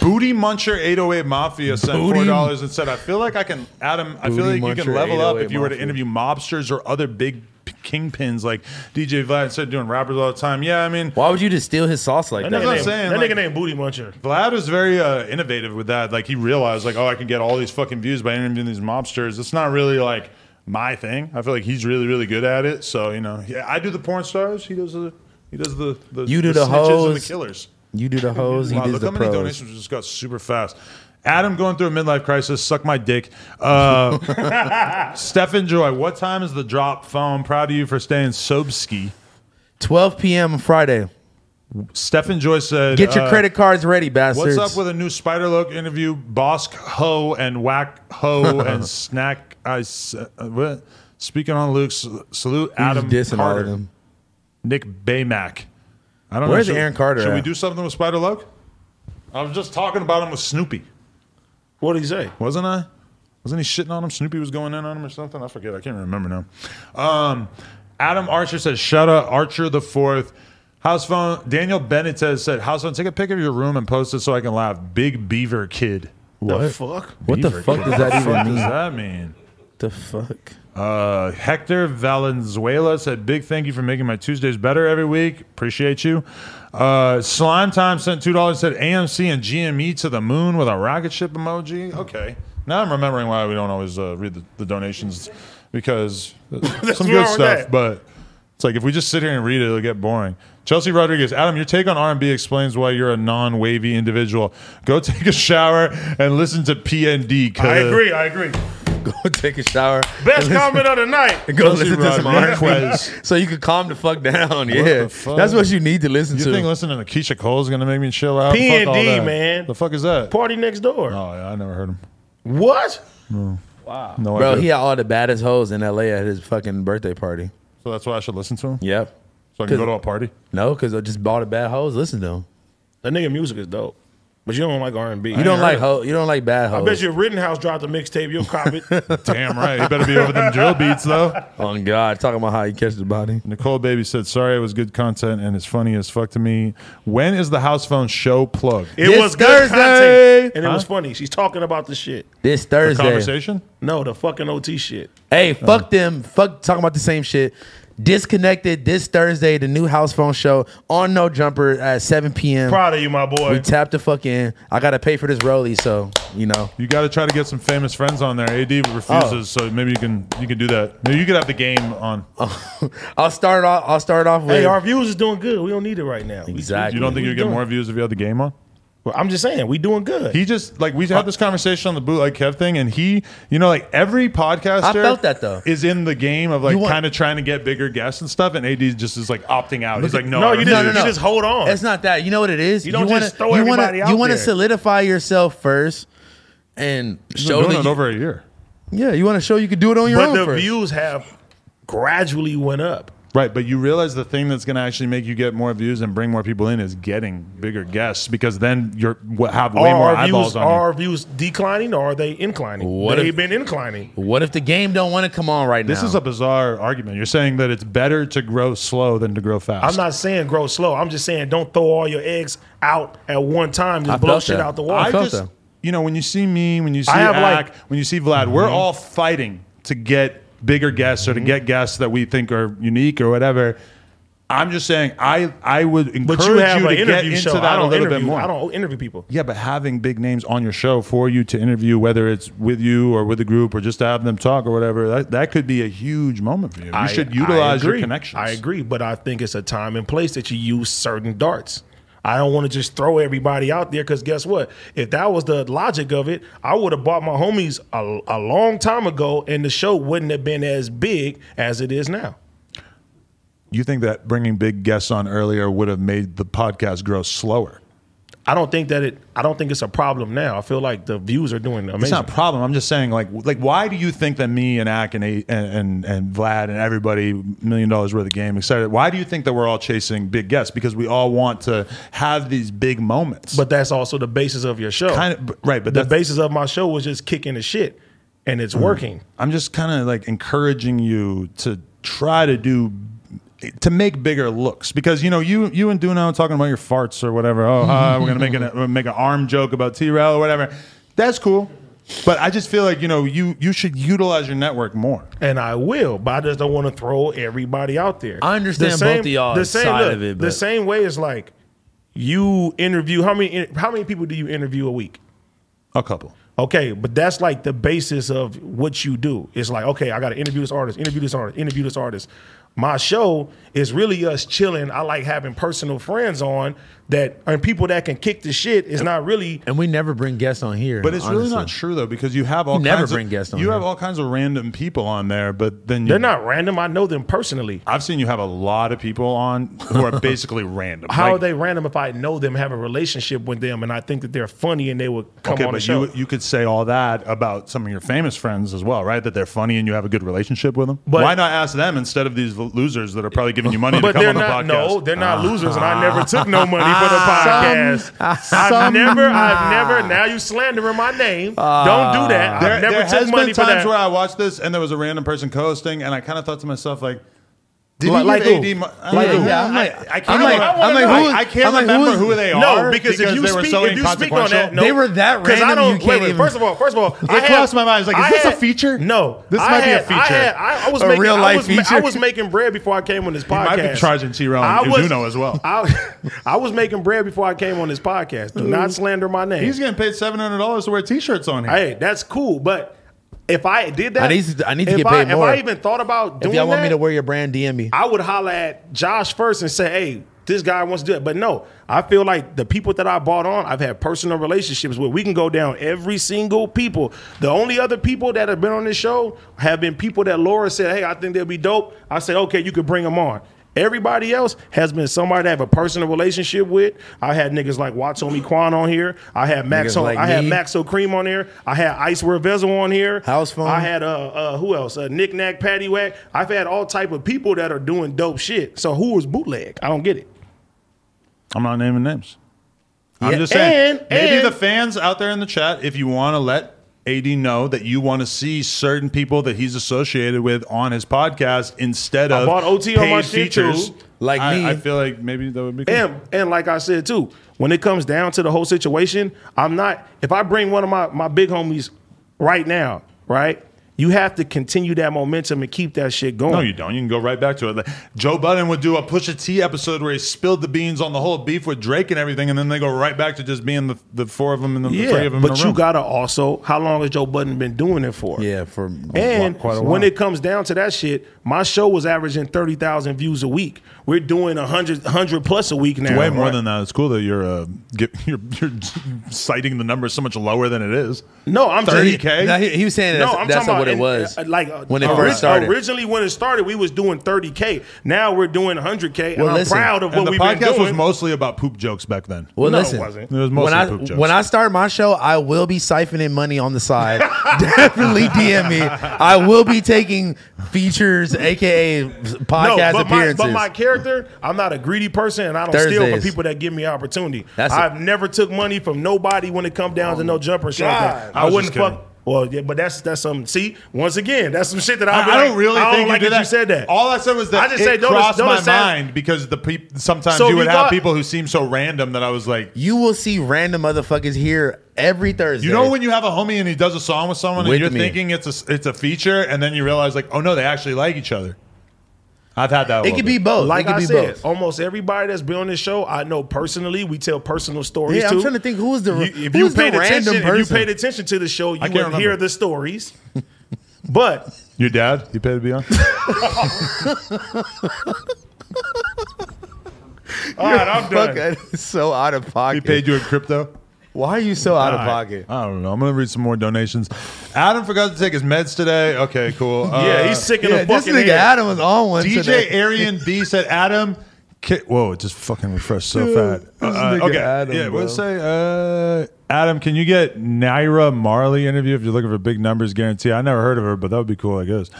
Speaker 3: Booty Muncher 808 Mafia sent
Speaker 1: Booty-
Speaker 3: four dollars and said, "I feel like I can, Adam. I feel
Speaker 1: Booty
Speaker 3: like you
Speaker 1: Muncher
Speaker 3: can level up
Speaker 1: 808
Speaker 3: if you were to
Speaker 1: Mafia.
Speaker 3: interview mobsters or other big p- kingpins like DJ Vlad instead of doing rappers all the time." Yeah, I mean,
Speaker 1: Why would you just steal his sauce like
Speaker 2: That
Speaker 1: that?
Speaker 2: nigga
Speaker 3: what I'm
Speaker 2: named-
Speaker 3: saying,
Speaker 2: That
Speaker 3: like-
Speaker 2: nigga named Booty Muncher.
Speaker 3: Vlad was very uh, innovative with that. Like he realized, like, oh, I can get all these fucking views by interviewing these mobsters. It's not really like my thing. I feel like he's really, really good at it. So you know, yeah, I do the porn stars. He does the he does the, the
Speaker 1: You do the
Speaker 3: snitches and the
Speaker 1: hoes.
Speaker 3: killers.
Speaker 1: You do the hose, he
Speaker 3: Wow,
Speaker 1: does
Speaker 3: look how
Speaker 1: the
Speaker 3: many
Speaker 1: pros.
Speaker 3: donations just got super fast. Adam going through a midlife crisis. Suck my dick.
Speaker 1: <laughs>
Speaker 3: Uh, Stefan Joy, what time is the drop phone? Proud of you for staying sobsky.
Speaker 1: 12 p.m. on Friday.
Speaker 3: Stefan Joy said,
Speaker 1: Get your
Speaker 3: uh,
Speaker 1: credit cards ready,
Speaker 3: What's
Speaker 1: bastards.
Speaker 3: up with a new Spider Look interview? Bosk Ho and Whack
Speaker 1: <laughs>
Speaker 3: Ho and Snack. I s- uh, what? Speaking on Luke's salute,
Speaker 1: He's
Speaker 3: Adam
Speaker 1: dissing all of
Speaker 3: Carter,
Speaker 1: them.
Speaker 3: Nick Baymack. I don't
Speaker 1: Where's
Speaker 3: know. should-
Speaker 1: Aaron Carter
Speaker 3: Should we
Speaker 1: at?
Speaker 3: do something with Spider Look? I was just talking about him with Snoopy.
Speaker 2: What did he say?
Speaker 3: wasn't I? Wasn't he shitting on him? Snoopy was going in on him or something. I forget. I can't remember now. Um, Adam Archer says, "Shut up, Archer the fourth. House phone. Daniel Bennett says, "said House phone. Take a pic of your room and post it so I can laugh." Big Beaver Kid.
Speaker 2: What the fuck?
Speaker 1: What the
Speaker 3: Beaver
Speaker 1: fuck
Speaker 3: Kid.
Speaker 1: does that even
Speaker 3: What does
Speaker 1: mean?
Speaker 3: that mean?
Speaker 1: the fuck?
Speaker 3: Uh, Hector Valenzuela said, "Big thank you for making my Tuesdays better every week. Appreciate you." Uh, Slime Time sent two dollars. Said AMC and GME to the moon with a rocket ship emoji. Okay, now I'm remembering why we don't always uh, read the, the donations
Speaker 2: <laughs>
Speaker 3: because some
Speaker 2: wrong
Speaker 3: good
Speaker 2: with
Speaker 3: stuff,
Speaker 2: that.
Speaker 3: but it's like if we just sit here and read it, it'll get boring. Chelsea Rodriguez, Adam, your take on R&B explains why you're a non-wavy individual. Go take a shower and listen to PND. 'cause-
Speaker 2: I agree. I agree.
Speaker 1: Go <laughs> take a shower.
Speaker 2: Best
Speaker 1: and listen-
Speaker 2: comment of the night.
Speaker 1: and Go
Speaker 3: Chelsea
Speaker 1: listen <laughs> to some
Speaker 3: Rodriguez.
Speaker 1: R&B. So you can calm the fuck down. Yeah.
Speaker 3: fuck?
Speaker 1: That's what you need to listen
Speaker 3: You
Speaker 1: to.
Speaker 3: think listening to Keisha Cole is gonna make me chill out?
Speaker 2: P&D,
Speaker 3: Fuck all that.
Speaker 2: man.
Speaker 3: The fuck is that?
Speaker 2: Party next door.
Speaker 3: Oh yeah, I never heard him.
Speaker 2: What?
Speaker 3: No
Speaker 1: Bro,
Speaker 3: idea.
Speaker 1: he had all the baddest hoes in LA at his fucking birthday party.
Speaker 3: so that's why I should listen to him.
Speaker 1: Yep.
Speaker 3: So I can go to a party.
Speaker 1: No, because I just bought the bad hoes. Listen to them.
Speaker 2: That nigga music is dope, but you don't like R and B.
Speaker 1: You don't like ho. You don't like bad hoes.
Speaker 2: I bet you Rittenhouse dropped a mixtape. You'll cop it.
Speaker 3: Damn right. He better be over them drill beats <laughs> though.
Speaker 1: Oh God, talking about how you catch the body.
Speaker 3: Nicole Baby said, "Sorry, it was good content and it's funny as fuck to me." When is the house phone show plug?
Speaker 2: It
Speaker 1: This
Speaker 2: was good
Speaker 1: Thursday.
Speaker 2: content, and it
Speaker 3: Huh?
Speaker 2: was funny. She's talking about the shit.
Speaker 1: This Thursday.
Speaker 3: Conversation.
Speaker 2: No, the fucking OT shit.
Speaker 1: Hey, fuck them. Fuck talking about the same shit. Disconnected this Thursday, the new house phone show on No Jumper at 7 p.m.
Speaker 2: Proud of you, my
Speaker 1: We
Speaker 2: boy.
Speaker 1: tapped the fuck in. I gotta pay for this rollie, so you know.
Speaker 3: You got to try to get some famous friends on there. AD refuses, so maybe you can you can do that. Maybe you could have the game on.
Speaker 1: I'll start off. I'll start off with.
Speaker 2: Hey, our views is doing good. We don't need it right now. We-
Speaker 1: exactly.
Speaker 3: You don't
Speaker 2: What
Speaker 3: think you
Speaker 2: you
Speaker 3: get
Speaker 2: doing?
Speaker 3: more views if you have the game on?
Speaker 2: Well, I'm just saying, we doing good.
Speaker 3: He just like we had this conversation on the bootleg Kev thing, and he, you know, like every podcaster
Speaker 1: I felt that, though.
Speaker 3: is in the game of like
Speaker 1: You want-
Speaker 3: kind of trying to get bigger guests and stuff, and AD just is like opting out. He's like, no,
Speaker 2: no,
Speaker 3: I
Speaker 2: you
Speaker 3: refuse.
Speaker 2: just, you just hold on.
Speaker 1: It's not that. You know what it is. You
Speaker 2: don't
Speaker 1: wanna,
Speaker 2: just throw
Speaker 1: you wanna,
Speaker 2: everybody out
Speaker 1: You wanna
Speaker 2: there.
Speaker 1: solidify yourself first, and
Speaker 3: You've been
Speaker 1: show
Speaker 3: doing
Speaker 1: that.
Speaker 3: it
Speaker 1: You,
Speaker 3: over a year.
Speaker 1: yeah, you want to show you can do it on your
Speaker 2: but
Speaker 1: own
Speaker 2: the
Speaker 1: first.
Speaker 2: views have gradually went up.
Speaker 3: Right, but you realize the thing that's going to actually make you get more views and bring more people in is getting bigger guests because then you're will have way
Speaker 2: are
Speaker 3: more
Speaker 2: our
Speaker 3: eyeballs
Speaker 2: views,
Speaker 3: on
Speaker 2: are
Speaker 3: you.
Speaker 2: our views declining or are they inclining?
Speaker 1: What
Speaker 2: They've
Speaker 1: if-
Speaker 2: been inclining.
Speaker 1: What if the game don't want to come on right
Speaker 3: This
Speaker 1: now?
Speaker 3: is a bizarre argument. You're saying that it's better to grow slow than to grow fast.
Speaker 2: I'm not saying grow slow. I'm just saying don't throw all your eggs out at one time. Just
Speaker 1: I
Speaker 2: blow
Speaker 1: felt
Speaker 2: shit
Speaker 1: that.
Speaker 2: out the
Speaker 3: Oh, I
Speaker 1: I
Speaker 2: water.
Speaker 1: felt
Speaker 3: just,
Speaker 1: that.
Speaker 3: you know, when you see me, when you see
Speaker 2: have,
Speaker 3: Ak,
Speaker 2: like- Mm-hmm.
Speaker 3: when you see Vlad, we're all fighting to get bigger guests or to get guests that we think are unique or whatever. I'm just saying, I I would encourage
Speaker 2: But you
Speaker 3: you,
Speaker 2: have an
Speaker 3: to get
Speaker 2: interview
Speaker 3: into
Speaker 2: show. I
Speaker 3: that a
Speaker 2: don't
Speaker 3: little
Speaker 2: interview.
Speaker 3: bit more.
Speaker 2: I don't interview people.
Speaker 3: Yeah, but having big names on your show for you to interview, whether it's with you or with the group or just to have them talk or whatever, that, that could be a huge moment for you. You
Speaker 2: I-
Speaker 3: should
Speaker 2: I
Speaker 3: utilize your
Speaker 2: agree.
Speaker 3: connections.
Speaker 2: I agree, but I think it's a time and place that you use certain darts. I don't want to just throw everybody out there because guess what? If that was the logic of it, I would have bought my homies a, a long time ago, and the show wouldn't have been as big as it is now.
Speaker 3: You think that bringing big guests on earlier would have made the podcast grow slower?
Speaker 2: I don't think that it. I don't think it's a problem now. I feel like the views are doing amazing.
Speaker 3: It's not a problem. I'm just saying, like, like why do you think that me and Ack and A- and and, and Vlad and everybody million dollars worth of game excited? Why do you think that we're all chasing big guests? Because we all want to have these big moments.
Speaker 2: but that's also the basis of your show.
Speaker 3: kind of but- right, but
Speaker 2: the
Speaker 3: that's, Mm.
Speaker 2: basis of my show was just kicking the shit, and it's working.
Speaker 3: I'm just kind of like encouraging you to try to do to make bigger looks because you know you you and Duno talking about your farts or whatever. Oh, hi, we're gonna make an we're gonna make an arm joke about T-Rail or whatever. That's cool, but I just feel like you know you you should utilize your network more.
Speaker 2: and I will, but I just don't want to throw everybody out there.
Speaker 1: I understand both of y'all side of it,
Speaker 2: the
Speaker 1: but-
Speaker 2: same way is like you interview how many how many people do you interview a week?
Speaker 3: A couple.
Speaker 2: Okay, but that's like the basis of what you do. It's like, okay, I got to interview this artist, interview this artist, interview this artist. My show is really us chilling. I like having personal friends on that and people that can kick the shit. Is not really
Speaker 1: and we never bring guests on here.
Speaker 3: But it's really
Speaker 1: honestly.
Speaker 3: not true though because you have all
Speaker 1: You never
Speaker 3: kinds
Speaker 1: bring
Speaker 3: of,
Speaker 1: guests on
Speaker 3: You have
Speaker 1: here.
Speaker 3: all kinds of random people on there, but then you,
Speaker 2: they're not random. I know them personally.
Speaker 3: I've seen you have a lot of people on
Speaker 2: <laughs>
Speaker 3: who are basically random.
Speaker 2: How
Speaker 3: Like,
Speaker 2: are they random if I know them, have a relationship with them, and I think that they're funny and they would come
Speaker 3: okay,
Speaker 2: on the
Speaker 3: but
Speaker 2: show?
Speaker 3: you you could say all that about some of your famous friends as well, right? That they're funny and you have a good relationship with them.
Speaker 2: But-
Speaker 3: Why not ask them instead of these losers that are probably giving you money to
Speaker 2: but
Speaker 3: come
Speaker 2: they're
Speaker 3: on the
Speaker 2: not.
Speaker 3: podcast? Ah.
Speaker 2: No, they're not losers, and I never took no money for
Speaker 3: <laughs>
Speaker 2: the podcast.
Speaker 3: uh,
Speaker 2: I've never, I've never. Now you slandering my name. Don't do that.
Speaker 3: uh, There,
Speaker 2: I've never
Speaker 3: there
Speaker 2: took
Speaker 3: has
Speaker 2: money
Speaker 3: been
Speaker 2: for
Speaker 3: times
Speaker 2: that.
Speaker 3: where I watched this and there was a random person co-hosting, and I kind of thought to myself like. Did
Speaker 2: Like- like
Speaker 3: he give
Speaker 2: who?
Speaker 3: AD mo- I
Speaker 1: Like
Speaker 3: don't
Speaker 1: who?
Speaker 3: know.
Speaker 1: Yeah, I'm
Speaker 3: I-
Speaker 1: like-
Speaker 3: I can't
Speaker 1: I'm like-
Speaker 3: remember.
Speaker 1: I wanna know.
Speaker 3: I can't
Speaker 1: I'm like, who
Speaker 3: remember
Speaker 1: is-
Speaker 3: who they are.
Speaker 2: no, because, if you
Speaker 3: they were
Speaker 2: speak,
Speaker 3: so
Speaker 2: if you speak on that,
Speaker 3: inconsequential.
Speaker 2: no,
Speaker 1: They were that
Speaker 2: 'Cause I
Speaker 1: random,
Speaker 2: don't,
Speaker 1: you
Speaker 2: wait,
Speaker 1: can't
Speaker 2: wait,
Speaker 1: even-
Speaker 2: first of all, first of all,
Speaker 3: It crossed my mind. I was like,
Speaker 2: I
Speaker 3: is this a
Speaker 2: had-
Speaker 3: feature?
Speaker 2: No,
Speaker 3: This
Speaker 2: I
Speaker 3: might be a
Speaker 2: had- I
Speaker 3: feature.
Speaker 2: had- I, I was
Speaker 1: A
Speaker 2: making,
Speaker 1: real
Speaker 2: I
Speaker 1: life
Speaker 2: was, ma- I
Speaker 1: feature.
Speaker 2: was making bread before I came on this podcast.
Speaker 3: might be charging T-Rell and
Speaker 2: I was-
Speaker 3: Uduno as well.
Speaker 2: <laughs> I, I was making bread before I came on this podcast. Do not slander my name.
Speaker 3: He's getting paid seven hundred dollars to wear T-shirts on here.
Speaker 2: Hey, that's cool, but if I did that,
Speaker 1: I need to- I need to
Speaker 2: if
Speaker 1: get
Speaker 2: I,
Speaker 1: paid more.
Speaker 2: If I even thought about doing
Speaker 1: If y'all want
Speaker 2: that,
Speaker 1: me to wear your brand, DM me.
Speaker 2: I would holler at Josh first and say, "Hey, this guy wants to do it." But no, I feel like the people that I bought on, I've had personal relationships with. We can go down every single people. The only other people that have been on this show have been people that Laura said, "Hey, I think they'll be dope." I said, "Okay, you could bring them on." Everybody else has been somebody to have a personal relationship with. I had niggas like Watomi Kwan on here. I had Max.
Speaker 1: Niggas
Speaker 2: on,
Speaker 1: like
Speaker 2: I had
Speaker 1: me.
Speaker 2: Max O'Cream on here. I had Ice Vezel on here.
Speaker 1: House phone.
Speaker 2: I had had, uh, uh, who else? Uh, Knick Knack, Patty Whack. I've had all type of people that are doing dope shit. So who was bootleg? I don't get it.
Speaker 3: I'm not naming names. I'm
Speaker 1: Yeah,
Speaker 3: just saying.
Speaker 2: and-
Speaker 3: maybe
Speaker 2: and-
Speaker 3: the fans out there in the chat, if you want to let AD know that you want to see certain people that he's associated with on his podcast instead
Speaker 2: I
Speaker 3: of
Speaker 2: bought OT on
Speaker 3: paid
Speaker 2: my shit, too.
Speaker 1: Like
Speaker 3: I,
Speaker 1: me.
Speaker 3: I feel like maybe that would be. Cool.
Speaker 2: And and like I said too, when it comes down to the whole situation, I'm not. If I bring one of my my big homies right now, right, you have to continue that momentum and keep that shit going.
Speaker 3: No, you don't. You can go right back to it. Like, Joe Budden would do a Pusha T episode where he spilled the beans on the whole beef with Drake and everything, and then they go right back to just being the, the four of them and the three
Speaker 2: yeah,
Speaker 3: of them.
Speaker 2: but
Speaker 3: in a
Speaker 2: you
Speaker 3: room.
Speaker 2: gotta also. How long has Joe Budden been doing it for?
Speaker 1: yeah, for
Speaker 2: And
Speaker 1: quite a while.
Speaker 2: when it comes down to that shit, my show was averaging thirty thousand views a week. We're doing 100, 100 plus a week now.
Speaker 3: Way more
Speaker 2: right?
Speaker 3: than that. It's cool that you're uh, get, <laughs> you're, you're citing the number so much lower than it is.
Speaker 2: No, I'm just-
Speaker 3: 30K?
Speaker 1: No, he, he was saying
Speaker 2: No,
Speaker 1: that's,
Speaker 2: I'm
Speaker 1: that's
Speaker 2: talking about
Speaker 1: what what it
Speaker 2: and,
Speaker 1: was
Speaker 2: uh, like uh,
Speaker 1: when it
Speaker 2: ori-
Speaker 1: first started.
Speaker 2: Originally, when it started, we was doing 30k. Now we're doing 100k. and
Speaker 1: Well,
Speaker 2: I'm
Speaker 1: listen,
Speaker 2: proud of
Speaker 3: And
Speaker 2: what
Speaker 3: the
Speaker 2: we've been
Speaker 3: podcast was
Speaker 2: doing.
Speaker 3: mostly about poop jokes back then.
Speaker 1: Well,
Speaker 2: No, it
Speaker 1: listen.
Speaker 2: wasn't.
Speaker 3: It was mostly
Speaker 1: when I
Speaker 3: poop jokes.
Speaker 1: when I start my show, I will be siphoning money on the side. <laughs> Definitely DM me. I will be taking features, aka podcast
Speaker 2: but my,
Speaker 1: appearances.
Speaker 2: but my character, I'm not a greedy person, and I don't steal from
Speaker 1: Thursdays.
Speaker 2: people that give me opportunity.
Speaker 1: That's
Speaker 2: I've never took money from nobody when it come down to no jumper shot. I,
Speaker 3: Oh I was
Speaker 2: wouldn't
Speaker 3: just
Speaker 2: fuck. Well, yeah, but that's that's some. See, once again, that's some shit that
Speaker 3: I,
Speaker 2: I'll be
Speaker 3: I
Speaker 2: like,
Speaker 3: don't really
Speaker 2: I don't
Speaker 3: think
Speaker 2: like that,
Speaker 3: you, did that.
Speaker 2: you said that.
Speaker 3: All I said was that
Speaker 2: I just
Speaker 3: it
Speaker 2: said, don't-
Speaker 3: crossed
Speaker 2: don't
Speaker 3: my
Speaker 2: say-
Speaker 3: mind because the peop sometimes
Speaker 2: So
Speaker 3: you would
Speaker 2: you
Speaker 3: have
Speaker 2: thought-
Speaker 3: people who seem so random that I was like,
Speaker 1: you will see random motherfuckers here every Thursday.
Speaker 3: you know, when you have a homie and he does a song with someone
Speaker 1: With
Speaker 3: and you're
Speaker 1: me.
Speaker 3: thinking it's a it's a feature, and then you realize like, oh no, they actually like each other. I've had that. a
Speaker 1: it
Speaker 3: little
Speaker 1: could be
Speaker 3: bit.
Speaker 1: both. it
Speaker 2: like
Speaker 1: could
Speaker 2: I
Speaker 1: be
Speaker 2: said, oh,
Speaker 1: both.
Speaker 2: almost everybody that's been on this show, I know personally. We tell personal stories.
Speaker 1: Yeah,
Speaker 2: too.
Speaker 1: I'm trying to think who's the
Speaker 2: You- if you
Speaker 1: who's
Speaker 2: paid
Speaker 1: the
Speaker 2: attention,
Speaker 1: random
Speaker 2: if you
Speaker 1: person.
Speaker 2: paid attention to the show, you would
Speaker 3: can't
Speaker 2: hear
Speaker 3: remember.
Speaker 2: the stories. <laughs> but
Speaker 3: Your dad? You paid
Speaker 1: <laughs>
Speaker 3: to be on?
Speaker 2: all right, I'm done.
Speaker 1: <laughs> Fuck, so out of
Speaker 3: he
Speaker 1: pocket.
Speaker 3: paid you in crypto?
Speaker 1: Why are you so out of
Speaker 3: All right.
Speaker 1: pocket?
Speaker 3: I don't know. I'm gonna read some more donations. Adam forgot to take his meds today. Okay, cool.
Speaker 2: Yeah,
Speaker 3: Uh,
Speaker 2: he's sick
Speaker 1: <laughs>
Speaker 2: in
Speaker 1: Yeah,
Speaker 2: the
Speaker 1: this
Speaker 2: fucking
Speaker 1: nigga
Speaker 2: head.
Speaker 1: Adam was on one
Speaker 3: DJ
Speaker 1: today.
Speaker 3: Arian B said, Adam. Ki- Whoa, it just fucking refreshed so fast. Uh,
Speaker 1: nigga
Speaker 3: okay.
Speaker 1: Adam,
Speaker 3: yeah,
Speaker 1: bro.
Speaker 3: what's say? Uh, Adam, can you get Naira Marley interview if you're looking for big numbers guarantee? I never heard of her, but that would be cool, I guess.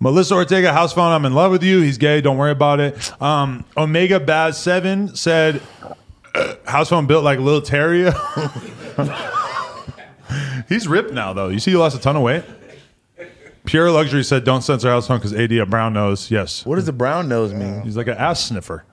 Speaker 3: Melissa Ortega, house phone. I'm in love with you. He's gay. Don't worry about it. Um, Omega Baz Seven said, uh, house phone built like Lil Terrio. <laughs> He's ripped now, though. You see, he lost a ton of weight. Pure Luxury said, "Don't censor house phone because AD a brown nose." Yes,
Speaker 1: What does the brown nose mean?
Speaker 3: He's like an ass sniffer.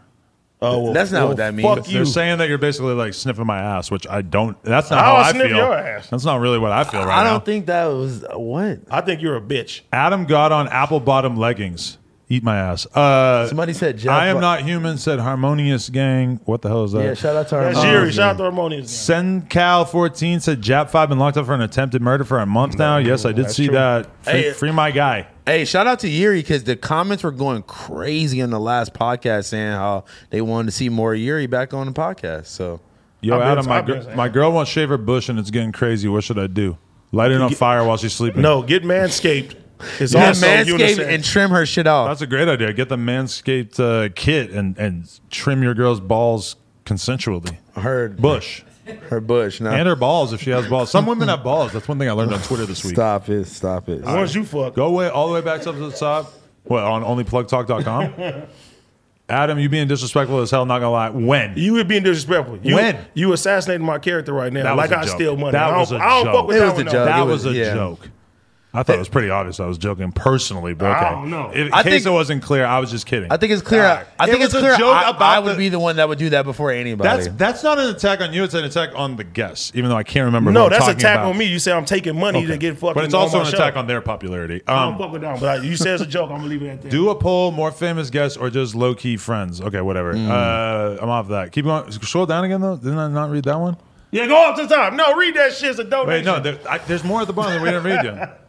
Speaker 2: Oh, well,
Speaker 1: That's not
Speaker 2: well,
Speaker 1: what that means.
Speaker 2: Fuck
Speaker 3: They're
Speaker 2: you.
Speaker 3: saying that you're basically like sniffing my ass, which I don't. That's not
Speaker 1: Oh,
Speaker 2: I'll
Speaker 3: how I
Speaker 2: sniff
Speaker 3: feel.
Speaker 2: your ass.
Speaker 3: That's not really what I feel right
Speaker 1: I don't
Speaker 3: now.
Speaker 1: think that was what
Speaker 2: I think you're a bitch.
Speaker 3: Adam got on apple bottom leggings. Eat my ass. Uh,
Speaker 1: somebody said. Jeff,
Speaker 3: I am not human. Said harmonious gang. What the hell is that?
Speaker 1: Yeah, shout out to our
Speaker 2: That's
Speaker 1: mom.
Speaker 2: Jerry. Shout out to Harmonious.
Speaker 3: Sencal14 said Jap 5 been locked up for an attempted murder for a month now. Yes, I did see that. Free,
Speaker 1: Hey.
Speaker 3: free my guy.
Speaker 1: Hey, shout out to Yuri because the comments were going crazy on the last podcast saying how they wanted to see more Yuri back on the podcast. So
Speaker 3: Yo,
Speaker 2: I've been-
Speaker 3: Adam, my,
Speaker 2: I've been
Speaker 3: gir-
Speaker 2: saying.
Speaker 3: my girl wants shave her bush and it's getting crazy. What should I do? Light it on fire while she's sleeping.
Speaker 2: No, get manscaped. It's
Speaker 1: yeah,
Speaker 2: also
Speaker 1: manscape
Speaker 2: unisex.
Speaker 1: and trim her shit off.
Speaker 3: That's a great idea. Get the manscaped uh, kit and and trim your girl's balls consensually.
Speaker 1: Her
Speaker 3: Bush
Speaker 1: her bush. No,
Speaker 3: and her balls if she has balls. Some women have balls. That's one thing I learned on Twitter this week.
Speaker 1: stop it, stop it.
Speaker 2: Once you fuck,
Speaker 3: Go way all the way back up to the top. What on onlyplugtalk.com? Adam, you being disrespectful as hell. Not gonna lie. When
Speaker 2: you were being disrespectful. You,
Speaker 3: When?
Speaker 2: you assassinating my character right now?
Speaker 3: That was
Speaker 2: Like
Speaker 3: a
Speaker 2: I
Speaker 3: joke.
Speaker 2: steal money.
Speaker 3: That
Speaker 2: I don't,
Speaker 3: was a
Speaker 2: I don't
Speaker 3: joke.
Speaker 2: fuck with
Speaker 1: It
Speaker 2: that
Speaker 1: was
Speaker 2: one.
Speaker 1: a
Speaker 2: though.
Speaker 1: joke.
Speaker 3: that
Speaker 1: it
Speaker 3: was,
Speaker 1: was-
Speaker 3: a
Speaker 1: yeah.
Speaker 3: joke. I thought it was pretty obvious. I was joking personally, but okay.
Speaker 2: I don't know.
Speaker 3: If, in
Speaker 1: I
Speaker 3: case
Speaker 1: think-
Speaker 3: it wasn't clear, I was just kidding.
Speaker 1: I think it's clear. I
Speaker 3: It
Speaker 1: think it's
Speaker 3: was a
Speaker 1: clear.
Speaker 3: joke
Speaker 1: I,
Speaker 3: about
Speaker 1: I would
Speaker 3: the-
Speaker 1: be the one that would do that before anybody.
Speaker 3: that's that's not an attack on you. It's an attack on the guests. Even though I can't remember. who
Speaker 2: No,
Speaker 3: I'm
Speaker 2: that's an
Speaker 3: talking
Speaker 2: attack
Speaker 3: about.
Speaker 2: on me. You say I'm taking money
Speaker 3: Okay.
Speaker 2: to get fucking.
Speaker 3: But it's
Speaker 2: on
Speaker 3: also
Speaker 2: my
Speaker 3: an
Speaker 2: show.
Speaker 3: attack on their popularity.
Speaker 2: I don't
Speaker 3: Um,
Speaker 2: fuck with that one. But I- you said it's a joke. I'm gonna leave it at that.
Speaker 3: do a poll, more famous guests, or just low key friends? Okay, whatever. Uh, I'm off that. Keep going. Scroll down again though. Didn't I not read that one?
Speaker 2: Yeah, go up to the top. No, read that shit. It's a donation.
Speaker 3: Wait, no. There, I, there's more at the bottom that we didn't read
Speaker 2: <laughs>
Speaker 3: yet.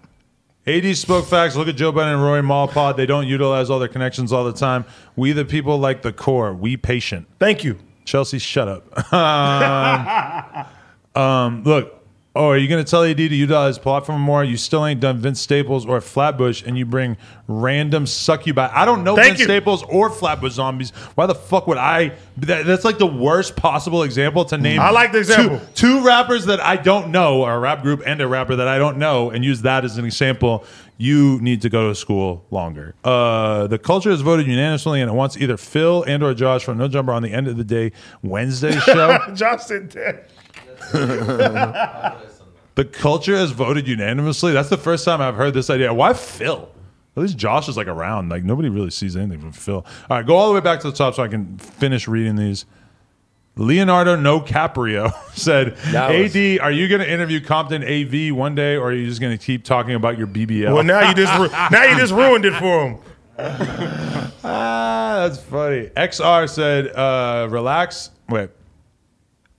Speaker 3: AD spoke facts. Look at Joe Biden and Roy Malpod. They don't utilize all their connections all the time. We the people like the core. We patient.
Speaker 2: Thank you.
Speaker 3: Chelsea, shut up. <laughs> um, um, look, oh, are you going to tell AD to utilize platform more? You still ain't done Vince Staples or Flatbush, and you bring random succubi. I don't know
Speaker 2: Thank
Speaker 3: Vince
Speaker 2: you.
Speaker 3: Staples or Flatbush zombies. Why the fuck would I? That, that's like the worst possible example to name.
Speaker 2: I like the
Speaker 3: two-
Speaker 2: example.
Speaker 3: Two, rappers that I don't know, or a rap group and a rapper that I don't know, and use that as an example. You need to go to school longer. Uh, the culture has voted unanimously, and it wants either Phil and or Josh from No Jumper on the end of the day
Speaker 2: <laughs>
Speaker 3: Wednesday show.
Speaker 2: Josh said that.
Speaker 3: The culture has voted unanimously. That's the first time I've heard this idea. Why Phil? At least Josh is like around. Like nobody really sees anything from Phil. All right, go all the way back to the top so I can finish reading these. Leonardo No Caprio <laughs> said,
Speaker 1: That was-
Speaker 3: "AD, are you going to interview Compton AV one day, or are you just going to keep talking about your BBL?"
Speaker 2: Well, now you just
Speaker 3: <laughs>
Speaker 2: ru- now you just ruined it for him.
Speaker 3: Ah, that's funny. XR said, uh, relax. Wait.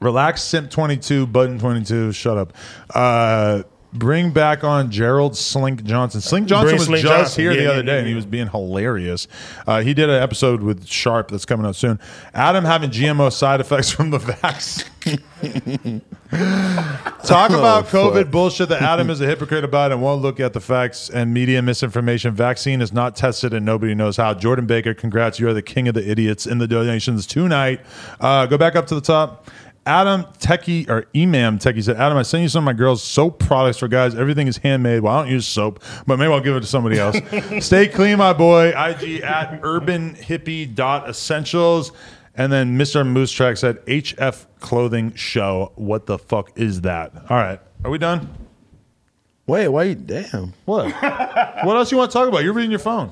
Speaker 3: Relax Simp 22, Button 22. Shut up. Uh, Bring back on Gerald Slink Johnson. Slink Johnson
Speaker 2: Bring
Speaker 3: was
Speaker 2: Slink
Speaker 3: just
Speaker 2: Johnson.
Speaker 3: here
Speaker 2: Yeah,
Speaker 3: the
Speaker 2: yeah,
Speaker 3: other
Speaker 2: yeah,
Speaker 3: day, and he
Speaker 2: yeah.
Speaker 3: was being hilarious. Uh, he did an episode with Sharp that's coming out soon. Adam having GMO side effects from the <laughs> vax. Talk about COVID bullshit that Adam is a hypocrite about and won't look at the facts and media misinformation. Vaccine is not tested and nobody knows how. Jordan Baker, congrats. You are the king of the idiots in the donations tonight. Uh, go back up to the top. Adam Techie or Emam Techie said, Adam, I sent you some of my girls' soap products for guys. Everything is handmade. Well, I don't use soap, but maybe I'll give it to somebody else. Stay clean, my boy. IG at urbanhippie.essentials. And then Mr. Moose Track said, HF Clothing Show. What the fuck is that? All right. Are we done?
Speaker 1: Wait, wait, damn.
Speaker 3: What? <laughs> what else you want to talk about? You're reading your phone.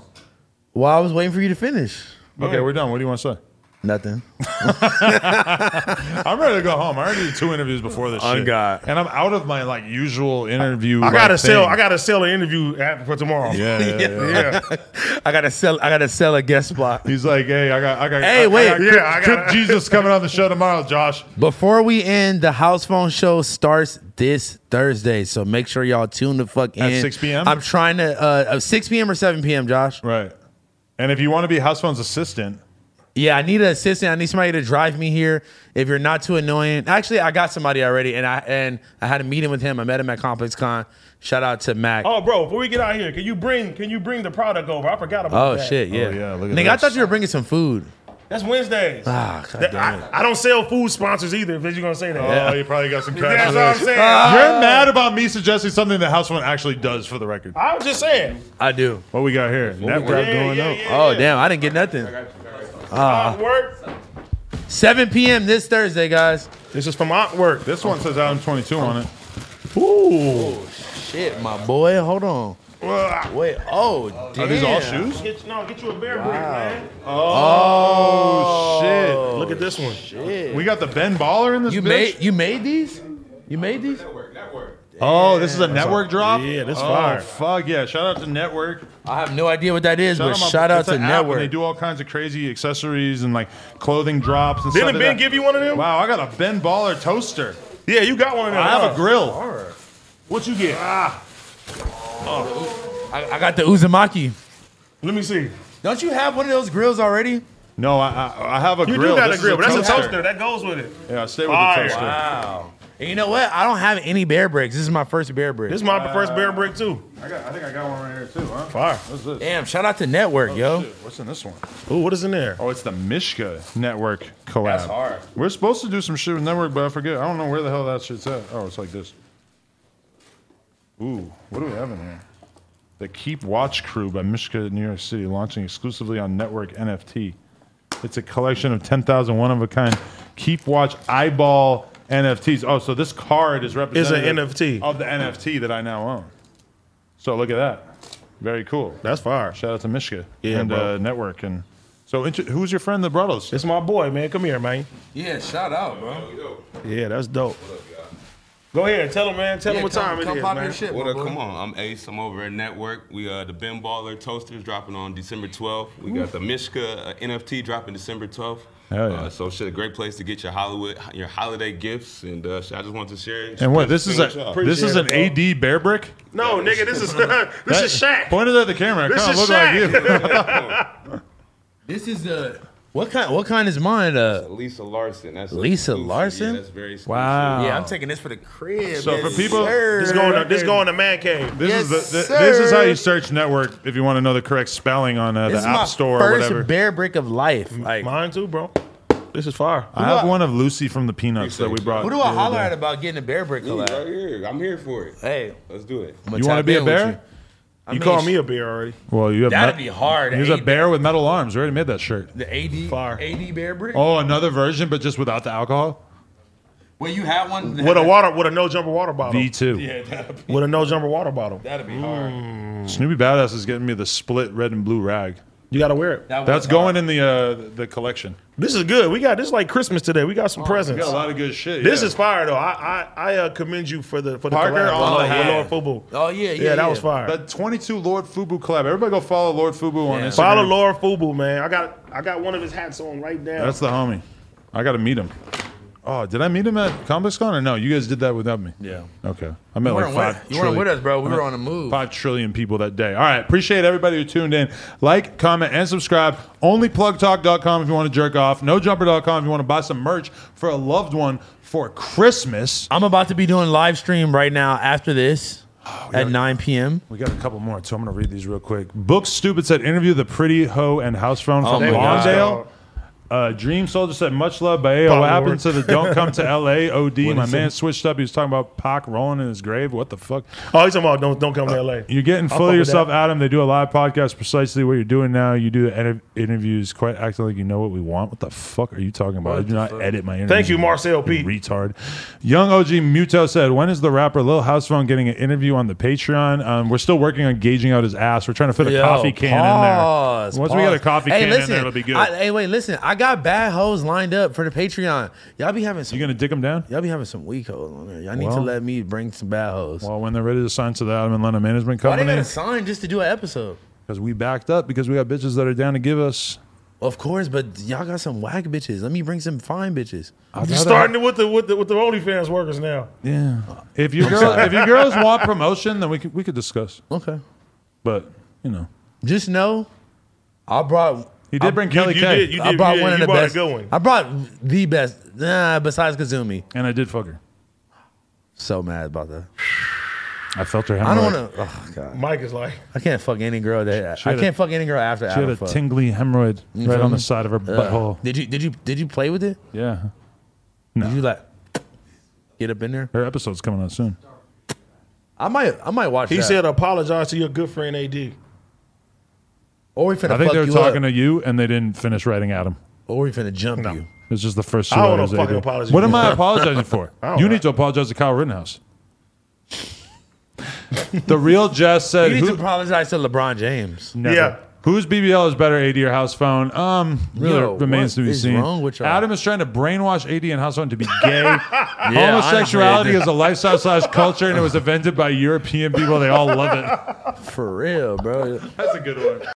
Speaker 1: Well, I was waiting for you to finish.
Speaker 3: Okay, we're done. What do you want to say?
Speaker 1: Nothing.
Speaker 3: I'm ready to go home. I already did two interviews before this
Speaker 1: On
Speaker 3: shit.
Speaker 1: God.
Speaker 3: And I'm out of my like usual interview.
Speaker 2: I gotta
Speaker 3: like,
Speaker 2: sell.
Speaker 3: thing.
Speaker 2: I gotta sell an interview app for tomorrow.
Speaker 3: Yeah,
Speaker 2: <laughs>
Speaker 3: yeah, <laughs> yeah.
Speaker 2: yeah.
Speaker 1: <laughs> I gotta sell. I gotta sell a guest spot.
Speaker 3: He's like, hey, I got, I got.
Speaker 1: Hey,
Speaker 3: I- I
Speaker 1: wait.
Speaker 3: got
Speaker 2: Yeah,
Speaker 3: Crip-
Speaker 2: I
Speaker 3: Crip
Speaker 2: gotta- <laughs>
Speaker 3: Jesus coming on the show tomorrow, Josh.
Speaker 1: Before we end, the house phone show starts this Thursday, so make sure y'all tune the fuck in
Speaker 3: At 6 p.m.?
Speaker 1: I'm trying to uh, uh, 6 p.m. or 7 p.m. Josh.
Speaker 3: Right. And if you want to be House Phone's assistant,
Speaker 1: Yeah, I need an assistant. I need somebody to drive me here. If you're not too annoying, actually, I got somebody already, and I and I had a meeting with him. I met him at Complex Con. Shout out to Mac.
Speaker 2: Oh, bro, before we get out here, can you bring can you bring the product over? I forgot about
Speaker 1: Oh,
Speaker 2: that.
Speaker 1: shit, yeah,
Speaker 3: yeah, look at
Speaker 1: Nigga, I
Speaker 3: that.
Speaker 1: thought you were bringing some food.
Speaker 2: That's Wednesdays.
Speaker 1: Ah, God
Speaker 2: That-
Speaker 1: damn it.
Speaker 2: I, I don't sell food sponsors either. If you're gonna say that,
Speaker 3: oh, you probably
Speaker 2: <laughs>
Speaker 3: got some cash.
Speaker 2: that's what I'm saying.
Speaker 3: You're mad about me suggesting something that House Phone actually does for the record.
Speaker 2: I was just saying.
Speaker 1: I do.
Speaker 3: What we got here? Network.
Speaker 2: Yeah, yeah, yeah, yeah.
Speaker 1: Oh damn, I didn't get nothing.
Speaker 3: Uh-huh.
Speaker 2: Artwork.
Speaker 1: 7 p.m. this Thursday, guys.
Speaker 2: This is from Artwork.
Speaker 3: This one says Adam 22 on it.
Speaker 2: Ooh.
Speaker 1: Shit, my boy. Hold on.
Speaker 2: Ugh.
Speaker 1: Wait. Oh, damn.
Speaker 3: Are these all shoes?
Speaker 2: Get, no, get you a bear brick, man.
Speaker 3: Oh,
Speaker 2: Look at this one.
Speaker 3: shit. We got the Ben Baller in this
Speaker 1: You
Speaker 3: bitch?
Speaker 1: made you made these? You made these?
Speaker 3: Oh, this is a network drop?
Speaker 2: Yeah, this
Speaker 3: oh,
Speaker 2: fire.
Speaker 3: fuck yeah. Shout out to Network.
Speaker 1: I have no idea what that is, but
Speaker 3: out my-
Speaker 1: shout out
Speaker 3: it's
Speaker 1: to
Speaker 3: an app, and They
Speaker 1: Network.
Speaker 3: do all kinds of crazy accessories and like clothing drops and stuff.
Speaker 2: Didn't
Speaker 3: like
Speaker 2: Ben
Speaker 3: that.
Speaker 2: give you one of them?
Speaker 3: Wow, I got a Ben Baller toaster.
Speaker 2: Yeah, you got one of them.
Speaker 3: I have a
Speaker 2: huh?
Speaker 3: grill.
Speaker 2: What you get?
Speaker 3: Ah.
Speaker 1: I, I got the Uzumaki.
Speaker 2: Let me see.
Speaker 1: Don't you have one of those grills already?
Speaker 3: No, I, I, I have a
Speaker 2: You
Speaker 3: grill.
Speaker 2: do got
Speaker 3: This
Speaker 2: a
Speaker 3: is
Speaker 2: grill, but that's a toaster. That goes with it.
Speaker 3: Yeah, stay with
Speaker 2: Fire.
Speaker 3: the toaster.
Speaker 1: And you know what? I don't have any bear bricks. This is my first bear brick.
Speaker 2: This is my first bear brick too.
Speaker 3: I, got, I think I got one right here too. Huh?
Speaker 2: Fire.
Speaker 3: What's this?
Speaker 1: Damn, shout out to Network, yo.
Speaker 3: Oh, Shit, What's in this one?
Speaker 2: Ooh, what is in there?
Speaker 3: Oh, it's the Mishka Network collab.
Speaker 7: That's hard.
Speaker 3: We're supposed to do some shit with Network, but I forget. I don't know where the hell that shit's at. Oh, it's like this. Ooh, what do we have in here? The Keep Watch Crew by Mishka New York City, launching exclusively on Network NFT. It's a collection of 10,000 one of a kind Keep Watch Eyeball NFTs. Oh, so this card is representative
Speaker 2: NFT.
Speaker 3: of the NFT that I now own. So look at that. Very cool.
Speaker 2: That's fire.
Speaker 3: Shout out to Mishka
Speaker 2: Yeah,
Speaker 3: and
Speaker 2: bro.
Speaker 3: uh, Network. And so, int- who's your friend that brought us?
Speaker 2: It's my boy, man. Come here, man.
Speaker 1: Yeah, shout out, bro.
Speaker 2: Yeah, that's dope. Go ahead, tell him, man. Tell him what time it is, man.
Speaker 8: What up? Come on. I'm Ace. I'm over at Network. We uh the Ben Baller Toasters dropping on December 12th. We got the Mishka uh, NFT dropping December 12th.
Speaker 3: Hell yeah.
Speaker 8: Uh, so shit, a great place to get your Hollywood, your holiday gifts, and uh, shit, I just wanted to share. it.
Speaker 3: And what? This
Speaker 8: Share
Speaker 3: is
Speaker 8: it with
Speaker 3: a
Speaker 8: y'all.
Speaker 3: this is an AD bear brick.
Speaker 2: No, nigga, this
Speaker 3: <laughs>
Speaker 2: is <laughs> this is Shaq.
Speaker 3: Pointed at the camera.
Speaker 2: This
Speaker 3: Kind of
Speaker 2: is
Speaker 3: look like you.
Speaker 1: This is a what kind? What kind is mine? Uh,
Speaker 8: Lisa Larson. That's
Speaker 1: Lisa
Speaker 8: exclusive.
Speaker 1: Larson?
Speaker 8: Yeah, that's very exclusive.
Speaker 3: Wow.
Speaker 1: yeah, I'm taking this for the crib.
Speaker 3: So for people-
Speaker 2: This going to this going to man cave.
Speaker 3: This
Speaker 1: Yes,
Speaker 3: is the, the,
Speaker 1: sir.
Speaker 3: this is how you search network if you want to know the correct spelling on uh, the
Speaker 1: this is my
Speaker 3: App Store or
Speaker 1: first
Speaker 3: whatever.
Speaker 1: bear brick of life. Like,
Speaker 2: Mine too, bro. This is fire.
Speaker 3: I have one of Lucy from the Peanuts that we brought.
Speaker 1: who do
Speaker 3: the
Speaker 1: I
Speaker 3: other
Speaker 1: holler
Speaker 3: day.
Speaker 1: at about getting a bear brick
Speaker 8: Ooh,
Speaker 1: collab?
Speaker 8: right here. I'm here for it.
Speaker 1: Hey,
Speaker 8: Let's do it.
Speaker 1: I'ma
Speaker 3: You want
Speaker 1: tap
Speaker 3: to be a
Speaker 1: in with
Speaker 3: bear?
Speaker 1: you. I
Speaker 2: You
Speaker 1: mean,
Speaker 2: call me a bear already.
Speaker 3: Well, you have
Speaker 1: That'd be hard,
Speaker 3: He's
Speaker 1: eh?
Speaker 3: a bear with metal arms. We already made that shirt.
Speaker 1: the AD
Speaker 2: Fire.
Speaker 1: AD bear brick.
Speaker 3: Oh, another version, but just without the alcohol.
Speaker 1: Well, you had one.
Speaker 2: With a water with a no jumper water bottle.
Speaker 3: V two.
Speaker 2: With a no jumper water bottle.
Speaker 1: <laughs> That'd be
Speaker 2: Mm.
Speaker 1: hard.
Speaker 3: Snoopy Badass is getting me the split red and blue rag.
Speaker 2: You gotta wear it.
Speaker 1: That was
Speaker 3: That's
Speaker 1: hard.
Speaker 3: going in the uh, the collection.
Speaker 2: This is good. We got this is like Christmas today. We got some
Speaker 3: We
Speaker 2: presents.
Speaker 3: got a lot of good shit.
Speaker 2: This
Speaker 3: yeah.
Speaker 2: is fire though. I I, I uh, commend you for the for the
Speaker 3: Parker
Speaker 2: collab with
Speaker 3: on the
Speaker 2: Lord-
Speaker 3: hat.
Speaker 2: with Lord Fubu.
Speaker 1: Oh yeah, yeah.
Speaker 2: yeah, that was fire.
Speaker 3: The 22 Lord Fubu collab. Everybody go follow Lord Fubu on
Speaker 1: Yeah.
Speaker 3: Instagram.
Speaker 2: Follow Lord Fubu, man. I got I got one of his hats on right now.
Speaker 3: That's the homie. I got to meet him. Oh, did I meet him at Comics Con or no? You guys did that without me. Yeah. Okay. I met
Speaker 1: You
Speaker 3: like
Speaker 1: weren't,
Speaker 3: five.
Speaker 1: with, you weren't
Speaker 3: trillion-
Speaker 1: with us, bro. We
Speaker 3: I met
Speaker 1: were on a move.
Speaker 3: Five trillion people that day. All right. Appreciate everybody who tuned in. Like, comment, and subscribe. Onlyplugtalk.com if you want to jerk off. Nojumper.com if you want to buy some merch for a loved one for Christmas.
Speaker 1: I'm about to be doing live stream right now after this at 9 p.m.
Speaker 3: We got a couple more, so I'm going to read these real quick. Book Stupid said, interview the pretty hoe and house phone from
Speaker 1: my God.
Speaker 3: Lawndale. Uh, Dream Soldier said, much love, but hey, what
Speaker 2: Lord.
Speaker 3: happened to the don't come to LA OD? My man switched up. He was talking about Pac rolling in his grave. What the fuck?
Speaker 2: Oh, he's talking about don't don't come to LA.
Speaker 3: You're getting
Speaker 2: I'll
Speaker 3: full of
Speaker 2: fuck with
Speaker 3: yourself,
Speaker 2: that.
Speaker 3: Adam. They do a live podcast precisely what you're doing now. You do inter- interviews quite acting like you know what we want. What the fuck are you talking about? I do not edit my interviews.
Speaker 2: you, Marcel
Speaker 3: you
Speaker 2: Pete.
Speaker 3: Retard. Young OG Muto said, When is the rapper Lil House Phone getting an interview on the Patreon? Um, we're still working on gauging out his ass. We're trying to fit a
Speaker 1: Yo,
Speaker 3: coffee can
Speaker 1: pause,
Speaker 3: in there. Once we get a
Speaker 1: pause.
Speaker 3: coffee
Speaker 1: Hey,
Speaker 3: can in
Speaker 1: listen,
Speaker 3: there, it'll be good.
Speaker 1: I- hey, wait, listen. I got bad hoes lined up for the Patreon. Y'all be having some.
Speaker 3: you going to dick him down?
Speaker 1: Y'all be having some weak hoes on there. Y'all need to
Speaker 3: Well-
Speaker 1: let me bring some bad hoes.
Speaker 3: Well, when they're ready to sign to the Adam and Lena Management
Speaker 1: Why they
Speaker 3: Company,
Speaker 1: gotta sign just to do an episode?
Speaker 3: because we backed up because we got bitches that are down to give us.
Speaker 1: Of course, but y'all got some whack bitches. Let me bring some fine bitches.
Speaker 3: I'd
Speaker 2: You
Speaker 3: rather-
Speaker 2: starting it with the with the with the OnlyFans workers now.
Speaker 3: Yeah. If you girl, if you girls want promotion, then we could we could discuss.
Speaker 1: Okay.
Speaker 3: But you know,
Speaker 1: Just know, I brought.
Speaker 3: he did bring Kelly
Speaker 2: you
Speaker 3: K,
Speaker 2: did, you
Speaker 1: I brought one of
Speaker 2: you
Speaker 1: the
Speaker 2: brought a
Speaker 1: best.
Speaker 2: good one.
Speaker 1: I brought the best. Nah, besides Kazumi.
Speaker 3: and I did fuck her.
Speaker 1: So mad about that.
Speaker 3: I felt her.
Speaker 1: I don't want
Speaker 3: hemorrhoid.
Speaker 1: to. Oh god,
Speaker 2: Mike is like,
Speaker 1: I can't fuck any girl that.
Speaker 3: She
Speaker 1: I
Speaker 3: had a-
Speaker 1: can't fuck any girl after. Uh,
Speaker 3: She had a tingly hemorrhoid right on the side of her butthole.
Speaker 1: Did you? Did you? Did you play with it?
Speaker 3: Yeah.
Speaker 1: Did you like get up in there?
Speaker 3: Her episode's coming out soon.
Speaker 1: I might. I might watch.
Speaker 2: he
Speaker 1: that.
Speaker 2: said, apologize to your good friend AD.
Speaker 1: or we finna
Speaker 3: I think
Speaker 1: fuck
Speaker 3: they were
Speaker 1: you
Speaker 3: talking
Speaker 1: up,
Speaker 3: to you, and they didn't finish writing Adam.
Speaker 1: or we finna jump you.
Speaker 3: It's just the first two
Speaker 2: I don't
Speaker 3: letters.
Speaker 2: fucking
Speaker 3: they did.
Speaker 2: apologize.
Speaker 3: What am I apologizing for?
Speaker 2: don't
Speaker 3: You
Speaker 2: know.
Speaker 3: need to apologize to Kyle Rittenhouse. the real Jess said,
Speaker 1: You need to
Speaker 3: who,
Speaker 1: apologize to LeBron James.
Speaker 3: Never.
Speaker 2: Yeah.
Speaker 3: Whose BBL is better, AD or House Phone? Um, really
Speaker 1: Yo,
Speaker 3: remains
Speaker 1: what
Speaker 3: to be
Speaker 1: is
Speaker 3: seen.
Speaker 1: wrong with y'all?
Speaker 3: Adam is trying to brainwash AD and House Phone to
Speaker 1: <laughs>
Speaker 3: be gay.
Speaker 1: Yeah,
Speaker 3: Homosexuality
Speaker 1: honestly,
Speaker 3: is a lifestyle slash culture,
Speaker 1: <laughs>
Speaker 3: and it was invented by European people. They all love it.
Speaker 1: For real, bro.
Speaker 3: That's a good one.